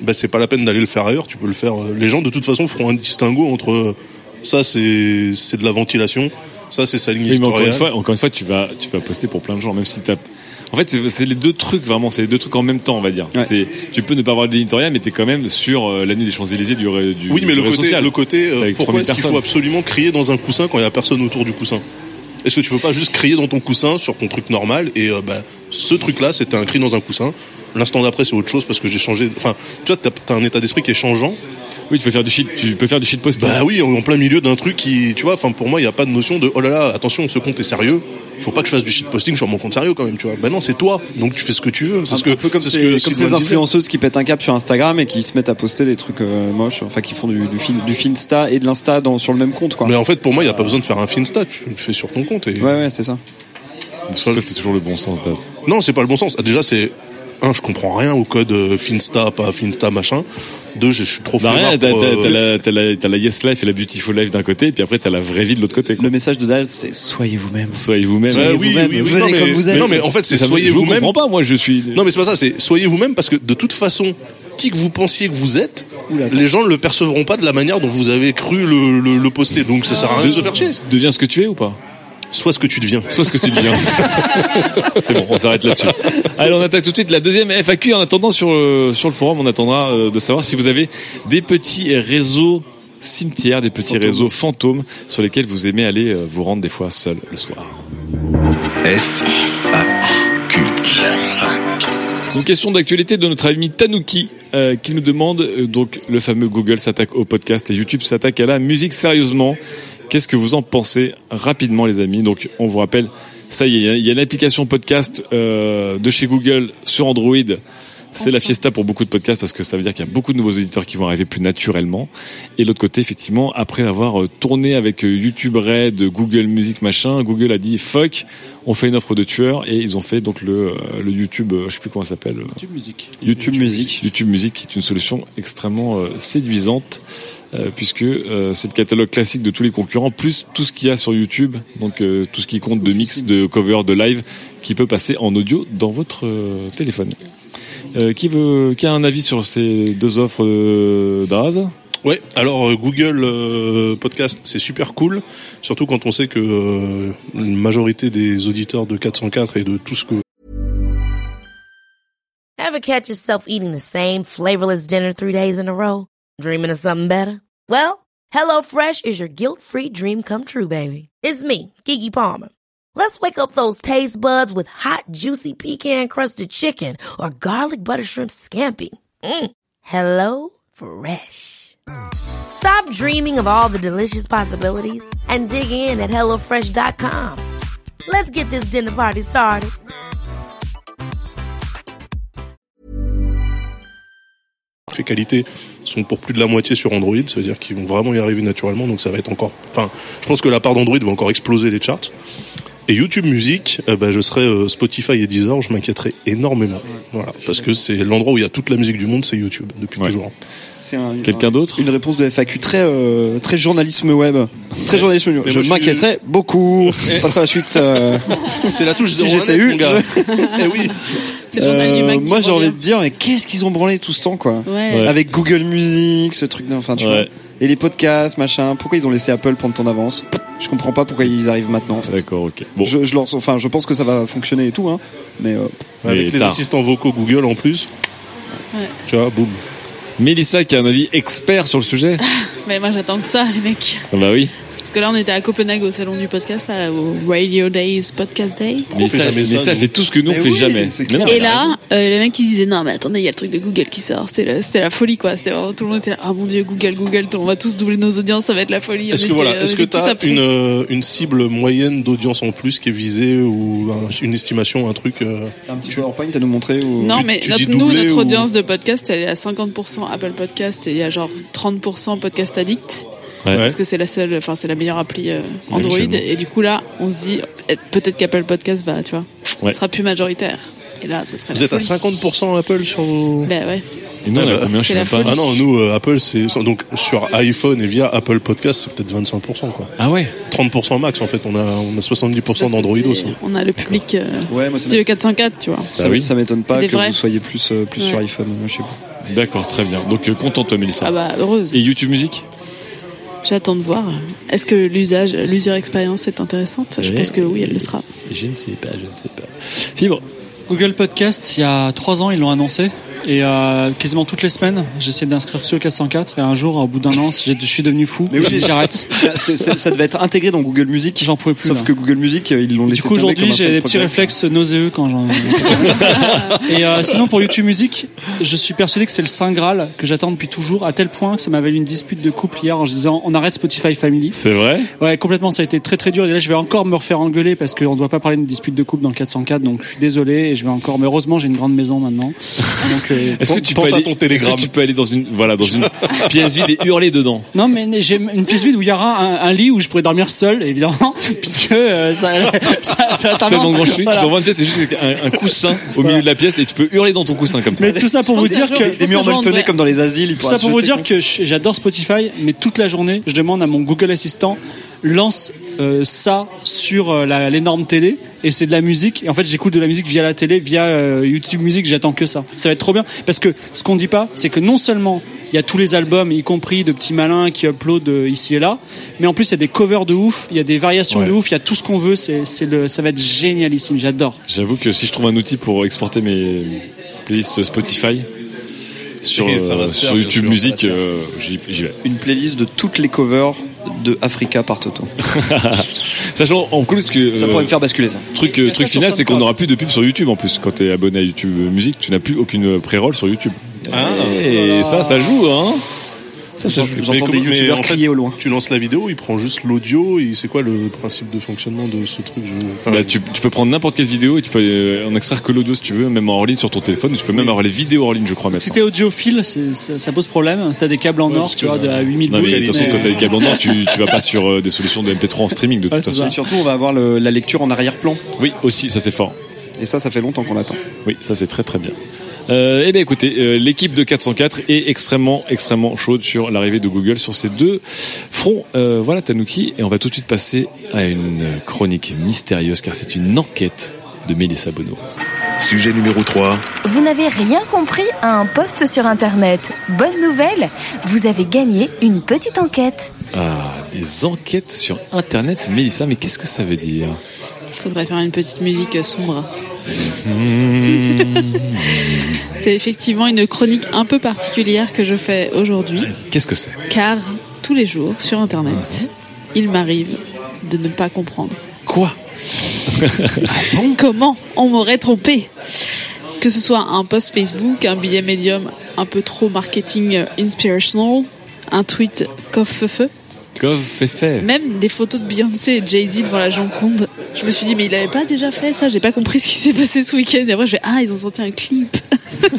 bah, c'est pas la peine d'aller le faire ailleurs. Tu peux le faire. euh, Les gens de toute façon feront un distinguo entre euh, ça c'est c'est de la ventilation, ça c'est sa ligne Oui, mais encore éditoriale. une fois, encore une fois, tu vas, tu vas poster pour plein de gens, même si t'as. En fait, c'est c'est les deux trucs vraiment, c'est les deux trucs en même temps, on va dire. Ouais. C'est, tu peux ne pas avoir de l'éditorial, mais t'es quand même sur euh, l'avenue des Champs Élysées du, ré- du oui mais du le réseau côté social. le côté euh, Avec pourquoi 3000 est-ce qu'il personnes. faut absolument crier dans un coussin quand il y a personne autour du coussin Est-ce que tu peux pas juste crier dans ton coussin sur ton truc normal et euh, bah, ce truc là c'était un cri dans un coussin. L'instant d'après c'est autre chose parce que j'ai changé. Enfin tu vois t'as- t'as un état d'esprit qui est changeant. Oui, tu peux faire du shit, tu peux faire du shit posting. Bah oui, en plein milieu d'un truc qui, tu vois, enfin pour moi, il n'y a pas de notion de oh là là, attention, ce compte est sérieux. Faut pas que je fasse du shitposting sur mon compte sérieux quand même, tu vois. Bah non, c'est toi, donc tu fais ce que tu veux. C'est ce que, un peu comme, c'est ces, ce que comme ces Sylvain disait. influenceuses qui pètent un cap sur Instagram et qui se mettent à poster des trucs euh, moches, enfin qui font du, du, fin- du finsta et de l'insta dans- sur le même compte quoi. Mais en fait, pour moi, il n'y a pas besoin de faire un Finsta, tu le fais sur ton compte. Et... Ouais ouais c'est ça. Parce que toi, t'as toujours le bon sens, Das. Non, c'est pas le bon sens. Ah, Déjà, c'est. Un, je comprends rien au code euh, Finsta, pas Finsta, machin. Deux, je suis trop Bah rien, flemmard t'as pour, t'as- euh, t'as la, t'as la, t'as la yes life et la beautiful life d'un côté, et puis après t'as la vraie vie de l'autre côté. Quoi. Le message de Daz c'est soyez vous-même. Soyez vous-même. Ouais, Bah oui, oui, oui, non, mais, mais non, mais en fait, c'est Ça me- soyez je vous vous-même. comprends pas, moi, je suis. Non, mais c'est pas ça, c'est soyez vous-même parce que de toute façon, qui que vous pensiez que vous êtes, les gens ne le percevront pas de la manière dont vous avez cru le, le, le poster. Donc ça sert à rien de se faire chier. Deviens ce que tu es ou pas Sois ce que tu deviens. Soit ce que tu deviens. c'est bon, on s'arrête là-dessus. Allez, on attaque tout de suite la deuxième FAQ. En attendant, sur, euh, sur le forum, on attendra euh, de savoir si vous avez des petits réseaux cimetières, des petits réseaux fantômes sur lesquels vous aimez aller euh, vous rendre des fois seul le soir. F, A, Q. Une question d'actualité de notre ami Tanuki euh, qui nous demande euh, donc le fameux Google s'attaque au podcast et YouTube s'attaque à la musique sérieusement. Qu'est-ce que vous en pensez rapidement les amis Donc on vous rappelle, ça y est, il y a- il y a l'application podcast euh, de chez Google sur Android. C'est la fiesta pour beaucoup de podcasts parce que ça veut dire qu'il y a beaucoup de nouveaux auditeurs qui vont arriver plus naturellement. Et de l'autre côté, effectivement, après avoir euh, tourné avec euh, YouTube Red, Google Music, machin, Google a dit fuck, on fait une offre de tueur et ils ont fait donc le, euh, le YouTube, euh, je sais plus comment ça s'appelle. euh, YouTube Music. YouTube Music. YouTube Music qui est une solution extrêmement euh, séduisante euh, puisque euh, c'est le catalogue classique de tous les concurrents plus tout ce qu'il y a sur YouTube, donc euh, tout ce qui compte de mix, de cover, de live qui peut passer en audio dans votre euh, téléphone. Euh, qui veut qui a un avis sur ces deux offres euh, d'Az Ouais, alors euh, Google euh, Podcast, c'est super cool, surtout quand on sait que euh, une majorité des auditeurs de 404 et de tout ce que Ever catch yourself eating the same flavorless dinner three days in a row? Dreaming of something better? Well, HelloFresh is your guilt-free dream come true, baby. It's me, Kiki Palmer. Let's wake up those taste buds with hot, juicy pecan-crusted chicken or garlic butter shrimp scampi. Mm. Hello Fresh. Stop dreaming of all the delicious possibilities and dig in at HelloFresh.com. Let's get this dinner party started. fait qualité sont pour plus de la moitié sur Android, ça veut dire qu'ils vont vraiment y arriver naturellement, donc ça va être encore. Enfin, je pense que la part d'Android va encore exploser les charts. Et YouTube Music, euh, bah, je serai euh, Spotify et Deezer, je m'inquiéterai énormément. Voilà, parce que c'est l'endroit où il y a toute la musique du monde, c'est YouTube depuis Ouais. toujours. C'est un- Quelqu'un d'autre Une réponse de FAQ très, euh, très journalisme web. Très journalisme web. Mais Je moi, je m'inquiéterais beaucoup. Passons à la suite. euh, C'est la touche Si 01, j'étais eu, mon gars. Eh oui. C'est le journal du euh, Mac qui moi, j'ai envie revient. de dire, mais qu'est-ce qu'ils ont branlé tout ce temps, quoi Ouais. Ouais. Avec Google Music, ce truc, enfin, tu Ouais. vois. Et les podcasts, machin. Pourquoi ils ont laissé Apple prendre ton avance Je comprends pas pourquoi ils arrivent maintenant, en fait. D'accord, ok. Bon, Je, je leur, enfin, je pense que ça va fonctionner et tout, hein. Mais euh, mais Avec les tard. assistants vocaux Google en plus. Ouais. Tu vois, boum. Mélissa qui a un avis expert sur le sujet. Mais moi j'attends que ça, les mecs. Ah bah oui. Parce que là on était à Copenhague au salon du podcast, là, au Radio Days Podcast Day. Mélissa, jamais ça, Mélissa nous fait tout ce que nous on Mais fait oui, jamais. c'est Mais non, Et là, euh, les mecs ils disaient non mais attendez, il y a le truc de Google qui sort, c'est le- c'était la folie quoi. C'est vraiment tout le monde était là, ah mon dieu Google, Google, on va tous doubler nos audiences, ça va être la folie. On Est-ce que était, voilà, euh, est-ce que tous t'as à fond. une euh, une cible moyenne d'audience en plus qui est visée ou un- une estimation, un truc euh, t'as un petit PowerPoint à nous montrer ou... Non, tu- mais tu notre- dis nous, doublé notre ou- audience de podcast, elle est à 50% Apple Podcast et il y a genre 30% Podcast Addict. Ouais. Parce que c'est la seule, enfin, c'est la meilleure appli euh, Android. actuellement. Et du coup, là, on se dit, eh, peut-être qu'Apple Podcast va, tu vois, Ouais. sera plus majoritaire. Et là, ça serait Vous la êtes à folie. 50% Apple sur vos... Ben ouais. Et nous, on Ah a bah, combien Je c'est sais la même pas. folie. Ah non, nous, euh, Apple, c'est donc sur iPhone et via Apple Podcast, c'est peut-être 25%, quoi. Ah ouais. 30% max, en fait. On a, on a Parce que 70% d'Android c'est- aussi. On a le public euh, Ouais, moi, ça Studio 404, tu vois. Ça, Bah oui. ça m'étonne pas C'est des que vrais. vous soyez plus, euh, plus Ouais. sur iPhone, euh, je sais pas. D'accord, très bien. Donc euh, content toi, Mélissa. Ah bah, heureuse. Et YouTube Music J'attends de voir. Est-ce que l'usage, l'user expérience est intéressante Je Ouais. pense que oui, elle le sera. Je ne sais pas, je ne sais pas. Fibre. Google Podcast, il y a trois ans, ils l'ont annoncé. Et euh, quasiment toutes les semaines, j'essaie d'inscrire sur le 404. Et un jour, au bout d'un an, j'ai- je suis devenu fou. Mais oui, j'ai dit, j'arrête. C'est- c'est- ça devait être intégré dans Google Music. J'en pouvais plus. Sauf là. que Google Music, euh, ils l'ont laissé Du coup, tomber aujourd'hui, comme un j'ai seul des petits projet. réflexes nauséeux quand j'en. et euh, sinon, pour YouTube Music, je suis persuadé que c'est le saint graal que j'attends depuis toujours, à tel point que ça m'a valu une dispute de couple hier en disant on arrête Spotify Family. C'est vrai Ouais, complètement, ça a été très très dur. Et là, je vais encore me refaire engueuler parce qu'on ne doit pas parler de dispute de couple dans le 404, donc je suis désolé. Et je vais encore. Mais heureusement, j'ai une grande maison maintenant. Donc, euh, Est-ce que Pense- tu pense peux à aller, ton est-ce que télégramme. tu peux aller dans une, voilà, dans une pièce vide et hurler dedans Non, mais j'ai une pièce vide où il y aura un, un lit où je pourrais dormir seul, évidemment, puisque euh, ça, ça, ça va Fais mon grand chelou, Voilà. je t'envoie une pièce, c'est juste un, un coussin au milieu de la pièce et tu peux hurler dans ton coussin comme ça. Mais tout ça pour Je vous pense dire qu'un que jour, je Des pense murs que je vais en maltonnés vrai. comme dans les asiles, ils tout pourraient ça se pour vous jeter dire contre. que je- j'adore Spotify, mais toute la journée, je demande à mon Google Assistant lance euh, ça sur euh, la- l'énorme télé et c'est de la musique et en fait j'écoute de la musique via la télé via euh, YouTube Music j'attends que ça ça va être trop bien parce que ce qu'on dit pas c'est que non seulement il y a tous les albums y compris de petits malins qui uploadent euh, ici et là mais en plus il y a des covers de ouf il y a des variations de Ouais. ouf il y a tout ce qu'on veut c'est c'est le ça va être génialissime j'adore J'avoue que si je trouve un outil pour exporter mes playlists Spotify sur, Et ça va euh, se faire, sur bien sûr, YouTube ça va Music, se faire. euh, j'y j'y vais. Une playlist de toutes les covers de Africa par Toto. Sachant en plus que Ça euh, pourrait me faire basculer, ça. truc, euh, ça truc sur final, c'est qu'on SoundCloud. n'aura plus de pub sur YouTube en plus. Quand t'es abonné à euh, Oh YouTube Music, tu n'as plus aucune pré-roll sur YouTube. Ah. Et ça, ça joue, hein Ça, ça, je- mais J'entends des comment- mais youtubeurs en fait, crier au loin. Tu lances la vidéo, il prend juste l'audio, et c'est quoi le principe de fonctionnement de ce truc je... enfin, Bah, tu, tu peux prendre n'importe quelle vidéo et tu peux euh, en extraire que l'audio si tu veux, même en ligne sur ton téléphone. Tu peux même avoir les vidéos en ligne, je crois, Si maintenant. t'es audiophile, c'est- ça, ça pose problème. Si t'as des câbles en Ouais, or, parce tu que, vois, de à 8000 Non, boules. mais de toute façon, mais- quand t'as des câbles en or, tu, tu vas pas sur euh, des solutions de MP3 en streaming, de toute Ouais, Ah, c'est façon. ça. Et surtout, on va avoir le- la lecture en arrière-plan. Oui, aussi, ça c'est fort. Et ça, ça fait longtemps qu'on attend. Oui, ça c'est très très bien. Euh, eh bien écoutez, euh, l'équipe de 404 est extrêmement extrêmement chaude sur l'arrivée de Google sur ces deux fronts. Euh, voilà Tanuki, et on va tout de suite passer à une chronique mystérieuse car c'est une enquête de Mélissa Bono. Sujet numéro 3. Vous n'avez rien compris à un post sur Internet. Bonne nouvelle, vous avez gagné une petite enquête. Ah, des enquêtes sur Internet, Mélissa, mais qu'est-ce que ça veut dire Faudrait faire une petite musique euh, sombre. C'est effectivement une chronique un peu particulière que je fais aujourd'hui, Qu'est-ce que c'est car tous les jours sur Internet, il m'arrive de ne pas comprendre. Quoi Bon, comment on m'aurait trompé Que ce soit un post Facebook, un billet médium un peu trop marketing euh, inspirational, un tweet coffeufeu, Cove fait fait. même des photos de Beyoncé et de Jay-Z devant la Joconde. Je me suis dit, mais il avait pas déjà fait ça, j'ai pas compris ce qui s'est passé ce week-end. Et après, je vais, ah, ils ont sorti un clip.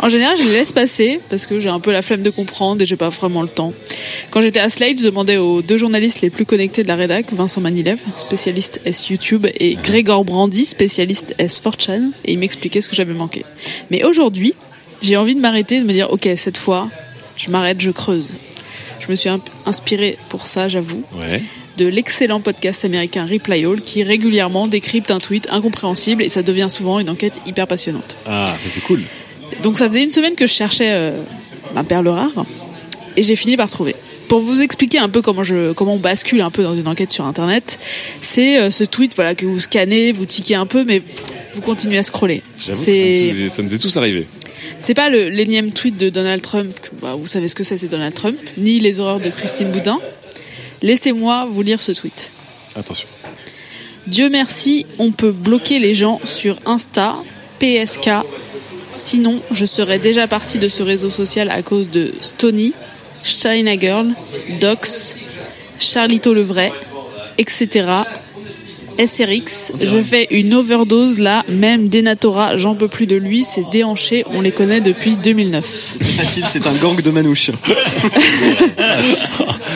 en général, je les laisse passer parce que j'ai un peu la flemme de comprendre et j'ai pas vraiment le temps. Quand j'étais à Slide, je demandais aux deux journalistes les plus connectés de la rédac, Vincent Manilev, spécialiste S YouTube, et Grégor Brandy, spécialiste S 4chan, et ils m'expliquaient ce que j'avais manqué. Mais aujourd'hui, j'ai envie de m'arrêter et de me dire, ok, cette fois, je m'arrête, je creuse. Je me suis imp- inspirée pour ça, j'avoue Ouais. de l'excellent podcast américain Reply All qui régulièrement décrypte un tweet incompréhensible et ça devient souvent une enquête hyper passionnante. Ah, ça c'est cool. Donc ça faisait une semaine que je cherchais euh, ma perle rare et j'ai fini par trouver. Pour vous expliquer un peu comment je comment on bascule un peu dans une enquête sur internet, c'est euh, ce tweet voilà que vous scannez, vous tiquez un peu mais vous continuez à scroller. J'avoue que ça C'est- nous, est- ça nous est tous arrivé. c'est pas le- l'énième tweet de Donald Trump, que, bah, vous savez ce que c'est, c'est Donald Trump, ni les horreurs de Christine Boudin. Laissez-moi vous lire ce tweet. Attention. Dieu merci, on peut bloquer les gens sur Insta, PSK. Sinon, je serais déjà partie de ce réseau social à cause de Stony, Steina Girl, Dox, Charlito le vrai, etc. SRX, je fais une overdose là, même Denatora, j'en peux plus de lui, c'est déhanché, on les connaît depuis 2009. Facile, c'est un gang de manouches.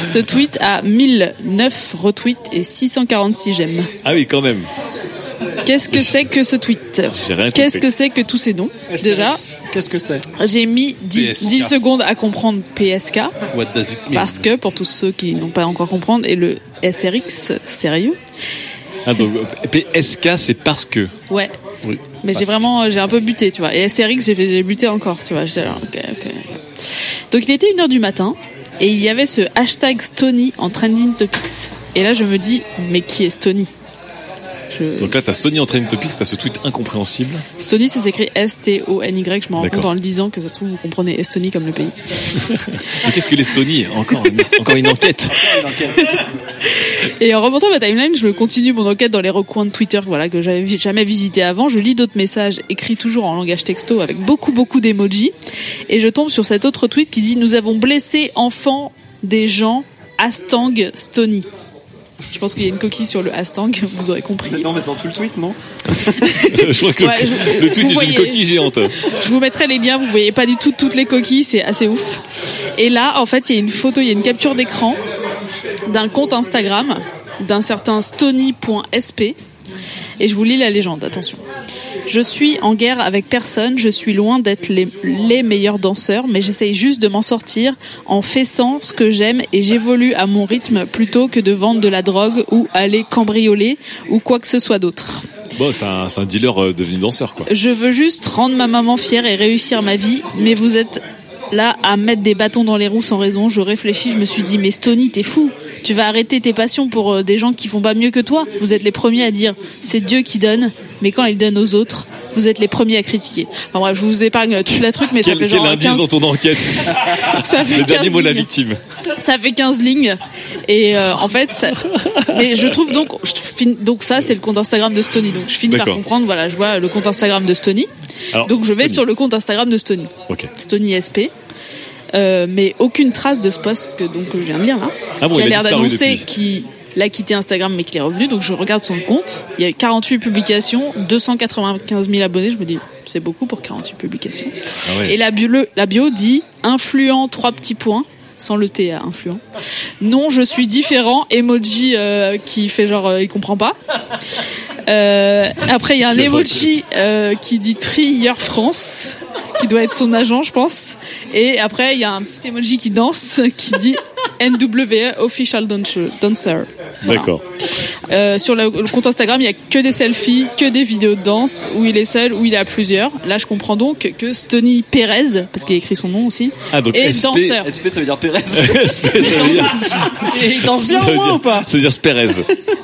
Ce tweet a 1009 retweets et 646 j'aime. Ah oui, quand même. Qu'est-ce que c'est que ce tweet J'ai rien Qu'est-ce compris. que c'est que tous ces noms Déjà, Qu'est-ce que c'est j'ai mis 10, PSK. 10 secondes à comprendre PSK What does it mean parce que pour tous ceux qui n'ont pas encore comprendre et le SRX sérieux. Ah, donc, euh, PSK, c'est parce que. Ouais. Oui. Mais j'ai vraiment euh, j'ai un peu buté, tu vois. Et SRX, j'ai fait- j'ai buté encore, tu vois. J'étais là, ok, ok. Donc il était 1h du matin et il y avait ce hashtag Stony en trending topics. Et là je me dis mais qui est Stony Je- Donc là, t'as Sony en train Topics, t'as ce tweet incompréhensible. Estonie, ça s'écrit S-T-O-N-Y. Je me rends D'accord. compte en le disant que ça se trouve, vous comprenez Estonie comme le pays. Mais qu'est-ce que l'Estonie Encore, une- encore une enquête. Et en remontant ma timeline, je continue mon enquête dans les recoins de Twitter voilà, que j'avais vi- jamais visité avant. Je lis d'autres messages écrits toujours en langage texto avec beaucoup, beaucoup d'emojis. Et je tombe sur cet autre tweet qui dit Nous avons blessé enfants des gens Astang Stony. Je pense qu'il y a une coquille sur le Astang, vous aurez compris. Non, mais dans tout le tweet, non je crois que le- Ouais, je- le, tweet vous est voyez. une coquille géante. Je vous mettrai les liens, vous voyez pas du tout toutes les coquilles, c'est assez ouf. Et là, en fait, il y a une photo, il y a une capture d'écran d'un compte Instagram d'un certain stony.sp. Et je vous lis la légende, attention. Je suis en guerre avec personne, je suis loin d'être les, les meilleurs danseurs, mais j'essaye juste de m'en sortir en faisant ce que j'aime et j'évolue à mon rythme plutôt que de vendre de la drogue ou aller cambrioler ou quoi que ce soit d'autre. Bon, c'est un, c'est un dealer euh, devenu danseur, quoi. Je veux juste rendre ma maman fière et réussir ma vie, mais vous êtes là à mettre des bâtons dans les roues sans raison. Je réfléchis, je me suis dit, mais Stony, t'es fou. Tu vas arrêter tes passions pour euh, des gens qui font pas mieux que toi. Vous êtes les premiers à dire, c'est Dieu qui donne, mais quand il donne aux autres, vous êtes les premiers à critiquer. Enfin bref, je vous épargne tout la truc, mais Quel, ça fait quel genre indice 15, dans ton enquête ça fait Le 15 dernier mot de la lignes. victime. Ça fait 15 lignes. Et euh, en fait, ça... mais je trouve donc, je finis- donc ça, c'est le compte Instagram de Stony. Donc je finis par D'accord. comprendre, voilà, je vois le compte Instagram de Stony. Alors, donc je vais Stony. sur le compte Instagram de Stony. Ok. Stony SP. euh, mais aucune trace de ce poste que donc que je viens de lire là, Ah bon, qui il a a l'air disparu d'annoncer depuis. qu'il l'a quitté Instagram mais qu'il est revenu. Donc je regarde son compte. Il y a 48 publications, 295 000 abonnés. Je me dis c'est beaucoup pour 48 publications. Et la bio, le- la bio dit influent trois petits points sans le T à influent. Non, je suis différent. Emoji euh, qui fait genre euh, il comprend pas. Euh, après, il y a un emoji euh, qui dit Trier France, qui doit être son agent, je pense. Et après, il y a un petit emoji qui danse, qui dit NWE Official Dancer. Dancer. Voilà. D'accord. Euh, sur le, le compte Instagram, il y a que des selfies, que des vidéos de danse, où il est seul, où il est à plusieurs. Là, je comprends donc que Stony Perez, parce qu'il a écrit son nom aussi, Ah, donc est SP, danseur. SP, ça veut dire Pérez. SP, ça veut dire- Il danse ça bien veut au moins dire- ou pas Ça veut dire Spérez.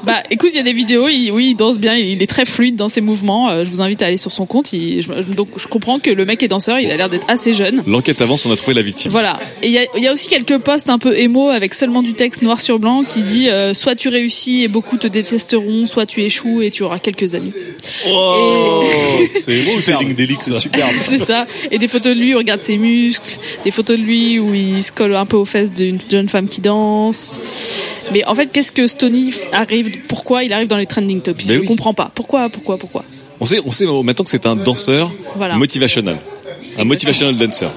Bah écoute, il y a des vidéos, il, oui, il danse bien, il est très fluide dans ses mouvements. Euh, je vous invite à aller sur son compte. Il- je- donc je comprends que le mec est danseur, il a l'air d'être assez jeune. L'enquête avance, on a trouvé la victime. Voilà. Et il y a, il y a aussi quelques posts un peu émo avec seulement du texte noir sur blanc qui dit euh, soit tu réussis et beaucoup te détesteront, soit tu échoues et tu auras quelques amis. C'est beau, superbe. c'est Link Delic, ça. C'est ça. Et des photos de lui, où il regarde ses muscles. Des photos de lui où il se colle un peu aux fesses d'une jeune femme qui danse. Mais en fait, qu'est-ce que Stony f- arrive Pourquoi il arrive dans les trending topics Mais Je Ben oui. comprends pas. Pourquoi Pourquoi Pourquoi On sait, on sait maintenant que c'est un danseur Voilà. motivational. Un motivational dancer.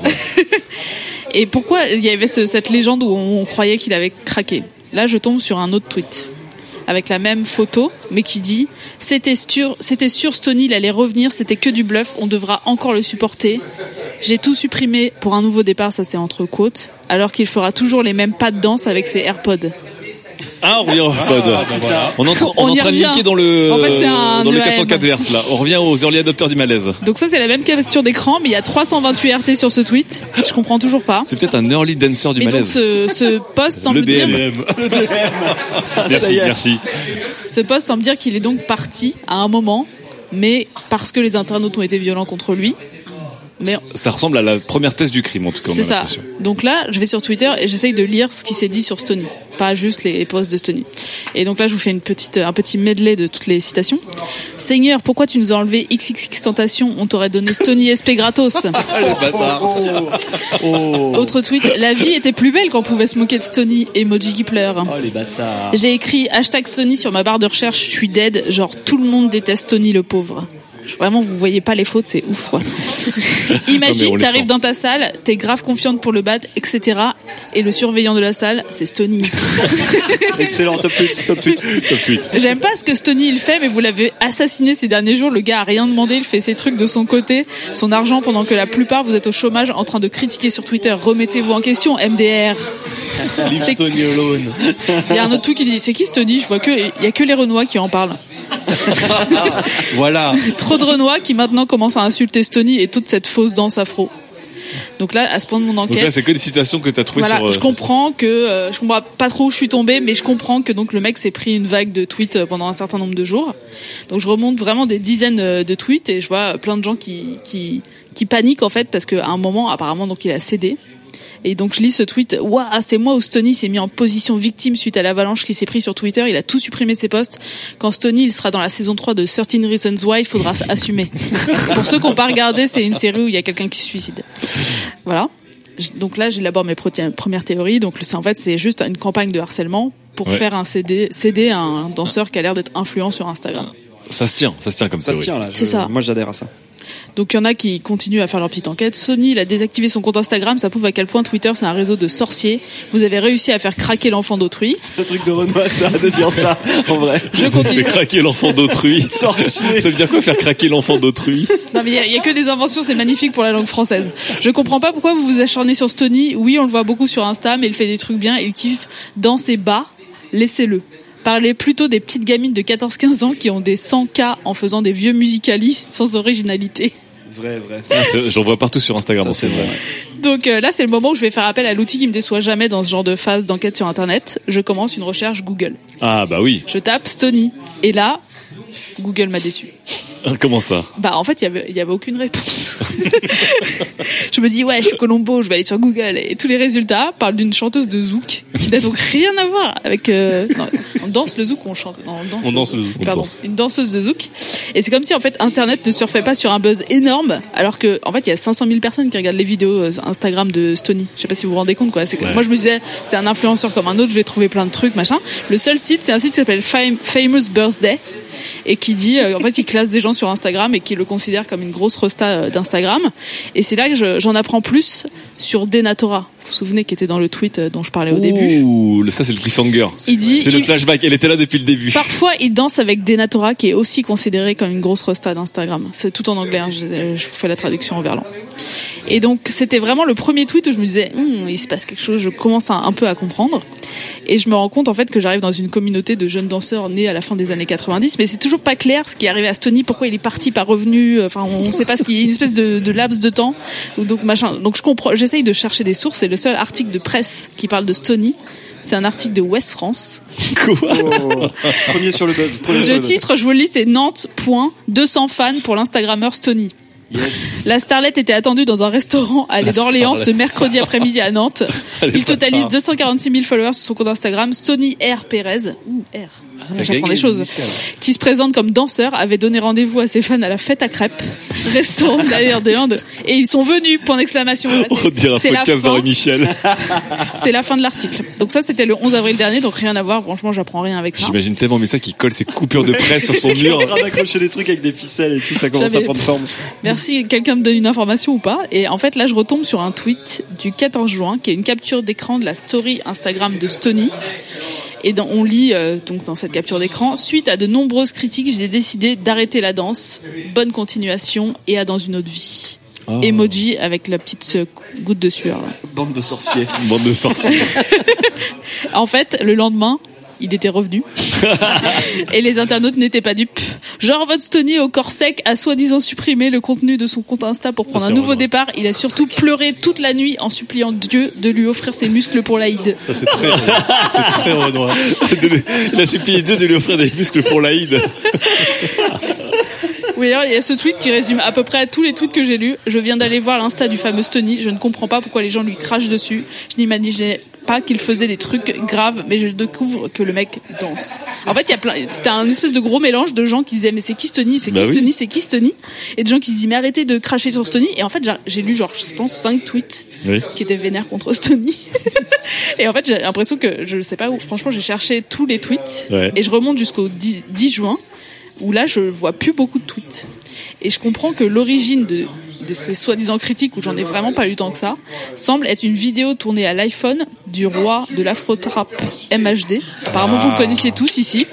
Et pourquoi il y avait ce- cette légende où on, croyait qu'il avait craqué Là, je tombe sur un autre tweet avec la même photo, mais qui dit c'était sûr, c'était sûr, Stony, il allait revenir, c'était que du bluff, on devra encore le supporter. J'ai tout supprimé pour un nouveau départ, ça c'est entre côtes, alors qu'il fera toujours les mêmes pas de danse avec ses AirPods. Ah, on revient au pod. on est en train- on On est en y train de revient. niquer dans le, En fait, c'est un E dans le EAM. 404 verse, là. On revient aux early adopteurs du malaise. Donc ça c'est la même capture d'écran, mais il y a 328 RT sur ce tweet. Je comprends toujours pas. C'est peut-être un early dancer du Mais donc malaise. ce, ce post semble Le DM. dire Merci, merci. Ce poste semble dire qu'il est donc parti à un moment, mais parce que les internautes ont été violents contre lui. Mais Ça ressemble à la première thèse du crime, en tout cas. on c'est a ça. l'impression. Donc là, je vais sur Twitter et j'essaye de lire ce qui s'est dit sur Stony, pas juste les posts de Stony. Et donc là, je vous fais une petite, un petit medley de toutes les citations. Seigneur, pourquoi tu nous as enlevé XXX Tentation On t'aurait donné Stony SP gratos. Autre tweet, la vie était plus belle quand on pouvait se moquer de Stony, emoji qui pleure. Oh les bâtards. J'ai écrit hashtag Sony sur ma barre de recherche, je suis dead, genre tout le monde déteste Tony le pauvre. Vraiment, vous voyez pas les fautes, c'est ouf, quoi. Non, mais on Imagine, les sent. t'arrives dans ta salle, t'es grave confiante pour le battre, etc. Et le surveillant de la salle, c'est Stony. Excellent top tweet, top tweet. Top tweet. J'aime pas ce que Stony il fait, mais vous l'avez assassiné ces derniers jours. Le gars a rien demandé, il fait ses trucs de son côté, son argent, pendant que la plupart vous êtes au chômage en train de critiquer sur Twitter. Remettez-vous en question, MDR. Leave C'est- Stony alone. Il y a un autre truc qui dit, c'est qui Stony? Je vois que, il y a que les Renois qui en parlent. Voilà. Trop de Renois qui maintenant commence à insulter Stony et toute cette fausse danse afro. Donc là, à ce point de mon Donc là, enquête, c'est que des citations que t'as trouvées voilà, sur. euh, je comprends que euh, je comprends pas trop où je suis tombée, mais je comprends que donc le mec s'est pris une vague de tweets euh, pendant un certain nombre de jours. Donc je remonte vraiment des dizaines euh, de tweets et je vois euh, plein de gens qui qui qui paniquent en fait parce qu'à un moment, apparemment, donc il a cédé. Et donc je lis ce tweet, waouh, c'est moi où Stony s'est mis en position victime suite à l'avalanche qui s'est pris sur Twitter, il a tout supprimé ses posts. Quand Stony il sera dans la saison 3 de 13 Reasons Why, il faudra assumer. Pour ceux qui n'ont pas regardé, c'est une série où il y a quelqu'un qui se suicide. Voilà. J- Donc là, j'élabore mes proti- premières théories. Donc le- c'est en fait c'est juste une campagne de harcèlement pour Ouais. faire un CD, céder à un danseur qui a l'air d'être influent sur Instagram. Ça se tient, ça se tient comme Ça se théorie. tient là. je- C'est ça. Moi j'adhère à ça. Donc il y en a qui continuent à faire leur petite enquête. Sony, il a désactivé son compte Instagram, ça prouve à quel point Twitter c'est un réseau de sorciers. Vous avez réussi à faire craquer l'enfant d'autrui. C'est un truc de Renoir ça, de dire ça, en vrai. Je Fait continue. craquer l'enfant d'autrui. ça Sorcier. veut dire quoi faire craquer l'enfant d'autrui Non mais il y a- il y, a que des inventions, c'est magnifique pour la langue française. Je comprends pas pourquoi vous vous acharnez sur Stony. Oui, on le voit beaucoup sur Insta, mais il fait des trucs bien, il kiffe dans ses bas. Laissez-le. Parlez plutôt des petites gamines de 14-15 ans qui ont des 100K en faisant des vieux musicali sans originalité. Vrai, vrai. C'est- J'en vois partout sur Instagram. en ce moment. Donc euh, là, c'est le moment où je vais faire appel à l'outil qui me déçoit jamais dans ce genre de phase d'enquête sur Internet. Je commence une recherche Google. Ah bah oui. Je tape Stony. Et là, Google m'a déçu. Comment ça Bah en fait, il y avait, il y avait aucune réponse. je me dis ouais, je suis Colombo, je vais aller sur Google et tous les résultats parlent d'une chanteuse de zouk qui n'a donc rien à voir avec euh, non, On danse le zouk ou on chante Non, on danse, On danse le zouk, on Pardon, danse. une danseuse de zouk. Et c'est comme si en fait Internet ne surfait pas sur un buzz énorme, alors que en fait il y a 500 000 personnes qui regardent les vidéos euh, Instagram de Stony. Je sais pas si vous vous rendez compte quoi. C'est que- Ouais. Moi je me disais c'est un influenceur comme un autre, je vais trouver plein de trucs machin. Le seul site c'est un site qui s'appelle Fam- Famous Birthday et qui dit euh, en fait qui classe des gens sur Instagram et qui le considère comme une grosse resta euh, d'Instagram. Et c'est là que je- j'en apprends plus sur Denatora. Vous vous souvenez qui était dans le tweet euh, dont je parlais au début. Ouh, le- ça c'est le cliffhanger. Il dit- C'est le il- flashback. Elle était là depuis le début. Parfois, il danse avec Denatora, qui est aussi considérée comme une grosse resta d'Instagram. C'est tout en anglais, hein, je, je vous fais la traduction en verlan. Et donc, c'était vraiment le premier tweet où je me disais, Hum, il se passe quelque chose, je commence à- un peu à comprendre. Et je me rends compte, en fait, que j'arrive dans une communauté de jeunes danseurs nés à la fin des années 90, mais c'est toujours pas clair ce qui est arrivé à Stony, pourquoi il est parti, pas revenu, euh, enfin, on sait pas ce qui est une espèce de, de laps de temps, ou donc machin. Donc, je comprends, j'essaye de chercher des sources, et le seul article de presse qui parle de Stony, c'est un article de West France, Premier sur le buzz. premier sur le buzz. titre, je vous le lis, c'est Nantes, point, 200 fans pour l'Instagrammeur Stony. La starlette était attendue dans un restaurant à l'Est d'Orléans ce mercredi après-midi à Nantes. Il totalise 246 000 followers sur son compte Instagram. Stony R. Perez, ou R, Ah, j'apprends des choses, qui se présente comme danseur, avait donné rendez-vous à ses fans à la fête à crêpes, restaurant de l'Allée des Landes, et ils sont venus, point d'exclamation. Là, c'est- On dirait un c'est la podcast fin. d'Henri Michel. C'est la fin de l'article. Donc ça, c'était le 11 avril dernier, donc rien à voir. Franchement, j'apprends rien avec ça. J'imagine tellement mais ça qui colle ses coupures de presse sur son mur. En train d'accrocher des trucs avec des ficelles et tout, ça commence à J'avais- prendre forme. Merci, quelqu'un me donne une information ou pas Et en fait, là, je retombe sur un tweet du 14 juin qui est une capture d'écran de la story Instagram de Stony. Et dans- on lit euh, donc dans cette capture d'écran suite à de nombreuses critiques, j'ai décidé d'arrêter la danse. Bonne continuation et à dans une autre vie. Ah. Emoji avec la petite euh, goutte de sueur. là. Bande de sorciers. Bande de sorciers. En fait, le lendemain, il était revenu. et les internautes n'étaient pas dupes. Genre votre Stony au corps sec a soi-disant supprimé le contenu de son compte Insta pour prendre Ça, un c'est nouveau rejoint. départ. Il a surtout pleuré toute la nuit en suppliant Dieu de lui offrir ses muscles pour l'Aïd. Ça, c'est très, c'est très Renoir. Il a supplié Dieu de lui offrir des muscles pour l'Aïd. Oui, alors il y a ce tweet qui résume à peu près tous les tweets que j'ai lus. Je viens d'aller voir l'Insta du fameux Stony. Je ne comprends pas pourquoi les gens lui crachent dessus. Je n'imaginais pas qu'il faisait des trucs graves, mais je découvre que le mec danse. En fait, il y a plein. C'était un espèce de gros mélange de gens qui disaient mais c'est qui Stony, c'est qui Bah oui. Stony, c'est qui Stony, et de gens qui disaient mais arrêtez de cracher sur Stony. Et en fait, j'ai- j'ai lu genre je pense cinq tweets Oui. qui étaient vénères contre Stony. et en fait, j'ai l'impression que je sais pas où. Franchement, j'ai cherché tous les tweets Ouais. et je remonte jusqu'au 10, 10 juin où là, je vois plus beaucoup de tweets. Et je comprends que l'origine de, de ces soi-disant critiques, où j'en ai vraiment pas lu tant que ça, semble être une vidéo tournée à l'iPhone du roi de l'afro-trap MHD. Apparemment, Ah. vous le connaissez tous ici.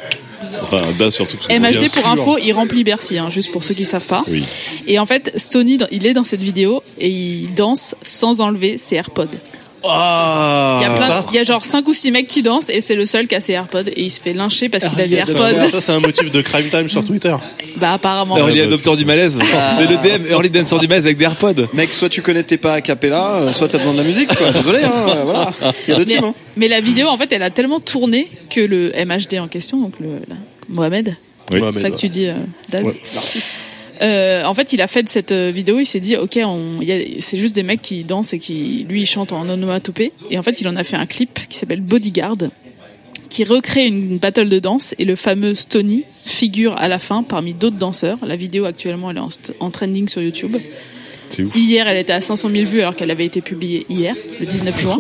Enfin, DA surtout. parce que- MHD, pour info, il remplit Bercy, hein, juste pour ceux qui savent pas. Oui. Et en fait, Stony, dans- il est dans cette vidéo et il danse sans enlever ses AirPods. Ah. Il y, a plein, il y a genre 5 ou 6 mecs qui dansent et c'est le seul qui a ses AirPods et Ah, il se fait lyncher parce qu'il a des AirPods. Ça, c'est un motif de crime time sur Twitter. Bah apparemment. Early adopteur du malaise. Ah. C'est le DM, early dancer du malaise avec des AirPods. Mec, soit tu connais tes pas a cappella, euh, soit t'as besoin de la musique, quoi. Désolé, hein, euh, voilà. Il y a deux Mais, teams, hein. mais la vidéo, en fait, elle a tellement tourné que le MHD en question, donc le la- Mohamed, Oui. c'est ça que tu dis, euh, Daz. Ouais. Euh, en fait, il a fait de cette euh, vidéo, il s'est dit, ok, on, il y a- c'est juste des mecs qui dansent et qui, lui, il chante en onomatopée. Et en fait, il en a fait un clip qui s'appelle Bodyguard, qui recrée une battle de danse et le fameux Stony figure à la fin parmi d'autres danseurs. La vidéo actuellement, elle est en, st- en trending sur YouTube. C'est ouf. Hier, elle était à 500 000 vues alors qu'elle avait été publiée hier, le 19 juin.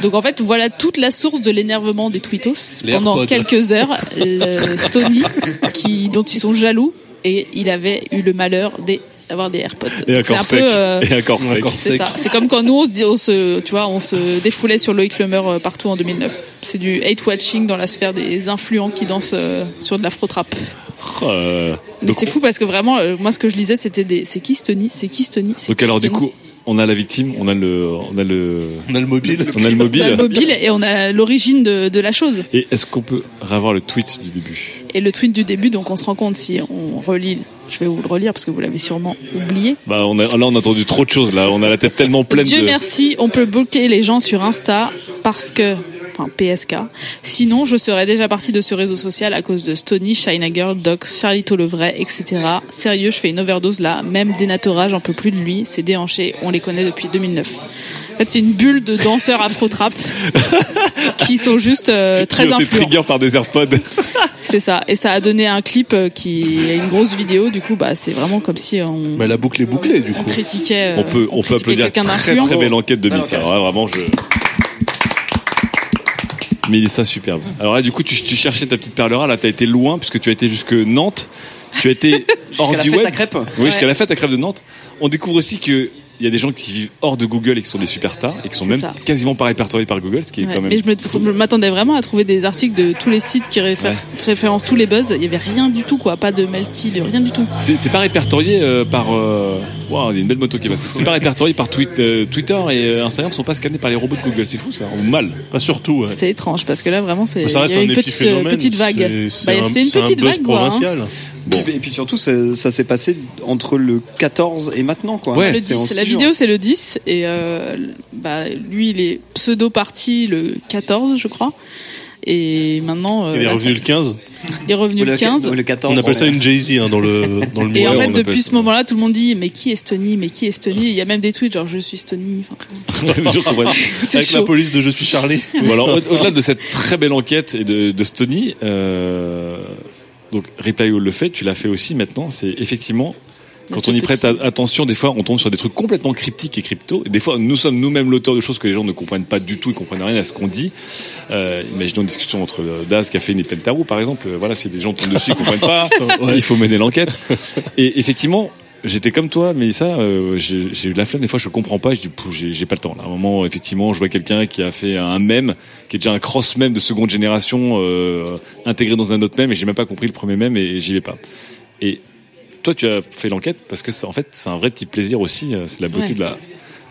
Donc en fait, voilà toute la source de l'énervement des twittos. Les Pendant AirPods. quelques heures, le Stony, qui, dont ils sont jaloux, et il avait eu le malheur des- d'avoir des AirPods. Et un Donc, C'est corps un sec. peu... euh, Et un corps sec. corps c'est ça. C'est comme quand nous on se, dit, on se, tu vois, on se défoulait sur Loïc Lemer euh, partout en 2009. C'est du hate watching dans la sphère des influents qui dansent euh, sur de l'afro trap. Euh, Mais donc- c'est fou parce que vraiment, euh, moi ce que je lisais, c'était des, c'est qui Stony, c'est qui Stony. c'est Donc qui alors du Stony coup, on a la victime, on a le, on a le, On a le mobile. on a le On a le mobile. mobile et on a l'origine de, de la chose. Et est-ce qu'on peut revoir le tweet du début Et le tweet du début, donc on se rend compte si on relit, je vais vous le relire parce que vous l'avez sûrement oublié. Bah on a, là on a entendu trop de choses là, on a la tête tellement pleine Dieu de. merci, on peut bloquer les gens sur Insta parce que. enfin PSK. Sinon, je serais déjà partie de ce réseau social à cause de Stony, China Girl, Doc, Charlito le Vrai, etc. Sérieux, je fais une overdose là. Même Dénatora, j'en peux plus de lui. C'est déhanché, on les connaît depuis 2009. En fait, c'est une bulle de danseurs afro-trap qui sont juste euh, très Qui ont été influents. trigger par des AirPods. C'est ça. Et ça a donné un clip euh, qui est une grosse vidéo. Du coup, bah, c'est vraiment comme si on, Bah, la boucle est bouclée, du on coup. critiquait. euh, On peut, on peut critiquait applaudir. quelqu'un Très d'influent. très belle enquête de Mélissa. Alors là, vraiment, je. Mélissa, superbe. Alors là, du coup, tu, tu cherchais ta petite perle rare. Là, t'as été loin puisque tu as été jusque Nantes. Tu as été hors Jusqu'à la du fête web. à crêpes. Oui, jusqu'à Ouais. la fête à crêpes de Nantes. On découvre aussi que il y a des gens qui vivent hors de Google et qui sont des superstars et qui sont C'est même ça. quasiment pas répertoriés par Google, ce qui est Ouais. quand même. Mais je me- je m'attendais vraiment à trouver des articles de tous les sites qui réfé- référencent tous les buzz. Il y avait rien du tout, quoi. Pas de Melty, de rien du tout. C'est c'est pas répertorié euh, par. euh, Waouh, il y a une belle moto qui est passée. C'est pas répertorié par Twitter, euh, Twitter et euh, Instagram sont pas scannés par les robots de Google. C'est fou ça, ou mal. Pas surtout, ouais. C'est étrange parce que là, vraiment, c'est il y Ça reste a un une petite, euh, épiphénomène. petite vague. C'est- Bah, C'est un- c'est une c'est un petite buzz vague, quoi. hein. provincial. Bon. Et, et puis surtout, ça, ça s'est passé entre le 14 et maintenant, quoi. Ouais. Le C'est en 10, la six jours. vidéo c'est le 10 et euh, bah, lui il est pseudo parti le 14 je crois et maintenant euh, Il est là, revenu ça- le 15. il est revenu Ou le le, 15 le 14. On appelle ça une Jay-Z hein, dans le, dans le Et milieu. en fait, on appelle depuis ça. ce moment-là, tout le monde dit Mais qui est Stony Mais qui est Stony Il y a même des tweets genre Je suis Stony. Enfin, Les gens comprennent. Avec chaud. la police de Je suis Charlie. Bon, alors, au- au-delà de cette très belle enquête et de, de Stony, euh, donc Replyo le fait, tu l'as fait aussi maintenant, c'est effectivement, quand Notre on y petit- prête a- attention, des fois on tombe sur des trucs complètement cryptiques et crypto, et des fois nous sommes nous-mêmes l'auteur de choses que les gens ne comprennent pas du tout, ils comprennent rien à ce qu'on dit. Euh, imaginons une discussion entre euh, Daz, Café et Tarot par exemple, Euh, voilà, si des gens tombent dessus, ils comprennent pas, il faut mener l'enquête. Et effectivement, J'étais comme toi, Mélissa, euh, j'ai j'ai eu de la flemme. Des fois, je comprends pas. Je dis, Pouh, j'ai j'ai pas le temps. Là. À un moment, effectivement, je vois quelqu'un qui a fait un mème, qui est déjà un cross mème de seconde génération, euh, intégré dans un autre mème, et j'ai même pas compris le premier mème, et j'y vais pas. Et toi, tu as fait l'enquête parce que, ça- en fait, c'est un vrai petit plaisir aussi. euh, C'est la beauté Ouais. de la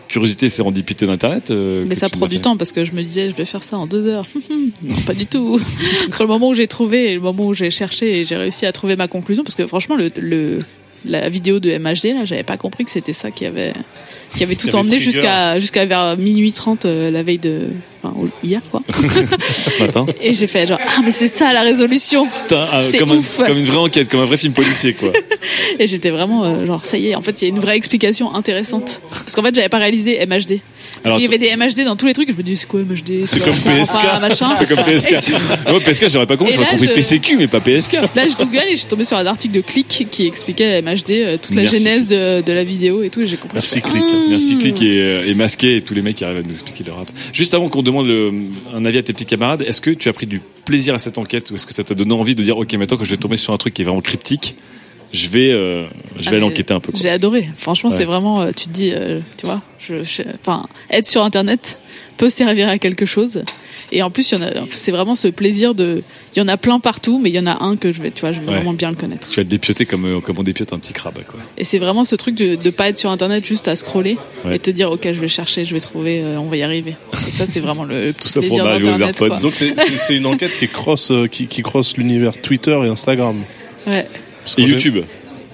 curiosité, c'est rendipité d'internet. euh, Mais que ça tu prend m'as du fait. temps parce que je me disais Je vais faire ça en deux heures. Non, pas du tout. Entre le moment où j'ai trouvé et le moment où j'ai cherché et j'ai réussi à trouver ma conclusion, parce que franchement, le. le- la vidéo de MHD là j'avais pas compris que c'était ça qui avait qui avait tout avait emmené trigger. jusqu'à jusqu'à vers minuit 30 euh, la veille de enfin, au- hier quoi ce matin. et j'ai fait genre ah mais c'est ça la résolution Putain, ah, C'est comme, un- ouf. comme une vraie enquête, comme un vrai film policier, quoi. Et j'étais vraiment euh, genre ça y est, en fait il y a une vraie explication intéressante. Parce qu'en fait j'avais pas réalisé MHD. Parce Alors, qu'il y avait des MHD dans tous les trucs, je me dis c'est quoi MHD C'est quoi, comme je comprends PSK. pas, machin. C'est comme PSK. Et tu- Ouais, PSK, j'aurais pas compris. Et J'aurais là, compris je- PCQ, mais pas PSK. Là je google et je suis tombée sur un article de Click qui expliquait MHD euh, toute la Merci. genèse de, de la vidéo et tout et j'ai compris. Merci, Je fais, Click. Ah. Merci Click et, euh, et Masqué et tous les mecs qui arrivent à nous expliquer leur rap. Juste avant qu'on demande le- euh, un avis à tes petits camarades, est-ce que tu as pris du plaisir à cette enquête ou est-ce que ça t'a donné envie de dire ok maintenant que je vais tomber sur un truc qui est vraiment cryptique, je vais euh, je Ah, vais aller mais enquêter un peu. quoi. J'ai adoré. Franchement, Ouais. c'est vraiment, euh, tu te dis, euh, tu vois, je, je- enfin, être sur Internet peut servir à quelque chose. Et en plus, il y en a, c'est vraiment ce plaisir de, il y en a plein partout, mais il y en a un que je vais, tu vois, je vais Ouais. vraiment bien le connaître. Tu vas te dépioter comme euh, comme on dépiote un petit crabe quoi. Et c'est vraiment ce truc de ne pas être sur internet juste à scroller Ouais. et te dire ok je vais chercher, je vais trouver, euh, on va y arriver. Et ça c'est vraiment le petit ça pour plaisir en arriver aux d'internet. AirPods. quoi. Donc, c'est- c'est c'est une enquête qui cross, euh, qui, qui cross l'univers Twitter et Instagram. Ouais. Parce Et qu'en gé- YouTube.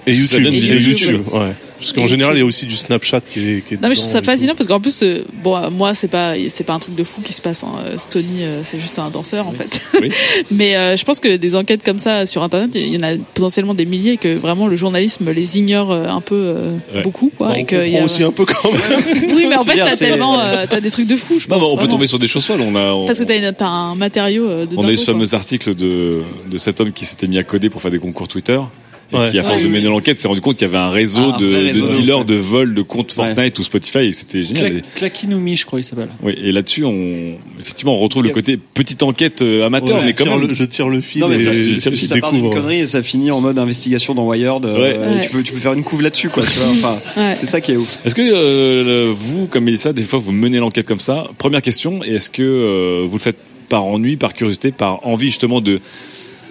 Et Parce que ça YouTube. vient de Et vidéos YouTube, YouTube. ouais. Parce qu'en Et général, il y a aussi du Snapchat qui est. qui est Non mais je trouve ça dedans et tout. fascinant parce qu'en plus euh, bon euh, moi c'est pas c'est pas un truc de fou qui se passe. Hein. Euh, Stony euh, c'est juste un danseur en fait. Oui. mais euh, je pense que des enquêtes comme ça sur internet il y en a potentiellement des milliers et que vraiment le journalisme les ignore euh, un peu euh, Ouais. beaucoup quoi. Bah, et on que il y comprend a- aussi un peu quand même. Oui mais en Je veux fait dire, t'as c'est- tellement euh, t'as des trucs de fou je Non, mais pense. on peut vraiment. tomber sur des choses folles. On a on, Parce que t'as une- t'as un matériau euh, de. on a dingo, eu quoi. ce fameux article de de cet homme qui s'était mis à coder pour faire des concours Twitter. Et Ouais. qui, à force Ouais, de oui. mener l'enquête, s'est rendu compte qu'il y avait un réseau Ah, un de, vrai réseau, de ouais. dealers de vol de comptes Fortnite ou Spotify et c'était génial. Et- Cla- Claquinoumi, je crois, il s'appelle. Oui, et là-dessus, on effectivement, on retrouve le côté petite enquête euh, amateur, Ouais, mais quand tire même. le- je tire le fil Non, mais ça, et tu- ça, tu je part d'une découvre. connerie et ça finit en mode investigation dans Wired. euh, Ouais. et Tu, peux, tu peux faire une couve là-dessus, quoi. Tu vois, enfin, Ouais. C'est ça qui est ouf. Est-ce que euh, le- vous, comme Mélissa, des fois, vous menez l'enquête comme ça Première question, et est-ce que euh, vous le faites par ennui, par curiosité, par envie justement de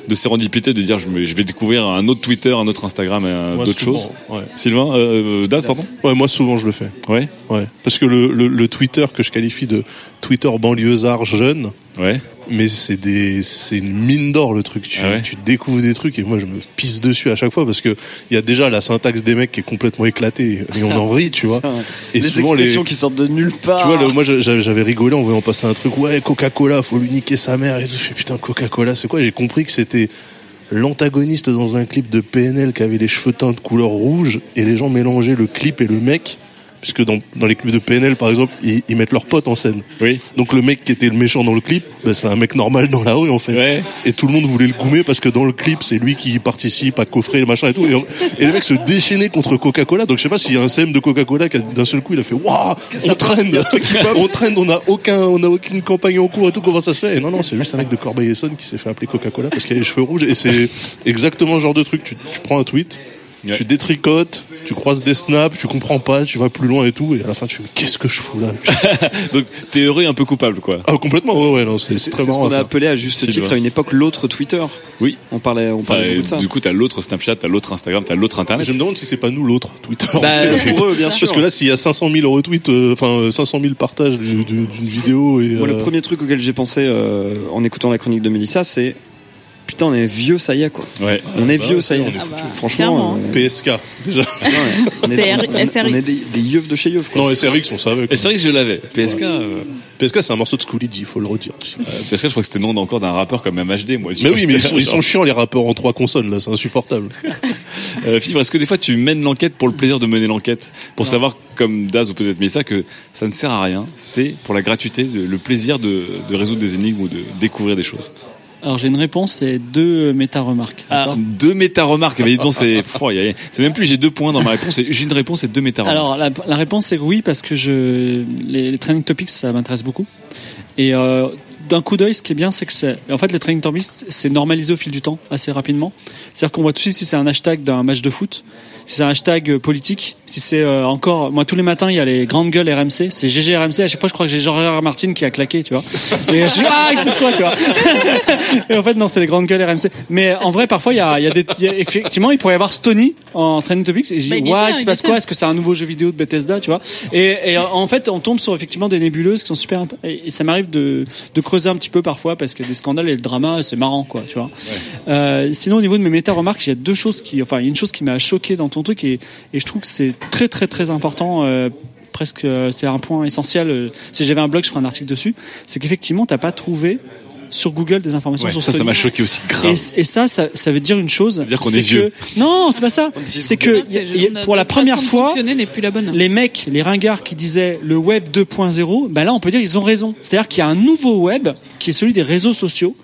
de sérendipité, de dire je, me- je vais découvrir un autre Twitter, un autre Instagram, un- Moi, d'autres souvent, choses ouais. Sylvain, euh, euh, Daz, pardon euh, Ouais, moi souvent je le fais. Ouais, Ouais. Parce que le, le, le Twitter que je qualifie de Twitter banlieusard jeune, ouais. mais c'est des c'est une mine d'or le truc tu, Ah ouais tu découvres des trucs et moi je me pisse dessus à chaque fois parce que il y a déjà la syntaxe des mecs qui est complètement éclatée et on en rit tu vois et les souvent les expressions qui sortent de nulle part. tu vois, le- moi je- j'avais j'avais rigolé en voyant passer un truc, ouais, Coca-Cola, faut lui niquer sa mère et tout. Je fais putain, Coca-Cola, c'est quoi J'ai compris que c'était l'antagoniste dans un clip de PNL qui avait les cheveux teints de couleur rouge et les gens mélangeaient le clip et le mec. Puisque dans, dans les clips de PNL, par exemple, ils, ils mettent leurs potes en scène. Oui. Donc le mec qui était le méchant dans le clip, bah, c'est un mec normal dans la rue en fait. Ouais. Et tout le monde voulait le goumer parce que dans le clip, c'est lui qui participe à coffrer le machin et tout. Et, et le mec se déchaînait contre Coca-Cola. Donc je sais pas s'il y a un CM de Coca-Cola qui a- d'un seul coup il a fait waouh, on traîne, on traîne, on a aucun, on a aucune campagne en cours et tout. Comment ça se fait Et Non non, c'est juste un mec de Corbeil-Essonne qui s'est fait appeler Coca-Cola parce qu'il a les cheveux rouges. Et c'est exactement le genre de truc. Tu, tu prends un tweet. Ouais. Tu détricotes, tu croises des snaps, tu comprends pas, tu vas plus loin et tout, et à la fin tu fais mais qu'est-ce que je fous là Donc t'es heureux et un peu coupable quoi. Ah, complètement, ouais, ouais, non, c'est C'est c'est c'est très bah. ce marrant. qu'on a à faire. appelé à juste C'est titre vrai. à une époque l'autre Twitter. Oui. On parlait, on Enfin, parlait beaucoup de ça. du coup t'as l'autre Snapchat, t'as l'autre Instagram, t'as l'autre Internet. Je me demande si c'est pas nous l'autre, Twitter. Bah, pour eux, bien sûr. Parce que là, s'il y a 500 000 retweets, euh, enfin euh, 500 000 partages du- du- d'une vidéo et. Moi, le euh, premier truc auquel j'ai pensé euh, en écoutant la chronique de Melissa, c'est putain, on est vieux, ça y est quoi. Ouais. On est bah, vieux, ça y est. on est foutus. Franchement, Clairement. euh, PSK, déjà. ouais, on est- SR- on est- on est des, SRX. des yeux de chez yeux. Non, SRX, on savait. Et quoi. c'est vrai que je l'avais. PSK. euh, PSK, c'est un morceau de Schoology, faut le redire. PSK, je crois que c'était le nom encore d'un rappeur comme MHD, moi. Mais oui, mais ils sont, ils sont chiants, les rappeurs en trois consoles, là, c'est insupportable. Euh, Fibre, est-ce que des fois tu mènes l'enquête pour le plaisir de mener l'enquête Pour savoir, comme Daz ou peut-être Messa, que ça ne sert à rien. C'est pour la gratuité, de- le plaisir de, de résoudre des énigmes ou de découvrir des choses. Alors j'ai une réponse et deux euh, méta-remarques. Ah, Ah. d'accord Deux méta-remarques. Mais dis donc, c'est froid. y a- C'est même plus j'ai deux points dans ma réponse. et J'ai une réponse et deux méta-remarques. Alors la, la réponse c'est oui parce que je les, les training topics ça m'intéresse beaucoup et euh, d'un coup d'œil ce qui est bien c'est que c'est en fait les training topics c'est normalisé au fil du temps assez rapidement c'est-à-dire qu'on voit tout de suite si c'est un hashtag d'un match de foot si c'est un hashtag euh, politique si c'est euh, encore moi tous les matins il y a les grandes gueules RMC c'est GG RMC à chaque fois je crois que j'ai Gérard Martin qui a claqué tu vois et je suis ah il se passe quoi tu vois et en fait non c'est les grandes gueules RMC mais en vrai parfois il y a, il y a des il y a- effectivement il pourrait y avoir Stony en training topics et je Bah, il dis était ouais là, il se il passe était quoi là. est-ce que c'est un nouveau jeu vidéo de Bethesda, tu vois et, et en fait, on tombe sur effectivement des nébuleuses qui sont super. imp- Et, et ça m'arrive de, de creuser un petit peu parfois parce qu'il y a des scandales et le drama, c'est marrant, quoi, tu vois. Euh, sinon, au niveau de mes méta-remarques, il y a deux choses qui, enfin, il y a une chose qui m'a choqué dans ton truc et, et je trouve que c'est très, très, très important. euh, presque euh, c'est un point essentiel euh, si j'avais un blog je ferais un article dessus c'est qu'effectivement t'as pas trouvé sur Google des informations Ouais, sur ça, ça Sony. m'a choqué aussi Et, grave. et ça, ça, ça veut dire une chose. veut dire qu'on c'est est vieux. que- Non, c'est pas ça. C'est que y a- C'est- y a- pour la notre première façon de fois, fonctionner n'est plus la bonne. les mecs, les ringards qui disaient le web 2.0, ben là on peut dire ils ont raison. C'est-à-dire qu'il y a un nouveau web qui est celui des réseaux sociaux,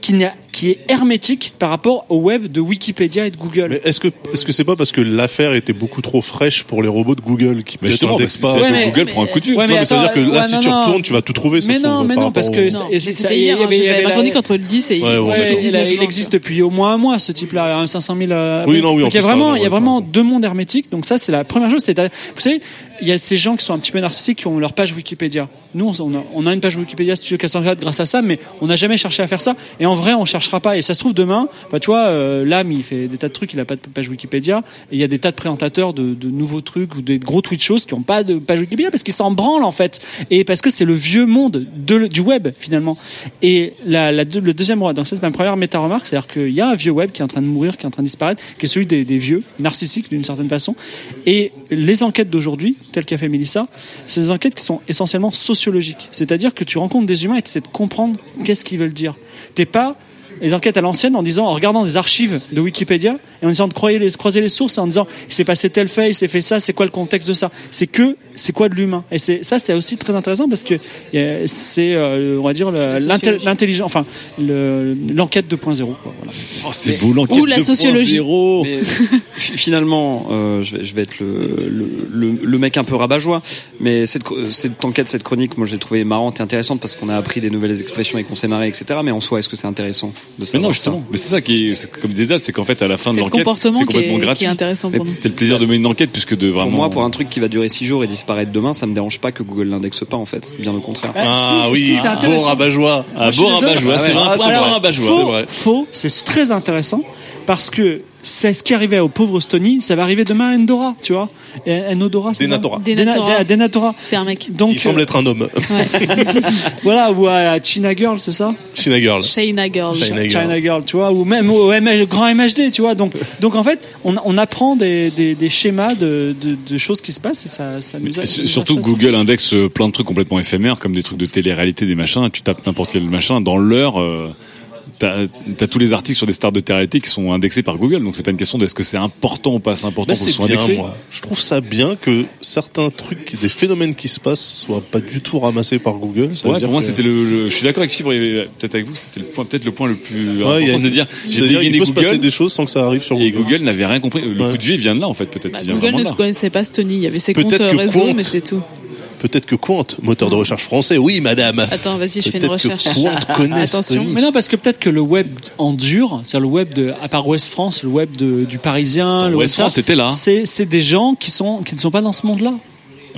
qui, n'a- qui est hermétique par rapport au web de Wikipédia et de Google. Mais est-ce que, est-ce que c'est pas parce que l'affaire était beaucoup trop fraîche pour les robots de Google qui Mais peut-être justement, bah, indexent c'est pas Ah, c'est- Ouais, mais- Google prend un coup de vieux. Ouais, mais non, mais ça veut dire attends, que là, ouais, si non, tu non. retournes, tu vas tout trouver. ça Mais se non, trouve, mais par non, rapport parce au- que- Non, Et mais c'est- c'était il y hier, avait- hein, il y j'avais avait ma la- chronique entre le 10 et Ouais, ouais. Ouais, c'est il, 19 a- il juin, existe depuis au moins un mois ce type-là, un 500 000. euh, Oui, non, oui, en donc il y a plus, vraiment, pardon, il y a ouais, vraiment pardon. deux mondes hermétiques. Donc ça, c'est la première chose. C'est, vous savez, il y a ces gens qui sont un petit peu narcissiques qui ont leur page Wikipédia. Nous, on a, on a une page Wikipédia Studio 404 grâce à ça, mais on n'a jamais cherché à faire ça. Et en vrai, on cherchera pas. Et ça se trouve demain, bah, tu vois, euh, l'âme, il fait des tas de trucs, il a pas de page Wikipédia. Et il y a des tas de présentateurs de, de nouveaux trucs ou des gros tweets choses qui ont pas de page Wikipédia parce qu'ils s'en branlent en fait. Et parce que c'est le vieux monde de- du web finalement. Et la, la deux- le deuxième roi, donc ça c'est ma première méta-remarque, c'est-à-dire qu'il y a un vieux web qui est en train de mourir, qui est en train de disparaître, qui est celui des, des vieux, narcissiques d'une certaine façon. Et les enquêtes d'aujourd'hui, telles qu'a fait Mélissa, c'est des enquêtes qui sont essentiellement sociologiques. C'est-à-dire que tu rencontres des humains et tu essaies de comprendre qu'est-ce qu'ils veulent dire. T'es pas les enquêtes à l'ancienne en disant, en regardant des archives de Wikipédia et en essayant de croiser les, croiser les sources et en disant, il s'est passé tel fait, il s'est fait ça, c'est quoi le contexte de ça C'est que, c'est quoi de l'humain Et c'est ça, c'est aussi très intéressant parce que euh, c'est, euh, on va dire, le- C'est la l'intel- sociologie. l'intelligence, enfin, le- l'enquête 2.0. quoi, voilà. Oh, c'est beau l'enquête. Ou la sociologie. 2.0. Mais, fi- finalement, euh, je, vais, je vais être le, le, le, le mec un peu rabat-joie, mais cette, cro- cette enquête, cette chronique, moi je l'ai trouvée marrante et intéressante parce qu'on a appris des nouvelles expressions et qu'on s'est marré, etc. Mais en soi, est-ce que c'est intéressant de Mais savoir non, ça justement. Mais c'est ça qui est, c'est- comme disait Daz, c'est qu'en fait, à la fin de C'est le l'enquête, comportement c'est qui complètement est, qui est gratuit. intéressant pour nous. C'était le plaisir de mener une enquête puisque de vraiment. Pour moi, pour un truc qui va durer 6 jours et disparaître demain, ça me dérange pas que Google l'indexe pas en fait, bien au contraire. Ah si, si, oui, c'est bon intéressant. rabat-joie. Ah, beau Je suis rabat désolé. joie, bah, c'est Ah vrai, ouais. un point Alors, pour un rabat joie. Faux, faux, c'est très intéressant parce que c'est ce qui arrivait au pauvre Stony, ça va arriver demain à Endora, tu vois. Et Enodora, c'est ça Denatora. Dena- Denatora. Dena- Denatora. C'est un mec. Donc, Il semble euh, être un homme. voilà, ou à China Girl, c'est ça China Girl. Shayna Girl. Shayna Girl. China Girl, tu vois, ou même au MH grand MHD, tu vois. Donc, donc en fait, on, on apprend des, des, des schémas de, de, de choses qui se passent et ça, ça nous a- Mais ça nous su- a Surtout fait- que Google indexe euh, plein de trucs complètement éphémères, comme des trucs de télé-réalité, des machins. Tu tapes n'importe quel machin, dans l'heure, euh, t'as t'as tous les articles sur des stars de télé-réalité qui sont indexés par Google. Donc c'est pas une question d'est-ce que c'est important ou pas c'est important Mais pour qu'ils Bah, c'est soient indexés. bien, moi. Je trouve ça bien que certains trucs, des phénomènes qui se passent, soient pas du tout ramassés par Google. Ça veut Ouais, dire pour moi, que- c'était le, le- Je suis d'accord avec Fibre et peut-être avec vous, c'était le point, peut-être le point le plus Ouais, il y important, a une- hein. c'est de dire j'ai c'est-à-dire, dégainé Il peut se passer Google des choses sans que ça arrive sur et Google. Google n'avait rien compris. Le Ouais. coup de vieux il vient de là en fait, peut-être. Bah, il vient Google vraiment ne de se là. connaissait pas Stony. Il y avait ses comptes Peut-être euh, que réseau, Quant- mais c'est tout. Peut-être que Quant, moteur de recherche français, oui, madame. Attends, vas-y, je fais une Peut-être recherche. que Quant connaît Attention. Stony. Mais non, parce que peut-être que le web en dur, c'est-à-dire le web de, à part West France, le web de- du Parisien, le West web France ça, était là. C'est, c'est des gens qui sont, qui ne sont pas dans ce monde-là.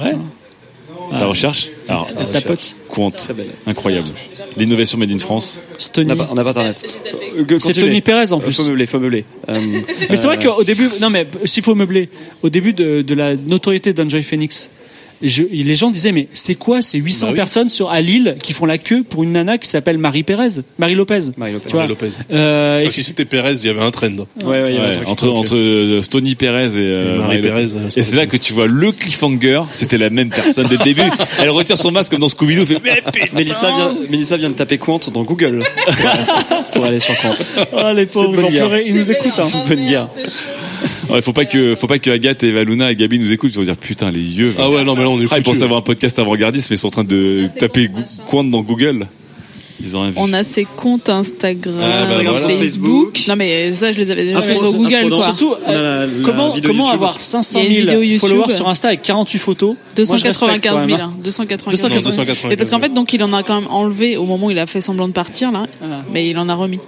Ouais. La recherche. Alors, La tapote. Quant, incroyable. L'innovation made in France. Stony. On n'a pas- on n'a pas internet. Euh, C'est Tony Pérez en plus. Faut meubler, faut meubler. Euh, Mais c'est euh, vrai qu'au début, non mais s'il faut meubler, au début de, de la notoriété d'Enjoy Phoenix, je- les gens disaient mais c'est quoi ces 800 Bah oui. personnes sur à Lille qui font la queue pour une nana qui s'appelle Marie Pérez, Marie Lopez. Marie Lopez. Tu vois. Marie Lopez. Euh, et- Attends, Si c'était Pérez, il y avait un trend. ouais, ouais, il y avait un Ouais, truc. entre entre euh, Stony Perez et, euh, Et Marie Marie Lopez. Perez, euh, Et c'est là que tu vois le cliffhanger. C'était la même personne dès le début. Elle retire son masque comme dans Scooby Doo. Fait mais putain. Mélissa vient, Mélissa vient de taper Quant dans Google pour aller sur Quant. Ah, C'est les pauvres, ils vont Bonnegarde. pleurer, ils nous écoutent. hein. C'est une bonne guerre. Ouais, faut pas que faut pas que Agathe et Valuna et Gabi nous écoutent. Ils vont dire putain les yeux. Ah ouais, non, mais là, on est Ah, ils foutus. pensent avoir un podcast avant-gardiste, mais ils sont en train de taper Gou- Quant dans Google. Ils ont rien vu. On a ses comptes Instagram, Ah, bah, voilà. Facebook. Non, mais ça, je les avais déjà fait sur Google, quoi. Surtout, On a la- euh, la comment, vidéo comment YouTube. avoir 500 Il y a une 000 vidéo followers YouTube. sur Insta avec 48 photos Moi, je respecte 295 quand 000. même, hein. hein. 295 Non, 000. 295 Mais parce qu'en fait, donc, il en a quand même enlevé au moment où il a fait semblant de partir, là. Ah. Voilà. Mais il en a remis.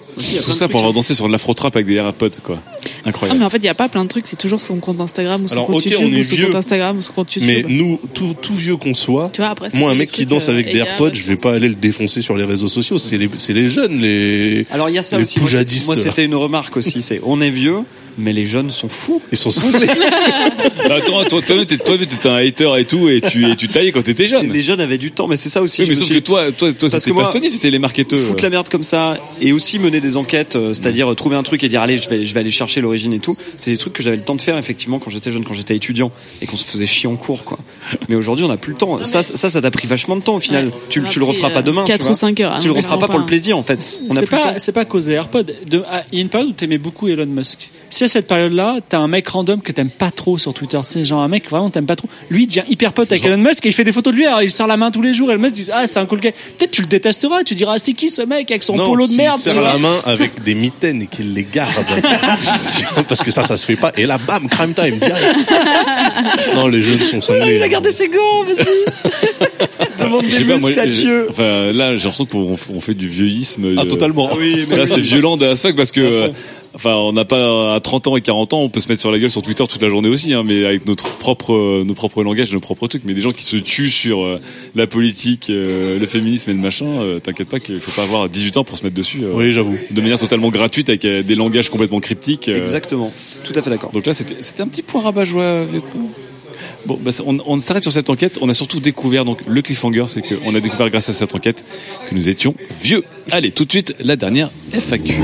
Tout ça pour avoir dansé sur de l'afro-trap avec des rapotes, quoi. Ah, mais Incroyable. en fait, il n'y a pas plein de trucs. C'est toujours son compte Instagram ou son Alors, compte ok, on YouTube est ou son vieux. compte Instagram ou son compte Mais YouTube. hein. nous, tout, tout vieux qu'on soit, Tu vois, après, c'est moi, un des mec qui trucs, danse euh, avec des égards, AirPods, je vais je pas aller le défoncer sur les réseaux sociaux. C'est les, c'est les jeunes, les. Alors il y a ça Les aussi. Moi, c'est- poujadistes. Moi c'était une remarque aussi, c'est on est vieux, mais les jeunes sont fous. Ils sont cinglés. Bah, Attends, toi, toi, t'es- toi, t'étais un hater et tout, et tu, et tu taillais quand t'étais jeune. Les jeunes avaient du temps, mais c'est ça aussi. Oui, je mais me sauf suis- que toi, euh, toi, toi, Parce c'était que pas moi, Stony, c'était les marketeurs. foutre la merde comme ça et aussi mener des enquêtes, euh, c'est-à-dire euh, trouver un truc et dire allez, je vais, je vais aller chercher l'origine et tout. C'est des trucs que j'avais le temps de faire effectivement quand j'étais jeune, quand j'étais étudiant et qu'on se faisait chier en cours quoi. Mais aujourd'hui on n'a plus le temps. Ça, ça, ça t'a pris vachement de temps au final. Ouais. Tu, On a tu le pris, referas euh, pas demain. quatre tu vois. ou cinq heures. Ah Tu non, le referas clairement pas pour pas. le plaisir en fait. On a C'est plus le temps. pas, c'est pas à cause des AirPods. De- ah, il y a une période où t'aimais beaucoup Elon Musk. Si à cette période-là, t'as un mec random que t'aimes pas trop sur Twitter, tu sais, genre un mec vraiment t'aimes pas trop, lui il devient hyper pote avec Elon Musk et il fait des photos de lui, alors il serre la main tous les jours, et Elon Musk dit ah c'est un cool gars. Peut-être tu le détesteras, tu diras Ah, c'est qui ce mec avec son Non, polo de s'ils merde. tu serrent vois. la main avec des mitaines et qu'ils les gardent. Tu vois, parce que ça, ça se fait pas. Et là, bam, crime time, direct. Non, les jeunes sont Ah, cinglés. Il a gardé ses gants, vas-y. Demande Je des sais pas, moi, muscles à j'ai- Dieu. enfin, là, j'ai l'impression qu'on on fait du vieillisme. Ah, de- totalement. Là, c'est violent de as fuck parce que, euh, enfin, on n'a pas à 30 ans et 40 ans, on peut se mettre sur la gueule sur Twitter toute la journée aussi, hein, mais avec notre propre, euh, nos propres langages, et nos propres trucs. Mais des gens qui se tuent sur euh, la politique, euh, le féminisme et le machin, euh, t'inquiète pas qu'il faut pas avoir 18 ans pour se mettre dessus. euh, Oui, j'avoue. De manière totalement gratuite avec euh, des langages complètement cryptiques. euh, Exactement. Tout à fait d'accord. donc là, c'était c'était un petit point rabat-joie. avec nous. Bon, bah, ça- on, on s'arrête sur cette enquête. On a surtout découvert, donc le cliffhanger, c'est qu'on a découvert grâce à cette enquête que nous étions vieux. Allez, tout de suite, la dernière FAQ.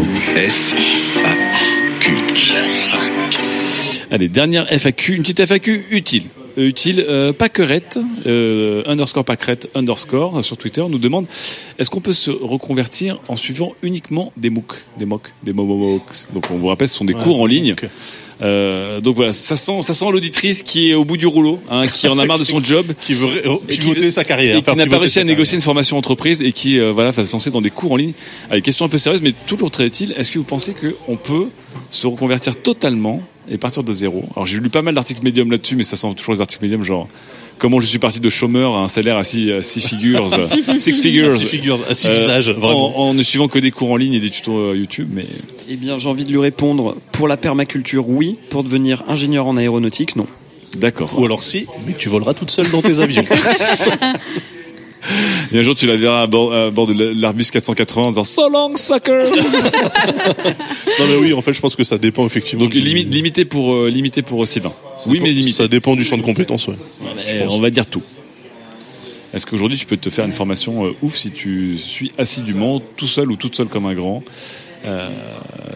Allez, dernière FAQ, une petite FAQ utile. Euh, Utile, euh, Paquerette, euh, underscore Paquerette, underscore, hein, sur Twitter, nous demande est-ce qu'on peut se reconvertir en suivant uniquement des MOOC Des MOOC, des MOOCs. Donc on vous rappelle, ce sont des cours en ligne. Euh, donc voilà, ça sent, ça sent l'auditrice qui est au bout du rouleau, hein, qui en a marre de son job. Qui veut ré- Et qui pivoter veut- Oh, sa carrière. Et Enfin, qui n'a pas pivoter réussi sa à négocier carrière. une formation entreprise et qui euh, voilà, va se lancer dans des cours en ligne. Allez, question un peu sérieuse, mais toujours très utile. Est-ce que vous pensez qu'on peut se reconvertir totalement et partir de zéro Alors j'ai lu pas mal d'articles médiums là-dessus, mais ça sent toujours les articles médiums genre comment je suis parti de chômeur à un salaire à six, à six figures, euh, six figures, À six figures, à six euh, visages, vraiment. en, en ne suivant que des cours en ligne et des tutos euh, YouTube. Mais Eh bien, j'ai envie de lui répondre pour la permaculture, oui. Pour devenir ingénieur en aéronautique, non. d'accord. Ou alors si, mais tu voleras toute seule dans tes avions. Et un jour, tu la verras à bord, à bord de l'Arbus 480 en disant So long, suckers Non, mais oui, en fait, je pense que ça dépend effectivement. Donc, du- limite, limité pour, euh, limité pour euh, Sylvain. Oui, mais limité. Ça dépend du champ de compétences, ouais. Euh, on va dire tout. Est-ce qu'aujourd'hui tu peux te faire une formation euh, ouf si tu suis assidûment tout seul ou toute seule comme un grand euh,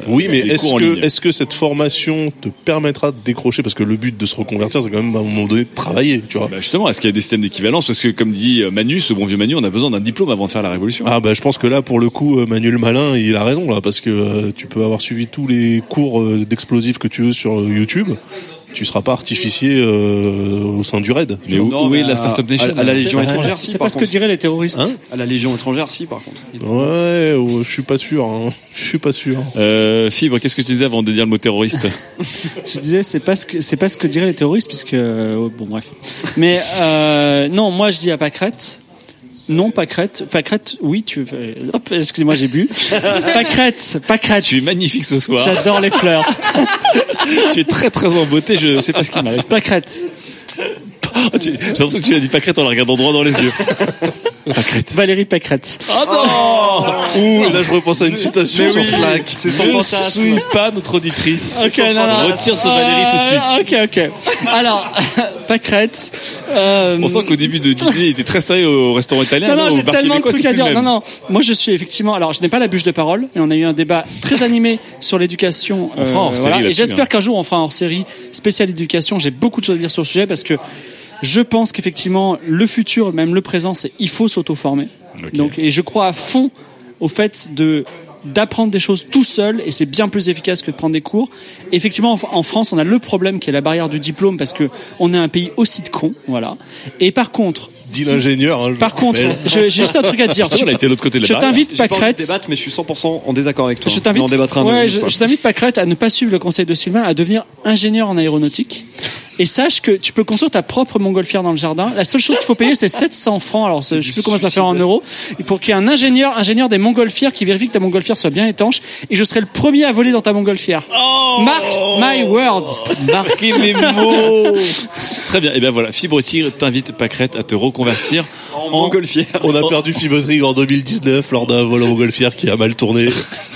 Oui, mais des est-ce cours en que, ligne. est-ce que cette formation te permettra de décrocher Parce que le but de se reconvertir, c'est quand même à un moment donné de travailler, tu vois. Bah, justement, est-ce qu'il y a des systèmes d'équivalence Parce que comme dit euh, Manu, ce bon vieux Manu, on a besoin d'un diplôme avant de faire la révolution. Ah bah je pense que là pour le coup euh, Manuel Malin il a raison là parce que euh, tu peux avoir suivi tous les cours euh, d'explosifs que tu veux sur euh, YouTube, tu seras pas artificier euh, au sein du raid. mais où, Non, où mais est la startup nation Ah, à, à la Légion Ouais. étrangère, si, hein. C'est par pas ce que contre. diraient les terroristes. Hein À la Légion étrangère, si, par contre. Il- Ouais, ouais, je suis pas sûr, hein. je suis pas sûr. Euh, Fibre, qu'est-ce que tu disais avant de dire le mot terroriste Je disais, c'est pas ce que c'est pas ce que diraient les terroristes, puisque euh, bon bref. Mais euh, non, moi je dis à Pâquerette. Non, Pâquerette. Pâquerette, oui, tu. euh, Hop, excusez-moi, j'ai bu. Pâquerette, Pâquerette. Tu es magnifique ce soir. J'adore les fleurs. tu es très très en beauté. Je sais pas ce qui m'arrive. Pâquerette. Tu- J'ai l'impression que tu l'as dit pâquerette en la regardant droit dans les yeux. Valérie Pâquerette. Ah, Ouh, et là je repense à une citation sur Slack. C'est son fantasme. Je suis pas notre auditrice. Ok, non, non. Retire ce Valérie tout de suite. de suite. Ok, ok. Alors, Pâquerette. Euh, On sent qu'au début de Didier, il était très sérieux au restaurant italien. Non, non, au j'ai bar tellement de québécois, trucs c'est à plus dire. le Non, même. non, moi je suis effectivement. Alors, je n'ai pas la bûche de parole et on a eu un débat très animé sur l'éducation. euh, On fera un hors-série Et là-dessus, hein. j'espère qu'un jour on fera un hors série spécial éducation. J'ai beaucoup de choses à dire sur ce sujet parce que je pense qu'effectivement, le futur, même le présent, c'est il faut s'auto-former. Ok. Donc, et je crois à fond au fait de d'apprendre des choses tout seul et c'est bien plus efficace que de prendre des cours. Effectivement, en- en France, on a le problème qui est la barrière du diplôme parce que on est un pays aussi de cons, voilà. Et par contre, Dit si- l'ingénieur. hein, je par vous contre, rappelle. je- j'ai juste un truc à te dire. Ah, on a été de l'autre côté de la Je barrière. t'invite, J'ai pas envie de Pâquerette. débattre, mais je suis 100% en désaccord avec toi. Je hein. t'invite, Mais on débattra un ouais, autre je, fois. je t'invite, Pâquerette, à ne pas suivre le conseil de Sylvain, à devenir ingénieur en aéronautique. Et sache que tu peux construire ta propre montgolfière dans le jardin. La seule chose qu'il faut payer, c'est 700 francs. Alors, je sais plus comment ça fait en euros. Et pour qu'il y ait un ingénieur, ingénieur des montgolfières qui vérifie que ta montgolfière soit bien étanche. Et je serai le premier à voler dans ta montgolfière. Oh. Mark my words. Oh. Marquez mes mots. Très bien. Et bien voilà, Fibre Tigre t'invite Pâquerette à te reconvertir en, montgolfière. On a perdu Fibotrigue en 2019 lors d'un vol en montgolfière qui a mal tourné.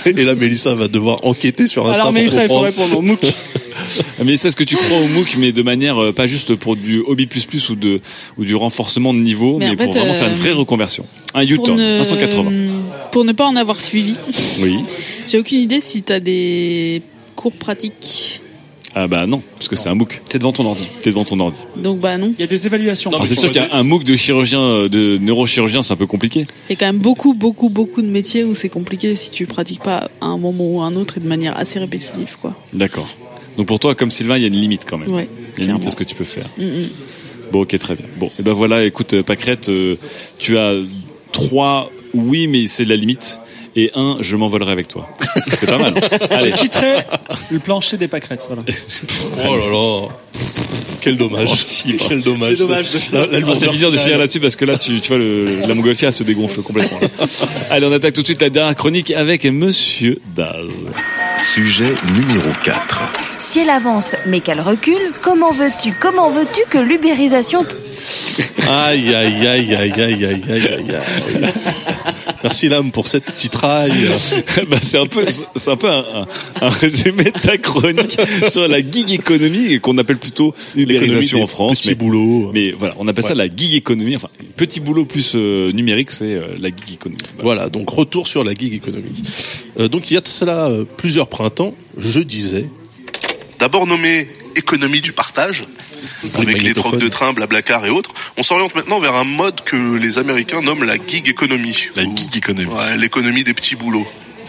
Et là, Mélissa va devoir enquêter sur Insta Alors, mais pour ça, il faut comprendre. répondre. Mouk. Mais c'est ce que tu crois au MOOC, mais de manière euh, pas juste pour du hobby plus plus ou de ou du renforcement de niveau, mais, Mais en pour fait, vraiment euh, faire une vraie reconversion. Un U-turn, ne- 180. pour ne pas en avoir suivi, Oui. j'ai aucune idée si t'as des cours pratiques. Ah bah non, parce que c'est un MOOC. T'es devant ton ordi. T'es devant ton ordi. Donc bah non. Il y a des évaluations. Non, Alors, mais c'est sûr sur le qu'il y a un MOOC de chirurgien, euh, de neurochirurgien, c'est un peu compliqué. Il y a quand même beaucoup, beaucoup, beaucoup de métiers où c'est compliqué si tu pratiques pas à un moment ou à un autre et de manière assez répétitive, quoi. D'accord. Donc pour toi, comme Sylvain, il y a une limite quand même. Ouais. Il y a une limite à ce que tu peux faire. Bon, ok, très bien. Bon, et ben voilà, écoute, euh, Pâquerette, euh, tu as trois oui, mais c'est de la limite. Et un, je m'envolerai avec toi. C'est pas mal. Allez. Je quitterai le plancher des Pâquerettes. Voilà. Oh là là. Quel dommage. Quel dommage. C'est dommage de finir. Là, là, le Ah, c'est Montgolfière- bien de finir là-dessus parce que là, tu, tu vois, le, la montgolfière se dégonfle complètement. là. Allez, on attaque tout de suite la dernière chronique avec Monsieur Daz. Sujet numéro 4. Si elle avance mais qu'elle recule, comment veux-tu, comment veux-tu que l'ubérisation... t- Aïe, aïe, aïe, aïe, aïe, aïe, aïe, aïe, aïe. Merci Lame pour cette titraille. bah, c'est un peu, c'est un peu un, un- un résumé de ta chronique sur la gig économie qu'on appelle plutôt L'économie l'ubérisation des en France. petits Mais, boulots. hein. mais voilà, on appelle ça la gig économie. Enfin, petit boulot plus euh, numérique, c'est euh, la gig économie. Voilà. Voilà, donc retour sur la gig économie. Euh, donc il y a de cela euh, plusieurs printemps, je disais, D'abord nommé économie du partage, avec les magnétophones. trocs de train, blablacar et autres, on s'oriente maintenant vers un mode que les Américains nomment la gig économie. La gig économie. Ouais, l'économie des petits boulots.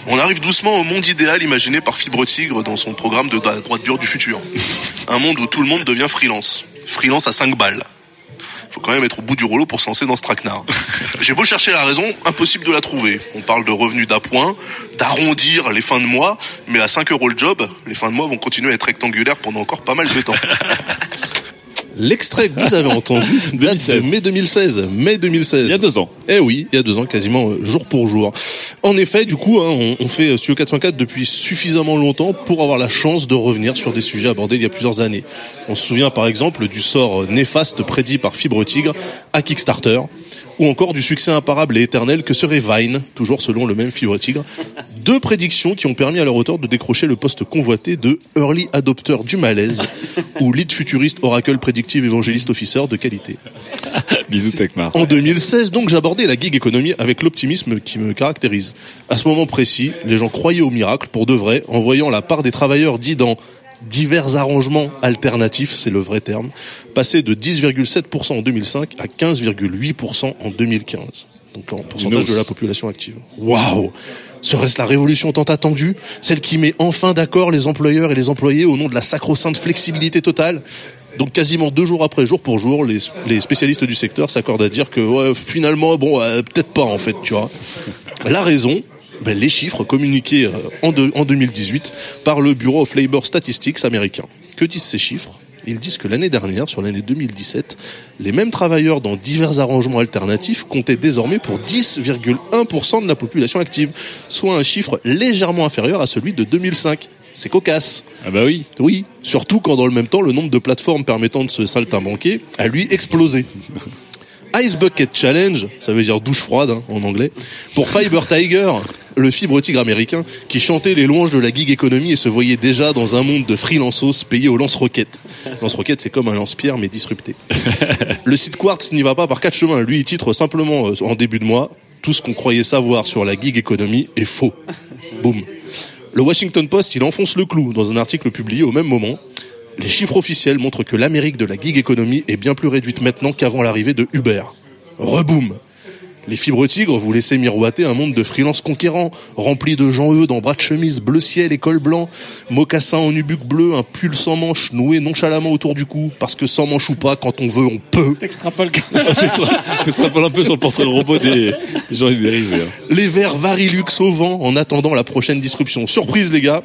On arrive doucement au monde idéal imaginé par Fibre Tigre dans son programme de la droite dure du futur. Un monde où tout le monde devient freelance. Freelance à 5 balles. Faut quand même être au bout du rouleau pour se lancer dans ce traquenard. J'ai beau chercher la raison, impossible de la trouver. On parle de revenus d'appoint, d'arrondir les fins de mois, mais à 5 euros le job, les fins de mois vont continuer à être rectangulaires pendant encore pas mal de temps. L'extrait que vous avez entendu date de mai 2016. Mai 2016. Il y a deux ans. Eh oui, il y a deux ans, quasiment euh, jour pour jour. En effet, du coup, hein, on, on fait euh, Studio 404 depuis suffisamment longtemps pour avoir la chance de revenir sur des sujets abordés il y a plusieurs années. On se souvient par exemple du sort euh, néfaste prédit par Fibre Tigre à Kickstarter. ou encore du succès imparable et éternel que serait Vine, toujours selon le même Fibre Tigre. Deux prédictions qui ont permis à leur auteur de décrocher le poste convoité de Early Adopter du malaise ou Lead Futuriste Oracle Predictive Evangelist Officer de qualité. Bah, Bisous, Tecmar. En 2016, donc, j'abordais la gig économie avec l'optimisme qui me caractérise. À ce moment précis, les gens croyaient au miracle pour de vrai en voyant la part des travailleurs dits dans divers arrangements alternatifs, c'est le vrai terme, passer de 10,7% en 2005 à 15,8% en 2015. Donc en pourcentage hausse. de la population active. Waouh Serait-ce la révolution tant attendue Celle qui met enfin d'accord les employeurs et les employés au nom de la sacro-sainte flexibilité totale donc quasiment deux jours après, jour pour jour, les, les spécialistes du secteur s'accordent à dire que ouais, finalement, bon, euh, peut-être pas en fait, tu vois. La raison ben, les chiffres communiqués euh, en, deux- en 2018 par le Bureau of Labor Statistics américain. Que disent ces chiffres Ils disent que l'année dernière, sur l'année 2017, les mêmes travailleurs dans divers arrangements alternatifs comptaient désormais pour 10,1% de la population active, soit un chiffre légèrement inférieur à celui de 2005. C'est cocasse. Ah bah oui. Oui, surtout quand dans le même temps, le nombre de plateformes permettant de se saltimbanquer a lui explosé. Ice Bucket Challenge, ça veut dire douche froide hein, en anglais, pour Fiber Tiger, le fibre tigre américain, qui chantait les louanges de la gig économie et se voyait déjà dans un monde de freelanceos payés au lance-roquettes. Lance-roquettes, c'est comme un lance-pierre mais disrupté. Le site Quartz n'y va pas par quatre chemins. Lui, il titre simplement euh, en début de mois Tout ce qu'on croyait savoir sur la gig économie est faux. Boum. Le Washington Post, il enfonce le clou dans un article publié au même moment. Les chiffres officiels montrent que l'Amérique de la gig économie est bien plus réduite maintenant qu'avant l'arrivée de Uber. Reboum les fibres tigres vous laissez miroiter un monde de freelance conquérant, rempli de gens eux dans bras de chemise bleu ciel et col blanc, mocassins en nubuck bleu, un pull sans manches noué nonchalamment autour du cou, parce que sans manches ou pas, quand on veut, on peut. T'extrapoles quand même. Ça se rappelle un peu sur le portrait robot des, des gens ubérisés. hein. Les verres Varilux au vent en attendant la prochaine disruption. Surprise les gars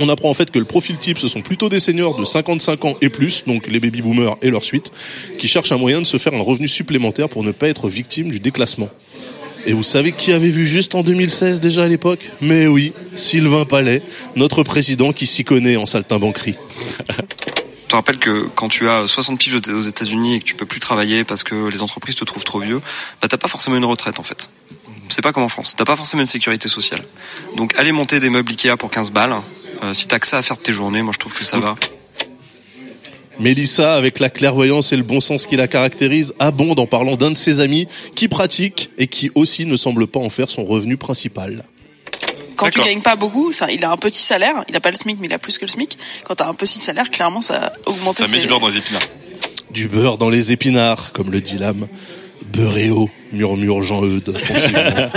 on apprend en fait que le profil type, ce sont plutôt des seniors de 55 ans et plus, donc les baby boomers et leur suite, qui cherchent un moyen de se faire un revenu supplémentaire pour ne pas être victime du déclassement. Et vous savez qui avait vu juste en 2016 déjà à l'époque Mais oui, Sylvain Palais, notre président qui s'y connaît en saltimbanquerie. te rappelle que quand tu as 60 piges aux États-Unis et que tu peux plus travailler parce que les entreprises te trouvent trop vieux, bah t'as pas forcément une retraite en fait. C'est pas comme en France. T'as pas forcément une sécurité sociale. Donc aller monter des meubles Ikea pour 15 balles, euh, si t'as que ça à faire de tes journées, moi je trouve que ça va. Mélissa, avec la clairvoyance et le bon sens qui la caractérise, abonde en parlant d'un de ses amis qui pratique et qui aussi ne semble pas en faire son revenu principal. Quand tu D'accord. gagnes pas beaucoup, ça, il a un petit salaire, il a pas le SMIC, mais il a plus que le SMIC. Quand t'as un petit salaire, clairement, ça augmente Ça met du beurre dans les épinards. Du beurre dans les épinards, comme le dit l'âme. Beurréo, murmure Jean-Eudes, pensivement,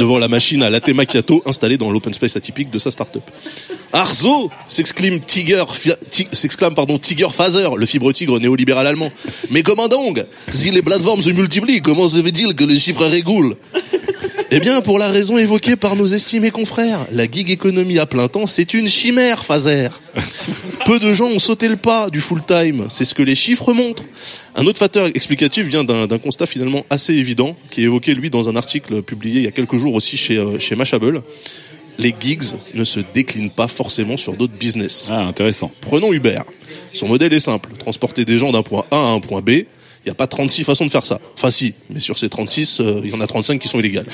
devant la machine à latte macchiato installée dans l'open space atypique de sa start-up. Arzo s'exclame Tiger, Fi- Ti- s'exclame pardon Tiger Faser, le fibre tigre néolibéral allemand. Mais comment donc Si les plateformes se multiplient, comment se fait-il que les chiffres régulent Eh bien, pour la raison évoquée par nos estimés confrères, la gig économie à plein temps, c'est une chimère, Faser. Peu de gens ont sauté le pas du full time. C'est ce que les chiffres montrent. Un autre facteur explicatif vient d'un d'un constat finalement assez évident, qui est évoqué lui dans un article publié il y a quelques jours aussi chez, euh, chez Mashable. Les gigs ne se déclinent pas forcément sur d'autres business. Ah, intéressant. Prenons Uber. Son modèle est simple, transporter des gens d'un point A à un point B. Il n'y a pas 36 façons de faire ça. Enfin si, mais sur ces 36, euh, il y en a 35 qui sont illégales.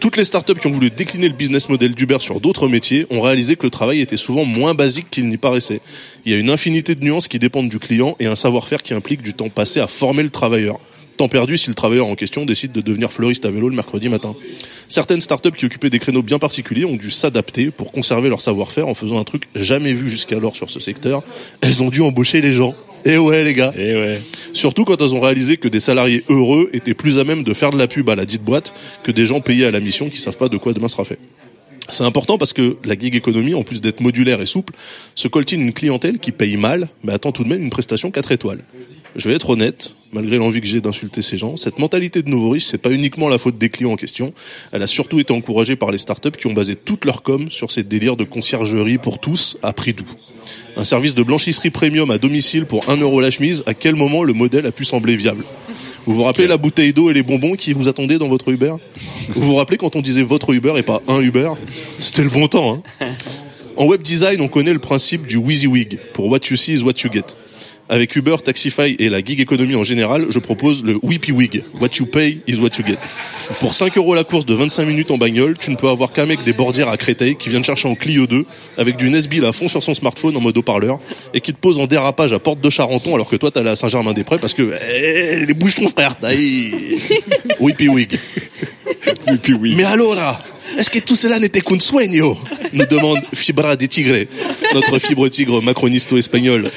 Toutes les startups qui ont voulu décliner le business model d'Uber sur d'autres métiers ont réalisé que le travail était souvent moins basique qu'il n'y paraissait. Il y a une infinité de nuances qui dépendent du client et un savoir-faire qui implique du temps passé à former le travailleur. Temps perdu si le travailleur en question décide de devenir fleuriste à vélo le mercredi matin. Certaines startups qui occupaient des créneaux bien particuliers ont dû s'adapter pour conserver leur savoir-faire en faisant un truc jamais vu jusqu'alors sur ce secteur. Elles ont dû embaucher les gens. Eh ouais les gars Eh ouais. Surtout quand elles ont réalisé que des salariés heureux étaient plus à même de faire de la pub à la dite boîte que des gens payés à la mission qui savent pas de quoi demain sera fait. C'est important parce que la gig économie, en plus d'être modulaire et souple, se coltine une clientèle qui paye mal, mais attend tout de même une prestation 4 étoiles. Je vais être honnête, malgré l'envie que j'ai d'insulter ces gens, cette mentalité de nouveau riche, c'est pas uniquement la faute des clients en question. Elle a surtout été encouragée par les startups qui ont basé toute leur com sur ces délires de conciergerie pour tous à prix doux. Un service de blanchisserie premium à domicile pour 1 euro la chemise, à quel moment le modèle a pu sembler viable Vous vous rappelez la bouteille d'eau et les bonbons qui vous attendaient dans votre Uber Vous vous rappelez quand on disait votre Uber et pas un Uber C'était le bon temps, hein en web design, on connaît le principe du WYSIWYG, pour what you see is what you get. Avec Uber, Taxify et la gig économie en général, je propose le Whippy Wig. What you pay is what you get. Pour 5 euros la course de 25 minutes en bagnole, tu ne peux avoir qu'un mec des bordières à Créteil qui vient te chercher en Clio 2 avec du Nesbill à fond sur son smartphone en mode haut-parleur et qui te pose en dérapage à Porte de Charenton alors que toi t'allais à Saint-Germain-des-Prés parce que eh, les boucherons frère, taille. Whippy Wig. Puis oui. Mais alors, est-ce que tout cela n'était qu'un oh sueño Nous demande Fibra de Tigre, notre fibre tigre macronisto-espagnol.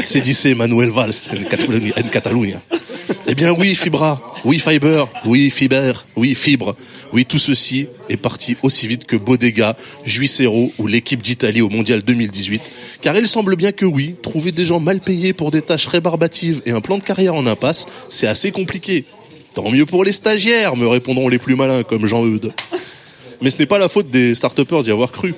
C'est d'ici Manuel Valls, en Catalunya- en Catalogne. Eh bien oui, Fibra, oui, Fiber, oui, Fiber, oui, Fibre. Oui, tout ceci est parti aussi vite que Bodega, Juicero ou l'équipe d'Italie au Mondial 2018. Car il semble bien que oui, trouver des gens mal payés pour des tâches rébarbatives et un plan de carrière en impasse, c'est assez compliqué. Tant mieux pour les stagiaires, me répondront les plus malins comme Jean-Eudes. Mais ce n'est pas la faute des start d'y avoir cru.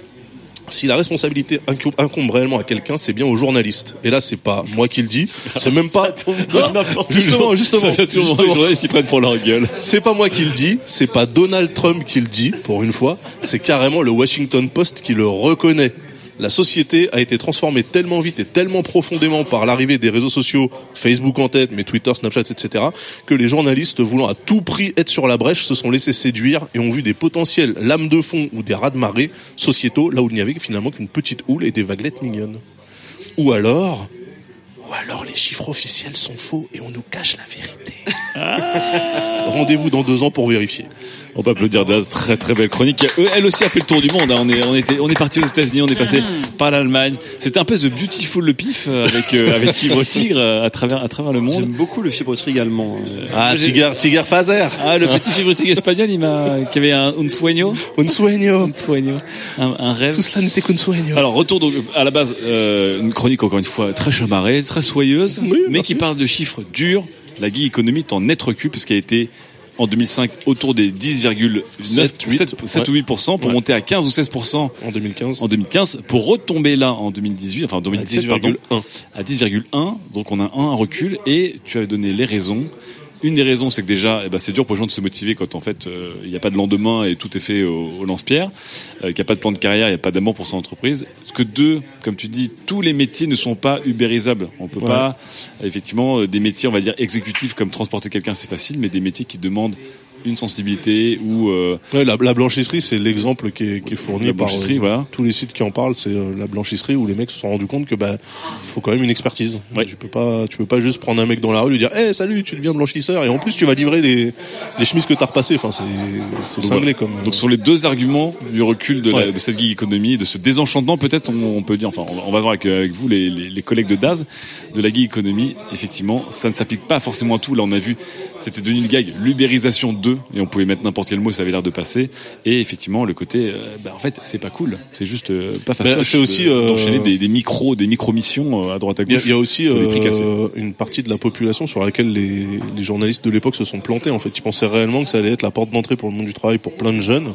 Si la responsabilité incom- incombe réellement à quelqu'un, c'est bien aux journalistes. Et là, c'est pas moi qui le dis, c'est même pas. Non, justement, Ça justement, fait toujours justement. les journalistes ils prennent pour leur gueule. C'est pas moi qui le dis, c'est pas Donald Trump qui le dit, pour une fois, c'est carrément le Washington Post qui le reconnaît. La société a été transformée tellement vite et tellement profondément par l'arrivée des réseaux sociaux, Facebook en tête, mais Twitter, Snapchat, etc., que les journalistes voulant à tout prix être sur la brèche se sont laissés séduire et ont vu des potentiels lames de fond ou des rats de marée sociétaux là où il n'y avait finalement qu'une petite houle et des vaguelettes mignonnes. Ou alors, ou alors les chiffres officiels sont faux et on nous cache la vérité. Rendez-vous dans deux ans pour vérifier. On peut applaudir Daz, très très belle chronique. qui, euh, Elle aussi a fait le tour du monde. hein. On est on était on est parti aux États-Unis, on est passé Mm. par l'Allemagne. C'était un peu The Beautiful le pif euh, avec euh, avec Fibre Tigre euh, à travers à travers le monde. J'aime beaucoup le fibre-trig allemand. euh. Ah, j'ai- Tiger, Tiger Fazer Ah le petit Fibre Tigre espagnol, il m'a qui avait un un sueño, Un sueño un sueño, un, un rêve. Tout cela n'était qu'un sueño. Alors retour donc à la base euh, une chronique encore une fois très chamarrée, très soyeuse, mais qui parle de chiffres durs. La guille économie est en net recul puisqu'elle était en 2005 autour des 10,9 Sept, huit. 7, 7 ou 8 pour Ouais. monter à 15 ou 16 en En 2015. 2015 pour retomber là en 2018 enfin en 2017 pardon, à 10,1 donc on a un, un recul et tu avais donné les raisons une des raisons, c'est que déjà, eh ben, c'est dur pour les gens de se motiver quand en fait euh, il n'y a pas de lendemain et tout est fait au, au lance-pierre, euh, qu'il n'y a pas de plan de carrière, il n'y a pas d'amour pour son entreprise. Parce que deux, comme tu dis, tous les métiers ne sont pas ubérisables. On peut pas, euh, effectivement, euh, des métiers, on va dire exécutifs comme transporter quelqu'un, c'est facile, mais des métiers qui demandent une sensibilité ou euh, Ouais, la, la blanchisserie, c'est l'exemple qui est, qui est fourni la par blanchisserie, euh, voilà. tous les sites qui en parlent. C'est euh, la blanchisserie où les mecs se sont rendus compte que bah faut quand même une expertise. Ouais. Tu peux pas, tu peux pas juste prendre un mec dans la rue lui dire, eh salut, tu deviens blanchisseur et en plus tu vas livrer les, les chemises que t'as repassées. Enfin, c'est c'est Donc cinglé voilà. comme. Donc sur les deux arguments du recul de, la- Ouais. de cette gig économie, de ce désenchantement peut-être, on, on peut dire, enfin on va, on va voir avec, avec vous les, les- les collègues de Daz, de la gig économie, effectivement, ça ne s'applique pas forcément à tout. Là on a vu, c'était devenu une gag, l'ubérisation 2, et on pouvait mettre n'importe quel mot, ça avait l'air de passer. Et effectivement, le côté, euh, bah, en fait, c'est pas cool, c'est juste euh, pas facile. c'est aussi, euh, d'enchaîner des, des micros, des micro-missions euh, à droite à Il y a- gauche. il y a aussi pour les euh, prix cassés. une partie de la population sur laquelle les, les journalistes de l'époque se sont plantés. En fait, ils pensaient réellement que ça allait être la porte d'entrée pour le monde du travail pour plein de jeunes.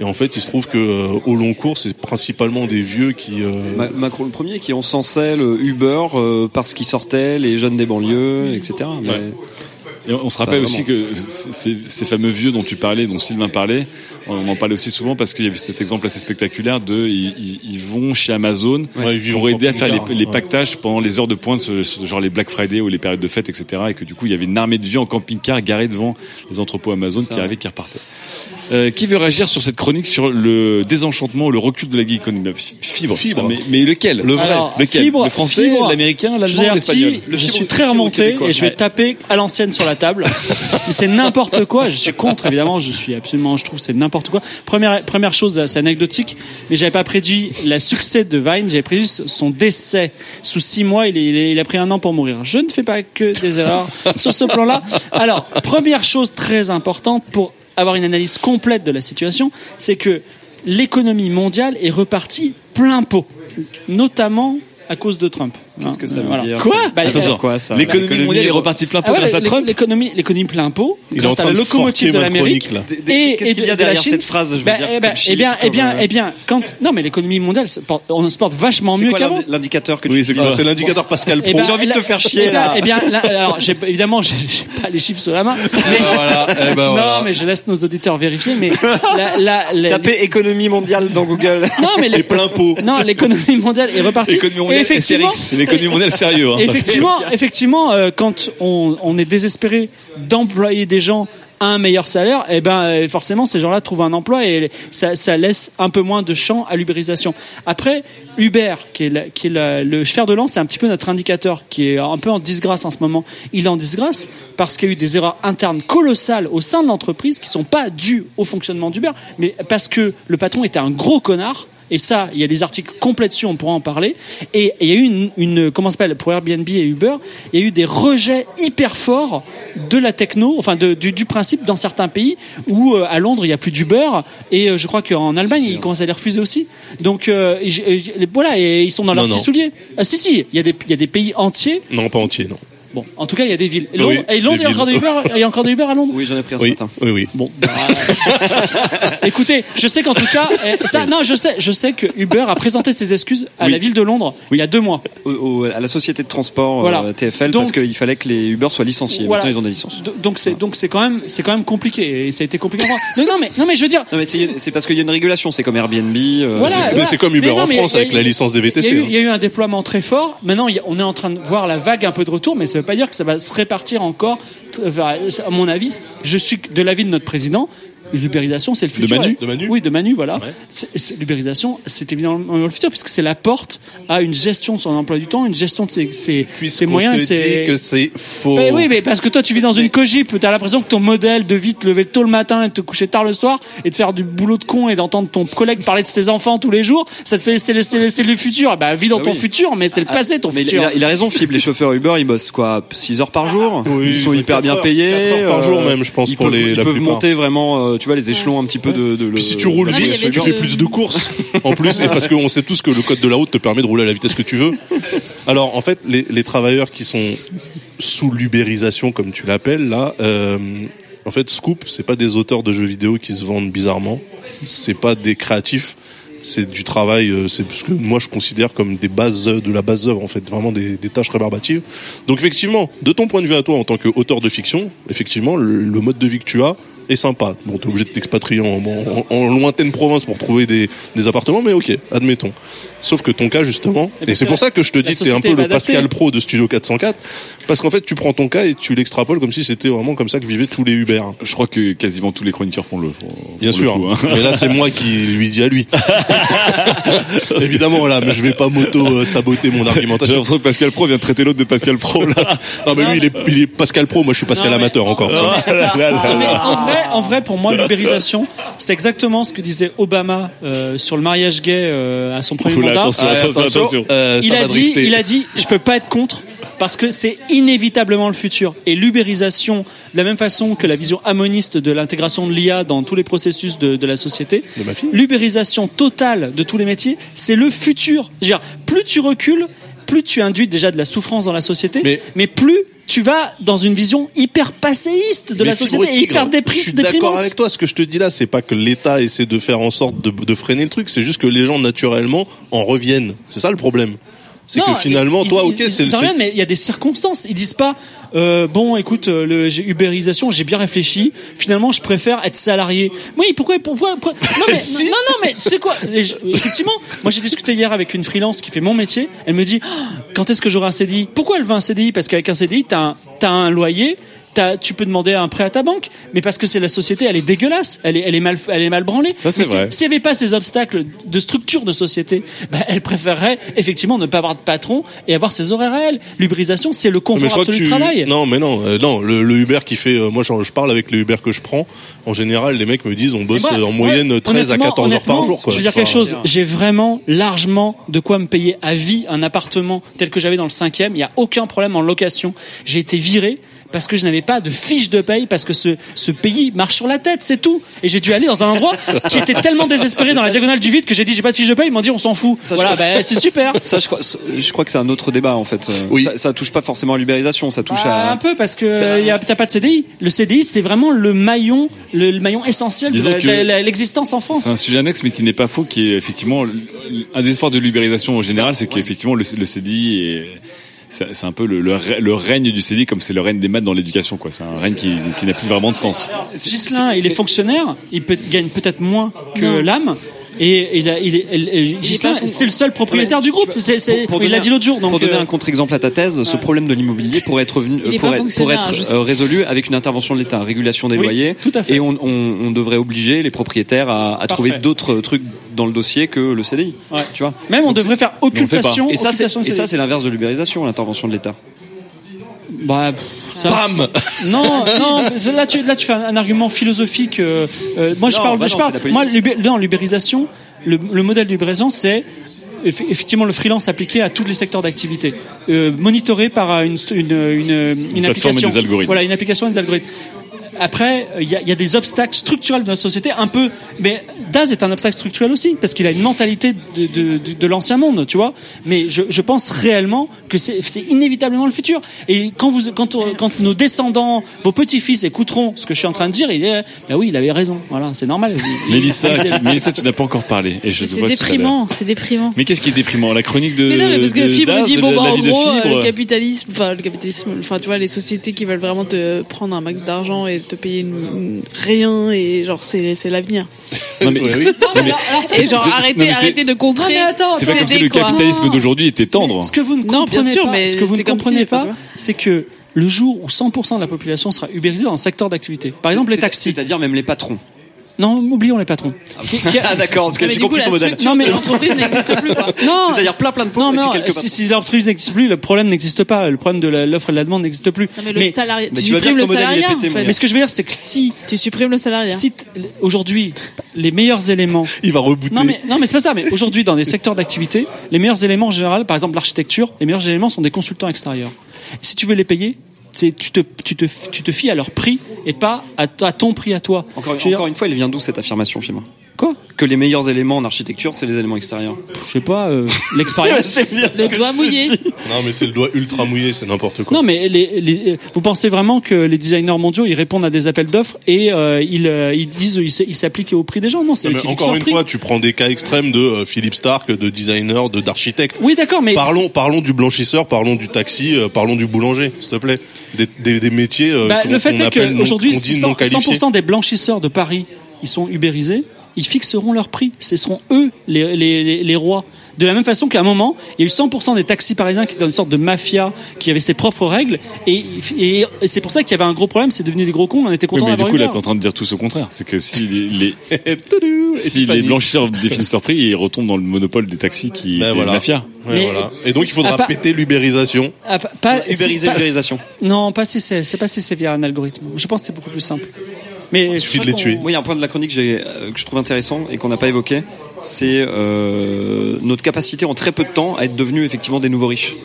Et en fait, il se trouve que euh, au long cours, c'est principalement des vieux qui. euh, Ma- Macron le premier qui encensait le Uber euh, parce qu'il sortait les jeunes des banlieues, etc. Mais Et on on se rappelle Pas aussi que c- ces, ces fameux vieux dont tu parlais, dont Sylvain parlait, on en parlait aussi souvent parce qu'il y avait cet exemple assez spectaculaire de ils, ils- ils vont chez Amazon Ouais, ils vivent pour aider à en faire les, camping-car, les ouais. pactages pendant les heures de pointe, ce- ce- genre les Black Friday ou les périodes de fête, etc. Et que du coup il y avait une armée de vieux en camping-car garés devant les entrepôts Amazon qui arrivaient, qui repartaient. Euh, qui veut réagir sur cette chronique sur le désenchantement ou le recul de la geek économie Fibre. Ah, Fibre. Mais, mais lequel Le vrai. Alors, lequel Fibre, Le français, Fibre. l'américain, l'allemand, l'espagnol Gerti, je suis très remonté et je vais taper à l'ancienne sur la table. Mais c'est n'importe quoi. Je suis contre, évidemment. Je suis absolument, je trouve que c'est n'importe quoi. Première, première chose, euh, c'est anecdotique, mais j'avais pas prédit le succès de Vine. J'avais prédit son décès. Sous six mois, il, est- il est- il a pris un an pour mourir. Je ne fais pas que des erreurs sur ce plan-là. Alors, première chose très importante pour avoir une analyse complète de la situation, c'est que l'économie mondiale est repartie plein pot, notamment à cause de Trump. Hein, Qu'est-ce que ça veut dire Quoi Ça veut Bah, dire quoi ça L'économie mondiale est repartie plein pot ah ouais, grâce à l'é- l'é- Trump. L'économie, l'économie plein pot, Il est en grâce à train la de locomotive forcer de ma l'amérique. chronique Des- là. des- Qu'est-ce qu'il y a de la derrière Chine. cette phrase Je veux Bah, dire, eh comme ben, eh chiffre, bien, eh bien, comme, euh, eh bien, quand non, mais l'économie mondiale, se porte- on se porte vachement C'est mieux quoi qu'avant. l'indi- l'indicateur que tu Oui, c'est utilises c'est l'indicateur Pascal Eh Pro. ben, J'ai envie de là- te faire chier, eh ben- là. Eh bien, là, alors, j'ai- évidemment, j'ai j'ai pas les chiffres sur la main. Ah, Eh ben voilà, eh ben voilà. Non, mais je laisse nos auditeurs vérifier. Mais la, la- la- Tapez économie mondiale dans Google. non, mais les- Et plein pot. non, l'économie mondiale est repartie. Économie mondiale, Et effectivement, SRX, une l'économie mondiale sérieux. hein. Effectivement, effectivement euh, quand on, on est désespéré d'employer des gens à un meilleur salaire, et ben euh, forcément ces gens-là trouvent un emploi et ça, ça laisse un peu moins de champ à l'ubérisation. Après, Uber, qui est, la- qui est la- le fer de lance, c'est un petit peu notre indicateur qui est un peu en disgrâce en ce moment. Il est en disgrâce parce qu'il y a eu des erreurs internes colossales au sein de l'entreprise qui sont pas dues au fonctionnement d'Uber, mais parce que le patron était un gros connard. Et ça, il y a des articles complets dessus, on pourra en parler. Et et il y a eu une, une comment ça s'appelle pour Airbnb et Uber, il y a eu des rejets hyper forts de la techno, enfin de- du, du principe dans certains pays où euh, à Londres il y a plus d'Uber et euh, je crois qu'en Allemagne ils commencent à les refuser aussi. Donc euh, et j- et j- voilà, et ils sont dans Non, leurs petits non. souliers. Ah, si si, il y a des il y a des pays entiers. Non, pas entier, non. Bon, en tout cas il y a des villes. Et Oui, Londres, et Londres, des il y a encore des villes. Uber, il y a encore des Uber à Londres. Oui, j'en ai pris un ce Oui, matin. oui, oui. Bon, bah, écoutez, je sais qu'en tout cas, eh, ça, non, je sais, je sais que Uber a présenté ses excuses à la ville de Londres il y a deux mois. Au- au- à la société de transport Voilà. euh, TFL Donc- parce qu'il fallait que les Uber soient licenciés. Voilà. Maintenant, ils ont des licences. Do- Donc c'est donc c'est quand même c'est quand même compliqué et ça a été compliqué. à voir. Non non mais non mais je veux dire. Non, mais c'est c'est parce qu'il y a une régulation. C'est comme Airbnb. euh, Voilà, Euh, c'est- voilà. c'est comme Uber Mais non, en mais France il y a avec eu- la licence des VTC, Il y, a eu- hein. il y a eu un déploiement très fort. Maintenant, il y a- on est en train de voir la vague un peu de retour, mais ça veut pas dire que ça va se répartir encore. t- euh, vers- À mon avis, je suis de l'avis de notre président. L'ubérisation, c'est le futur. Manu, Et- de Manu. Oui, de Manu, voilà. C'est- c'est- L'ubérisation, c'est évidemment le futur, puisque c'est la porte à une gestion de son emploi du temps, une gestion de ses, ses, ses Puisqu'on moyens et de te ses. dit que c'est faux. Ben oui, mais parce que toi, tu vis dans une cogip, t'as l'impression que ton modèle de vie de te lever tôt le matin et de te coucher tard le soir et de faire du boulot de con et d'entendre ton collègue parler de ses enfants tous les jours, ça te fait c'est le, c'est le- c'est le futur. Bah, vis dans Ah ton oui. futur, mais c'est le passé, ton Mais il, futur. il a, il a raison, Philippe. Les chauffeurs Uber, ils bossent quoi 6 heures par jour Oui, Ils sont quatre hyper bien heures- payés. quatre heures par euh, jour même, je pense, ils pour peuvent, les- ils la peuvent plupart. monter vraiment, euh, tu vois, les échelons un petit peu de. de Puis le- si tu roules de la mais il y vite, avait tu fais ce- plus de courses en plus, et parce qu'on sait tous que le code de la route te permet de rouler à la vitesse que tu veux. Alors en fait, les, les travailleurs qui sont sous l'ubérisation, comme tu l'appelles là, euh, en fait, Scoop, c'est pas des auteurs de jeux vidéo qui se vendent bizarrement, c'est pas des créatifs, c'est du travail, euh, c'est ce que moi je considère comme des bases euh, de la base œuvre en fait, vraiment des, des tâches rébarbatives. Donc effectivement, de ton point de vue à toi en tant qu'auteur de fiction, effectivement, le, le mode de vie que tu as est sympa. Bon, t'es obligé de t'expatrier en, en- en lointaine province pour trouver des, des appartements, mais ok, admettons. Sauf que ton cas justement, Et et c'est parce que pour ça que je te Eh ben, la dis que t'es un peu société va le adapter. Pascal Pro de Studio 404, parce qu'en fait tu prends ton cas et tu l'extrapoles comme si c'était vraiment comme ça que vivaient tous les Uber. Je crois que quasiment tous les chroniqueurs font le. font- font Bien le sûr. coup, hein. Mais là, c'est moi qui lui dis à lui. Évidemment, là, mais je vais pas moto euh, saboter mon J'ai argumentation. l'impression que Pascal Pro vient de traiter l'autre de Pascal Pro là. Non, mais lui, il est, il est Pascal Pro. Moi, je suis Pascal Non, mais- amateur encore. Non, Ah, mais en vrai, en vrai, pour moi, l'ubérisation, c'est exactement ce que disait Obama euh, sur le mariage gay euh, à son premier Oula, mandat. attention, Ouais, attention, attention. euh, ça il va a dit, drifter. il a dit, je peux pas être contre parce que c'est inévitablement le futur. Et l'ubérisation, de la même façon que la vision ammoniste de l'intégration de l'IA dans tous les processus de, de la société, De ma fille. l'ubérisation totale de tous les métiers, c'est le futur. Je veux dire, plus tu recules, plus tu induis déjà de la souffrance dans la société, mais, Mais- plus tu vas dans une vision hyper passéiste de Mais la Fibre société, et Tigre, hyper Je dépri- suis d'accord déprimante. avec toi. Ce que je te dis là, c'est pas que l'État essaie de faire en sorte de, de freiner le truc. C'est juste que les gens, naturellement, en reviennent. C'est ça le problème. C'est Non, que mais finalement, ils- toi, ils- ok, ils- c'est ils en c'est- reviennent, mais il y a des circonstances. Ils disent pas, euh, bon, écoute, euh, le, j'ai ubérisation, j'ai bien réfléchi. Finalement, je préfère être salarié. Oui, pourquoi, pourquoi, pourquoi- Non, mais, Si. non, non, mais tu sais quoi Les- Effectivement, moi j'ai discuté hier avec une freelance qui fait mon métier. Elle me dit, Ah, quand est-ce que j'aurai un CDI Pourquoi elle veut un CDI Parce qu'avec un CDI, t'as un, t'as un loyer. t'as- tu peux demander un prêt à ta banque, mais parce que c'est la société, elle est dégueulasse, elle est, elle est mal, elle est mal branlée. Ça, c'est Mais si- vrai. s'il n'y avait pas ces obstacles de structure de société, bah, elle préférerait effectivement ne pas avoir de patron et avoir ses horaires à elle. L'ubérisation, c'est le confort Mais je crois absolu que tu... du travail. Non, mais non, euh, non. Le, le Uber qui fait, euh, moi, je, je parle avec les Uber que je prends. En général, les mecs me disent, on bosse Moi, euh, en Eh ben, ouais, moyenne 13 à honnêtement, 14 heures par honnêtement, jour. Quoi. Je veux dire quelque chose, j'ai vraiment largement de quoi me payer à vie un appartement tel que j'avais dans le cinquième. Il n'y a aucun problème en location. J'ai été viré parce que je n'avais pas de fiche de paye, parce que ce, ce pays marche sur la tête, c'est tout. Et j'ai dû aller dans un endroit qui était tellement désespéré dans la diagonale du vide que j'ai dit j'ai pas de fiche de paye, ils m'ont dit on s'en fout. Ça, je voilà, crois- bah, c'est super. Ça, je crois, je crois que c'est un autre débat en fait. Euh, Oui. Ça, ça touche pas forcément à l'ubérisation, ça touche Bah, à. un peu parce que Ça- y a- t'as pas de CDI. Le CDI c'est vraiment le maillon, le, le maillon essentiel Disons de que- la- la- l'existence en France. C'est un sujet annexe, mais qui n'est pas faux, qui est effectivement l- un des espoirs de l'ubérisation en général, c'est qu'effectivement le, le CDI est c'est c'est un peu le, le rè- le règne du CDI comme c'est le règne des maths dans l'éducation quoi. C'est un règne qui, qui n'a plus vraiment de sens. Gislain, il est fonctionnaire, il peut, gagne peut-être moins que Non. l'âme. Et il a, il est, elle- elle- Ghislain, pas fou. c'est le seul propriétaire du groupe. C'est- c'est- Pour- pour il donner l'a dit l'autre jour. Pour Donc, donner euh, un contre-exemple à ta thèse, ce problème de l'immobilier pourrait être, revenu- Il est pourrait- pourrait pas fonctionnaire, être, juste. euh, résolu avec une intervention de l'État, régulation des Oui, loyers. tout à fait. Et on, on- on devrait obliger les propriétaires à, à trouver d'autres trucs dans le dossier que le CDI. Ouais. Tu vois même on Donc, devrait c'est- faire mais on le fait pas. occultation. Et ça, c'est- occultation de et ça, CDI. c'est l'inverse de l'ubérisation, l'intervention de l'État. Bah, pff, ça- Bam Non, non, mais là tu, là tu fais un, un argument philosophique. euh, euh, moi je Non, parle, bah je non, parle. c'est la Moi, l'ubé- non, l'ubérisation, le, le modèle d'ubérisation, c'est eff- effectivement le freelance appliqué à tous les secteurs d'activité, euh, monitoré par euh, une, st- une, une, une plateforme et application. des algorithmes. Voilà, une application et des algorithmes. Après, euh, il y, a- il y a des obstacles structurels de notre société, un peu. Mais Daz est un obstacle structurel aussi, parce qu'il a une mentalité de, de, de- de l'ancien monde, tu vois. Mais je, je pense réellement que c'est c'est inévitablement le futur. Et quand vous, quand, on- quand nos descendants, vos petits-fils écouteront ce que je suis en train de dire, il est, ben oui, il avait raison. Voilà, c'est normal. Il- Mélissa, il- qui- Mélissa, tu n'as pas encore parlé. Et je te C'est vois tout à l'heure. déprimant, c'est déprimant. Mais qu'est-ce qui est déprimant La chronique de. Mais non, mais parce que de Fibre Daz, dit, bon, la- bah, la en vie de gros, euh, Fibre. le capitalisme, enfin, le capitalisme, enfin, tu vois, les sociétés qui veulent vraiment te prendre un max d'argent et te payer une- une- rien, et genre, c'est c'est l'avenir. Non, mais- Et genre, c'est- non, mais arrêtez, c'est- arrêtez de contrer. Non, mais attends, C'est pas comme si le quoi. capitalisme d'aujourd'hui était tendre. Ce que vous ne Non, comprenez bien sûr, pas, mais ce que vous ne c'est comme comprenez si- pas, enfin, c'est que le jour où 100% de la population sera ubérisée dans un secteur d'activité, par exemple les C'est- taxis. C'est-à-dire même les patrons. Non, oublions les patrons. Qui- qui- Ah, d'accord, parce que Non, mais j'ai du coup, compris la ton modèle. structure Non, mais- de l'entreprise n'existe plus, quoi. Non, C'est-à-dire plein, plein de pauvres non, et non, puis quelques si, si l'entreprise n'existe plus, le problème n'existe pas. Le problème de la- l'offre et de la demande n'existe plus. Non, mais le salarié, mais tu tu vas dire supprimes que le ton modèle, il est salariat, en pété, fait. mais ce que je veux dire, c'est que si, Tu supprimes le salariat. si t- aujourd'hui les meilleurs éléments Il va rebooter. Non mais, non mais c'est pas ça, mais aujourd'hui dans des secteurs d'activité, les meilleurs éléments en général, par exemple l'architecture, les meilleurs éléments sont des consultants extérieurs. Si tu veux les payer, c'est- tu te, tu, te, tu te fies à leur prix et pas à, t- à ton prix à toi. Encore, Je veux dire, encore une fois, elle vient d'où cette affirmation, Fima Quoi Que les meilleurs éléments en architecture, c'est les éléments extérieurs. Je sais pas, euh, l'expérience. Le doigt mouillé. Non, mais c'est le doigt ultra mouillé, c'est n'importe quoi. Non mais les, les- euh, vous pensez vraiment que les designers mondiaux ils répondent à des appels d'offres et euh, ils, euh, ils disent ils s- ils s'appliquent au prix des gens non c'est Non, eux mais qui fixent encore leur une prix. fois, tu prends des cas extrêmes de euh, Philippe Stark, de designer, de d'architecte. oui d'accord mais Parlons, parlons du blanchisseur, parlons du taxi, euh, parlons du boulanger, s'il te plaît. Des, des, des métiers euh, Bah, qu'on- le fait qu'on est appelle non- qu'aujourd'hui, qu'on dit non qualifiés. 100% des blanchisseurs de Paris, ils sont ubérisés, ils fixeront leur prix. Ce seront eux les, les, les, les rois. De la même façon qu'à un moment, il y a eu 100% des taxis parisiens qui étaient dans une sorte de mafia, qui avaient ses propres règles, et, et c'est pour ça qu'il y avait un gros problème, c'est devenu des gros cons, on était Oui, contents mais du d'avoir coup, une là, heure. t'es en train de dire tout au contraire. C'est que si les, les- Toulou, et si les Tiffany. blanchisseurs définissent leur prix, ils retombent dans le monopole des taxis qui Ben est voilà. mafia. Ouais, Mais- voilà. Et donc, il Ah, faudra pas- péter l'ubérisation. Ah, pas- pas- Ubériser, c'est pas- ubérisation. Non, pas si c'est c'est pas si c'est via un algorithme. Je pense que c'est beaucoup plus simple. Mais Il suffit de les tuer. Moi, il y a un point de la chronique que, j'ai- euh, que je trouve intéressant et qu'on n'a pas évoqué, c'est euh, notre capacité en très peu de temps à être devenus effectivement des nouveaux riches.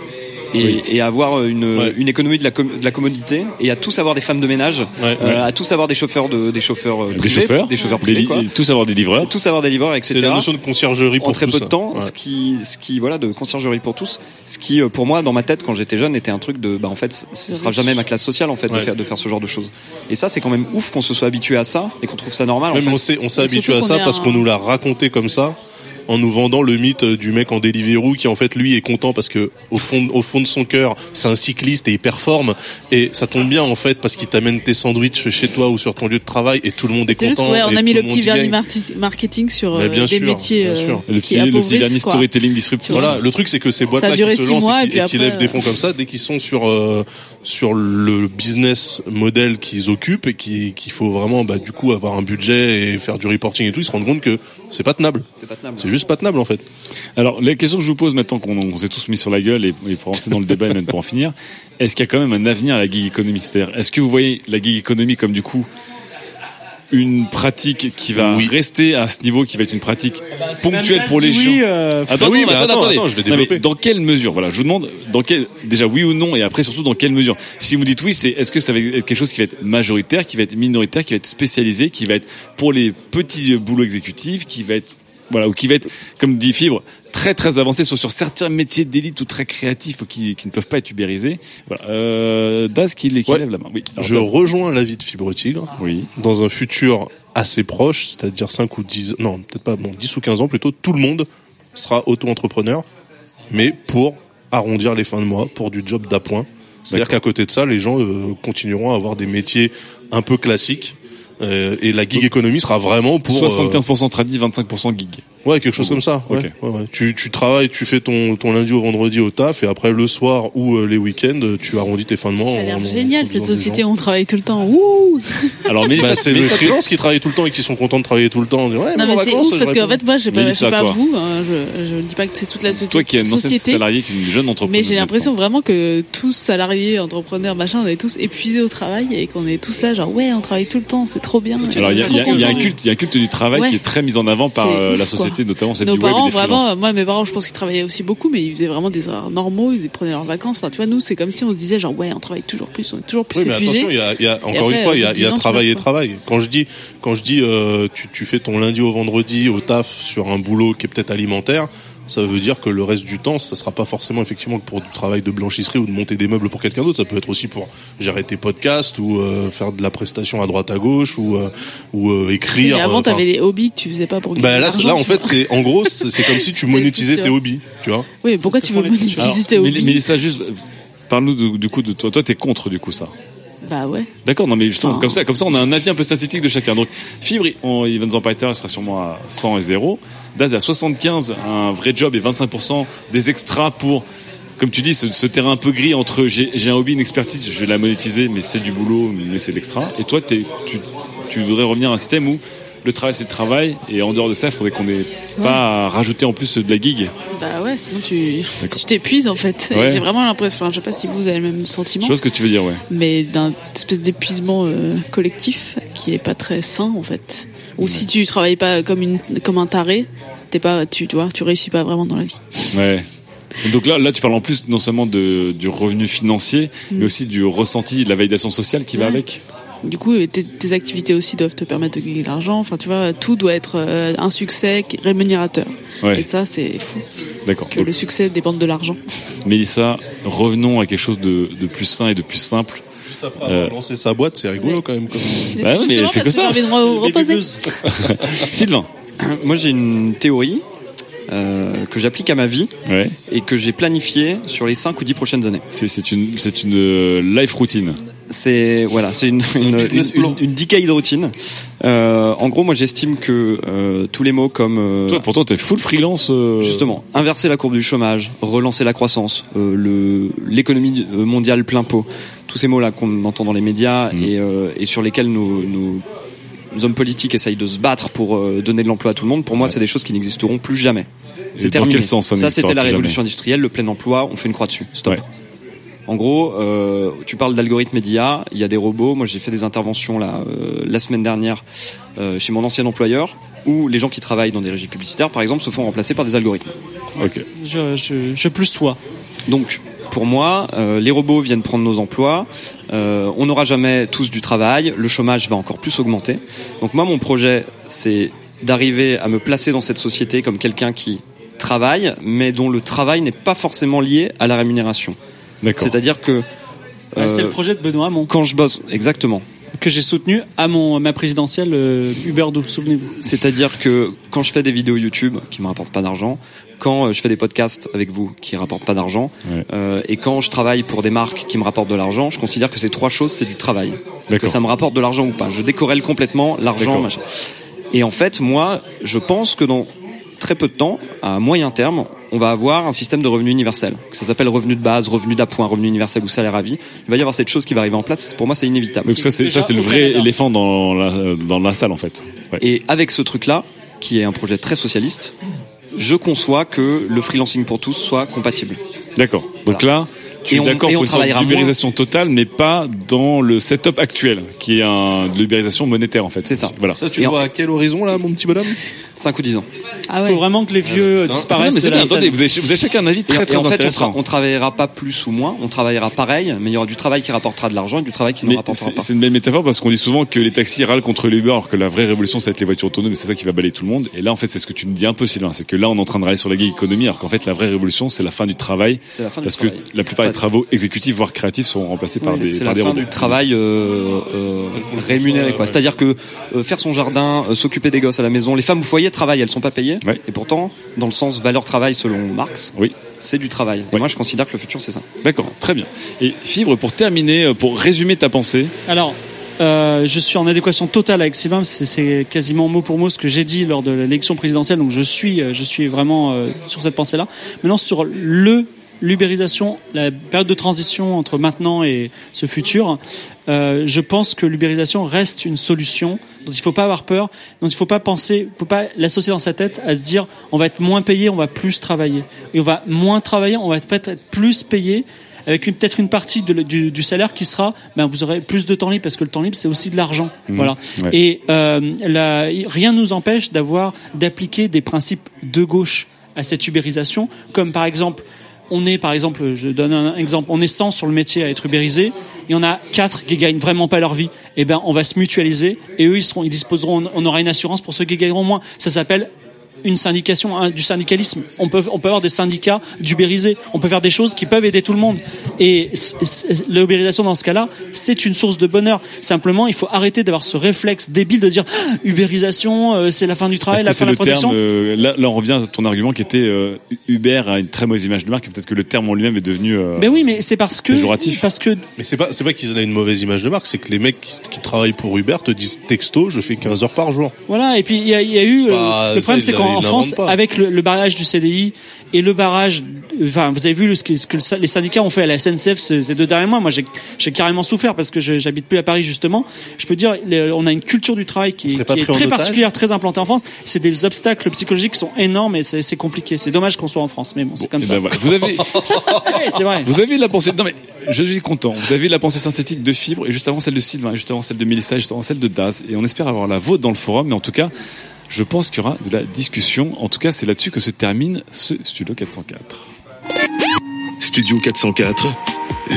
Et, et à avoir une, Ouais. une économie de la, com- de la commodité et à tous avoir des femmes de ménage, Ouais, euh, ouais. à tous avoir des chauffeurs de des chauffeurs euh, Des privés, chauffeurs, des chauffeurs des privés, li- quoi, tous avoir des livreurs. tous avoir des livreurs, etc. C'est la notion de conciergerie pour en très tous, peu de hein. temps, Ouais. ce qui, ce qui, voilà, de conciergerie pour tous, ce qui, euh, pour moi, dans ma tête, quand j'étais jeune, était un truc de, bah, en fait, c- ce sera jamais ma classe sociale, en fait, de, Ouais. faire, de faire ce genre de choses. Et ça, c'est quand même ouf qu'on se soit habitué à ça et qu'on trouve ça normal. en Même fait. on s'est on s'est Surtout habitué à qu'on ça est parce un- qu'on nous l'a raconté comme ça en nous vendant le mythe euh, du mec en Deliveroo qui en fait lui est content parce que au fond au fond de son cœur c'est un cycliste et il performe et ça tombe bien en fait parce qu'il t'amène tes sandwichs chez toi ou sur ton lieu de travail et tout le monde est, C'est juste, content ouais, on et a mis tout le monde petit y vernis gagne. marti- marketing sur Mais euh, bien des sûr, métiers bien euh, sûr. Le qui petit, le petit appauvrissent, dernier quoi. storytelling disruptif. Voilà, le truc c'est que ces boîtes Ça là a qui duré se six lancent mois, et et qui, puis et qui après, euh, lèvent des fonds comme ça, dès qu'ils sont sur euh, sur le business model qu'ils occupent et qui- qu'il faut vraiment bah, du coup avoir un budget et faire du reporting et tout, ils se rendent compte que c'est pas tenable. C'est pas tenable. C'est juste pas tenable en fait. Alors, la question que je vous pose maintenant qu'on on s'est tous mis sur la gueule et, et pour rentrer dans le débat et même pour en finir, est-ce qu'il y a quand même un avenir à la gig économie C'est-à-dire, est-ce que vous voyez la gig économie comme du coup une pratique qui va Oui. rester à ce niveau, qui va être une pratique bah, ponctuelle Même pour les si gens oui, euh, Attends, Ah oui, non, mais attends, attendez. attends, je vais Non, mais développer. dans quelle mesure Voilà, je vous demande dans quel, déjà oui ou non, et après surtout dans quelle mesure. Si vous dites oui, c'est est-ce que ça va être quelque chose qui va être majoritaire, qui va être minoritaire, qui va être spécialisé, qui va être pour les petits euh, boulots exécutifs, qui va être voilà ou qui va être comme dit Fibre très très avancé sur, sur certains métiers d'élite ou très créatifs ou qui, qui ne peuvent pas être ubérisés. Voilà. Euh, Daz qui, qui Ouais. lève la main. Oui. Alors, Je Daz. rejoins l'avis de Fibre Tigre Oui. dans un futur assez proche, c'est-à-dire 5 ou 10 non, peut-être pas bon, 10 ou 15 ans plutôt, tout le monde sera auto-entrepreneur mais pour arrondir les fins de mois, pour du job d'appoint. C'est-à-dire qu'à côté de ça, les gens euh, continueront à avoir des métiers un peu classiques euh, et la gig économie sera vraiment pour euh, 75% tradis, 25% gig. Ouais, quelque chose comme ça. Ouais. Ok. Ouais, ouais. Tu, tu travailles, tu fais ton, ton lundi au vendredi au taf, et après le soir ou euh, les week-ends, tu arrondis tes fins de mois. Ça a l'air en- en- en génial cette faisant des société, gens. on travaille tout le temps. Ouh Alors, Mélissa, Bah, c'est les Mélissa, freelances qui travaillent tout le temps et qui sont contents de travailler tout le temps. On dit, ouais, Non mais mais en c'est vacances, ouf parce je qu'en vais- fait moi je sais pas, je Mélissa, sais pas toi. vous, hein, je, je ne dis pas que c'est toute la soci- toi qui es une ancienne société. salariée, qui est une jeune entreprise. Mais j'ai l'impression vraiment que tous salariés, entrepreneurs, machin, on est tous épuisés au travail et qu'on est tous là genre ouais on travaille tout le temps, c'est trop bien. Alors, il y a, il y a- il y a un Trop culte, il y a un culte du travail Ouais. qui est très mis en avant par C'est euh, ouf, la société, notamment celle Nos du web et parents, des vraiment, freelances. euh, moi, mes parents, je pense qu'ils travaillaient aussi beaucoup, mais ils faisaient vraiment des horaires normaux, ils prenaient leurs vacances. Enfin, tu vois, nous, c'est comme si on se disait, genre, ouais, on travaille toujours plus, on est toujours plus Oui, mais épuisé. attention, il y a, il y a- encore après, une fois, il y au a, bout de il 10 y a ans, tu travail et vois. travail. Quand je dis, quand je dis, euh, tu, tu fais ton lundi au vendredi au taf sur un boulot qui est peut-être alimentaire, ça veut dire que le reste du temps, ça sera pas forcément effectivement que pour du travail de blanchisserie ou de monter des meubles pour quelqu'un d'autre. Ça peut être aussi pour gérer tes podcasts ou euh, faire de la prestation à droite à gauche ou euh, ou euh, écrire. mais avant, euh, enfin, t'avais des hobbies que tu faisais pas pour gagner bah là, de c'est- l'argent, là en tu fait, vois. c'est en gros, c'est c'est comme si tu C'était monétisais plus, tes euh, hobbies, tu vois. Oui, mais pourquoi C'est ce tu que veux font les monétiser Alors, tes Mél- hobbies Mélissa, juste, euh, parle-nous du, du coup de toi. Toi, t'es contre du coup ça. Bah ouais. D'accord, non mais justement, Oh. comme ça, comme ça, on a un avis un peu statistique de chacun. Donc, Fibre, il- on- il va nous en parler tout à l'heure, il sera sûrement à 100 et 0. Daz est à 75, un vrai job et 25% des extras pour, comme tu dis, ce, ce terrain un peu gris entre j'ai j'ai un hobby, une expertise, je vais la monétiser, mais c'est du boulot, mais c'est de l'extra. Et toi, t'es- tu, tu voudrais revenir à un système où le travail c'est le travail et en dehors de ça, il faudrait qu'on ait pas à rajouter en plus de la gig. Bah ouais, sinon tu tu t'épuises, en fait. Et Ouais. J'ai vraiment l'impression, enfin, je sais pas si vous avez le même Je sentiment, vois ce que tu veux dire, ouais. mais d'un espèce d'épuisement euh, collectif qui est pas très sain, en fait. Ou si tu travailles pas comme une, comme un taré, t'es pas, tu, tu vois, tu réussis pas vraiment dans la vie. Ouais. Donc là, là, tu parles en plus non seulement de, du revenu financier, mais aussi du ressenti, de la validation sociale qui va Mm. Ouais. avec. Du coup, et tes, tes activités aussi doivent te permettre de gagner de l'argent. Enfin, tu vois, tout doit être euh, un succès qui- rémunérateur. Ouais. Et ça, c'est fou D'accord. que Donc, le succès dépende de l'argent. Mélissa, revenons à quelque chose de, de plus sain et de plus simple. Juste après avoir Euh. lancé sa boîte, c'est rigolo quand même. comme- Bah ouais, mais Justement, elle fait parce que ça. J'ai envie de me reposer. Sylvain. Moi, j'ai une théorie euh, que j'applique à ma vie Ouais. et que j'ai planifiée sur les 5 ou 10 prochaines années. C'est, c'est une, c'est une euh, life routine. C'est voilà, c'est une, une, business une- plan. une- une decade routine. Euh, en gros, moi, j'estime que euh, tous les mots comme euh, Toi, pourtant, t'es full freelance. euh, Justement, inverser la courbe du chômage, relancer la croissance, euh, le l'économie euh, mondiale plein pot, tous ces mots-là qu'on entend dans les médias Mhm. et, euh, et sur lesquels nos, nos hommes politiques essayent de se battre pour euh, donner de l'emploi à tout le monde, pour moi, c'est des choses qui n'existeront plus jamais. dans C'est terminé. quel sens ça ça, n'existera c'était la plus révolution industrielle, le plein emploi, on fait une croix dessus. Stop. Ouais. En gros, euh, tu parles d'algorithmes et d'IA, il y a des robots. Moi, j'ai fait des interventions là, euh, la semaine dernière euh, chez mon ancien employeur, où les gens qui travaillent dans des régies publicitaires, par exemple, se font remplacer par des algorithmes. Ok. Je, je, je plus sois. Donc, pour moi, euh, les robots viennent prendre nos emplois. euh, on n'aura jamais tous du travail. Le chômage va encore plus augmenter. Donc moi, mon projet, c'est d'arriver à me placer dans cette société comme quelqu'un qui travaille, mais dont le travail n'est pas forcément lié à la rémunération. D'accord. C'est-à-dire que Ouais, c'est euh, le projet de Benoît Hamon quand je bosse, exactement. que j'ai soutenu à mon ma présidentielle euh, Uber Do, souvenez-vous. C'est-à-dire que quand je fais des vidéos YouTube qui me rapportent pas d'argent, quand euh, je fais des podcasts avec vous qui rapportent pas d'argent, Ouais. euh, et quand je travaille pour des marques qui me rapportent de l'argent, je considère que ces trois choses c'est du travail. Que D'accord. ça me rapporte de l'argent ou pas. Je décorrèle complètement l'argent. D'accord. machin. Et en fait, moi, je pense que dans très peu de temps, à moyen terme, on va avoir un système de revenu universel. Que ça s'appelle revenu de base, revenu d'appoint, revenu universel ou salaire à vie. Il va y avoir cette chose qui va arriver en place. Pour moi, c'est inévitable. Donc ça, c'est, ça, c'est le vrai éléphant dans la, dans la salle, en fait. Ouais. Et avec ce truc-là, qui est un projet très socialiste, je conçois que le freelancing pour tous soit compatible. D'accord. Donc là, tu Et es on- d'accord et pour on une sorte travaillera d'ubérisation totale, mais pas dans le setup actuel, qui est un, de l'ubérisation monétaire, en fait. C'est ça. Voilà. Ça, tu Et le en- vois à quel horizon là, mon petit bonhomme 5 ou 10 ans. Ah Il ouais. faut vraiment que les vieux euh, Ah non, disparaissent. mais c'est de bien, la attendez, scène. vous avez, vous avez chacun un avis Et- très et très en fait, on, intéressant. tra- on travaillera pas plus ou moins, on travaillera pareil, mais il y aura du travail qui rapportera de l'argent et du travail qui ne Mais rapportera c'est pas. c'est une belle métaphore parce qu'on dit souvent que les taxis râlent contre l'Uber alors que la vraie révolution ça va être les voitures autonomes et c'est ça qui va balayer tout le monde. Et là en fait c'est ce que tu nous dis un peu Sylvain, c'est que là on est en train de râler sur la gig économie alors qu'en fait la vraie révolution c'est la fin du travail C'est la fin du parce travail. que la plupart des Pas- travaux exécutifs voire créatifs seront remplacés par C'est des, c'est par la des fin robots. du travail euh, euh, rémunéré, quoi. C'est-à-dire que euh, faire son jardin, euh, s'occuper des gosses à la maison, les femmes au foyer travaillent, elles sont pas payées, Ouais. et pourtant, dans le sens valeur travail selon Marx, Oui. c'est du travail. Et Ouais. moi, je considère que le futur, c'est ça. D'accord, très bien. Et Fibre, pour terminer, euh, pour résumer ta pensée, Alors, Euh, je suis en adéquation totale avec Sylvain, c'est- c'est quasiment mot pour mot ce que j'ai dit lors de l'élection présidentielle, donc je suis, euh, je suis vraiment euh, sur cette pensée-là. Maintenant, sur le l'ubérisation, la période de transition entre maintenant et ce futur, euh, je pense que l'ubérisation reste une solution dont il ne faut pas avoir peur, dont il ne faut pas penser, faut pas l'associer dans sa tête à se dire on va être moins payé, on va plus travailler. Et on va moins travailler, on va peut-être être plus payé avec une- peut-être une partie de le- du, du salaire qui sera, ben vous aurez plus de temps libre parce que le temps libre c'est aussi de l'argent, voilà. ouais. Et euh, la- rien ne nous empêche d'avoir d'appliquer des principes de gauche à cette ubérisation, comme par exemple on est par exemple, je donne un exemple, on est 100 sur le métier à être ubérisé, il y en a 4 qui gagnent vraiment pas leur vie. Eh ben, on va se mutualiser et eux ils seront, ils disposeront, on aura une assurance pour ceux qui gagneront moins. Ça s'appelle une syndication, hein, du syndicalisme. On peut, on peut avoir des syndicats d'ubérisés. On peut faire des choses qui peuvent aider tout le monde. Et c- c- l'ubérisation dans ce cas-là, c'est une source de bonheur. Simplement, il faut arrêter d'avoir ce réflexe débile de dire Ah, ubérisation, euh, c'est la fin du Parce travail, que la fin c'est de la le terme. production. euh, là, là, on revient à ton argument qui était euh, Uber a une très mauvaise image de marque. et Peut-être que le terme en lui-même est devenu. euh, Ben oui, mais c'est parce que Péjoratif. parce que Mais c'est pas, c'est pas qu'ils en aient une mauvaise image de marque, c'est que les mecs qui, qui travaillent pour Uber te disent texto, je fais 15 heures par jour. Voilà, et puis il y, a- il y a eu. euh, Bah, le problème, ça, c'est il qu'en l'a- il en l'invente France, pas. avec le, le barrage du CDI et le barrage. Enfin, vous avez vu le- ce que, ce que le- les syndicats ont fait à la SNCF ce- ces deux derniers mois. Moi, j'ai j'ai carrément souffert parce que je- j'habite plus à Paris, justement. Je peux dire, le- on a une culture du travail qui, On serait pas qui est pris en très otage particulière, très implantée en France. C'est des obstacles psychologiques qui sont énormes et c'est c'est compliqué. C'est dommage qu'on soit en France, mais bon, c'est comme eh ça. ben voilà. Vous avez, Ouais, c'est vrai. vous avez la pensée. Non mais je suis content. Vous avez la pensée synthétique de Fibre et juste avant celle de Sylvain, et juste avant celle de Mélissa, et juste avant celle de Daz. Et on espère avoir la vôtre dans le forum. Mais en tout cas, je pense qu'il y aura de la discussion. En tout cas, c'est là-dessus que se termine ce Studio 404. Studio 404,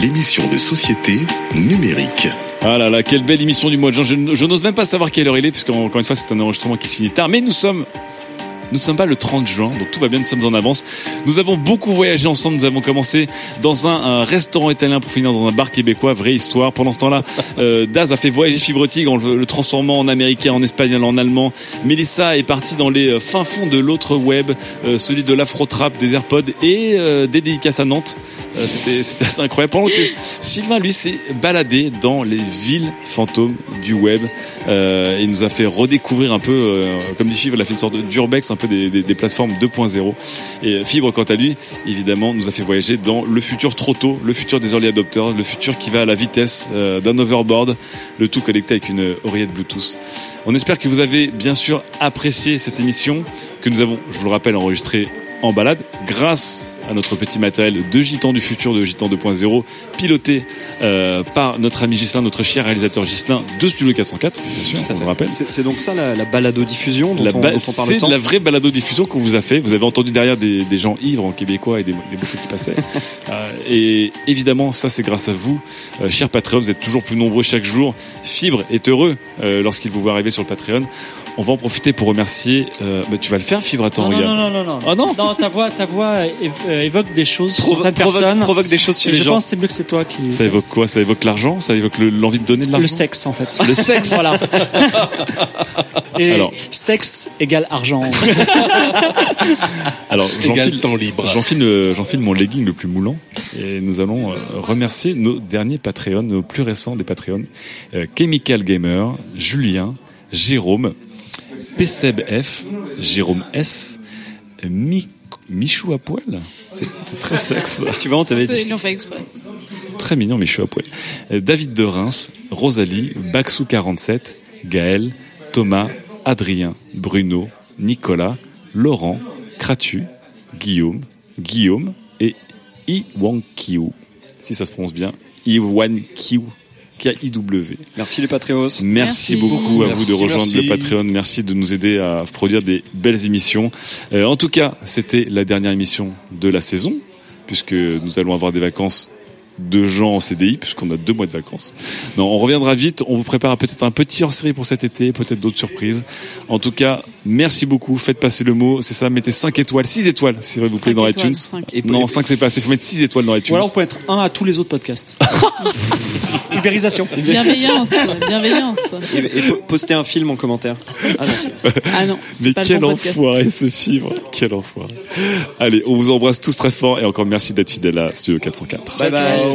l'émission de société numérique. Ah là là, quelle belle émission du mois de juin. Je, je n'ose même pas savoir quelle heure il est, puisque encore une fois, c'est un enregistrement qui finit tard. Mais nous sommes, nous ne sommes pas le 30 juin, donc tout va bien, nous sommes en avance. Nous avons beaucoup voyagé ensemble. Nous avons commencé dans un, un restaurant italien pour finir dans un bar québécois. Vraie histoire. Pendant ce temps-là, euh, Daz a fait voyager Fibre Tigre en le, le transformant en américain, en espagnol, en allemand. Mélissa est partie dans les euh, fins fonds de l'autre web, euh, celui de l'afro-trap, des AirPods et euh, des dédicaces à Nantes. Euh, C'était c'était assez incroyable. Pendant que Sylvain, lui, s'est baladé dans les villes fantômes du web. Euh, il nous a fait redécouvrir un peu, euh, comme dit Fibre, il a fait une sorte de d'urbex, un peu des, des- des plateformes 2.0. Et euh, Fibre, quant à lui, évidemment, nous a fait voyager dans le futur trop tôt, le futur des early adopters, le futur qui va à la vitesse euh, d'un overboard, le tout connecté avec une oreillette Bluetooth. On espère que vous avez bien sûr apprécié cette émission que nous avons, je vous le rappelle, enregistrée en balade grâce à notre petit matériel de Gitan du futur, de Gitan 2.0, piloté euh, par notre ami Gislin, notre cher réalisateur Gislin de Studio 404, bien sûr, on le rappelle. C'est c'est donc ça la, la baladodiffusion dont, La on, ba- dont on parle c'est tant de la vraie balado diffusion qu'on vous a fait. Vous avez entendu derrière des, des gens ivres en québécois et des, des motos qui passaient. Euh, et évidemment, ça c'est grâce à vous, Euh, chers Patreon. Vous êtes toujours plus nombreux chaque jour. Fibre est heureux euh, lorsqu'il vous voit arriver sur le Patreon. On va en profiter pour remercier. euh, bah, tu vas le faire, Fibre. Attends, Non, non, regarde. non, non, non, non. Ah non ta voix, ta voix évo- euh, évoque des choses sur Provo- certaines provoque, personnes. provoque des choses chez Et les je gens. pense que c'est mieux que c'est toi qui. Ça évoque quoi Ça évoque l'argent Ça évoque le- l'envie de donner de le l'argent sexe en fait. Le sexe. voilà. Et Alors. sexe égale argent. Alors, J'enfile j'enfile temps libre. J'enfile, euh, j'enfile mon legging le plus moulant et nous allons euh, remercier nos derniers Patreons, nos plus récents des Patreons. Euh, Chemical Gamer, Julien, Jérôme, Pseb F, Jérôme S, euh, Mi- Michou à poil. C'est c'est très sexe. Tu vois, on t'avait dit. Ils l'ont fait exprès. Très mignon, Michou à poil. Euh, David de Reims, Rosalie, Baxou47, Gaël, Thomas, Adrien, Bruno, Nicolas, Laurent, Cratu, Guillaume, Guillaume et Iwan Kiu. Si ça se prononce bien, Iwan Kiu. K-I-W. Merci les Patreos. Merci, Merci. beaucoup à Merci, vous de rejoindre merci. le Patreon. Merci de nous aider à produire des belles émissions. Euh, en tout cas, c'était la dernière émission de la saison, puisque nous allons avoir des vacances de gens en CDI, puisqu'on a deux mois de vacances. Non, on reviendra vite. On vous prépare peut-être un petit hors-série pour cet été, peut-être d'autres surprises. En tout cas, merci beaucoup. Faites passer le mot. C'est ça. Mettez 5 étoiles, 6 étoiles, s'il vous plaît, Cinq dans étoiles, iTunes. cinq. Et- non, et- 5 c'est pas assez. Il faut mettre 6 étoiles dans iTunes. Ou alors on peut être un à tous les autres podcasts. Ubérisation. Bienveillance, bienveillance. Et, et po- postez un film en commentaire. Ah non, c'est- Ah non, Mais c'est pas le quel bon podcast. enfoiré ce fibre Quel enfoiré Allez, on vous embrasse tous très fort et encore merci d'être fidèle à Studio 404. 哦 Bye bye. Merci.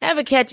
Ever catch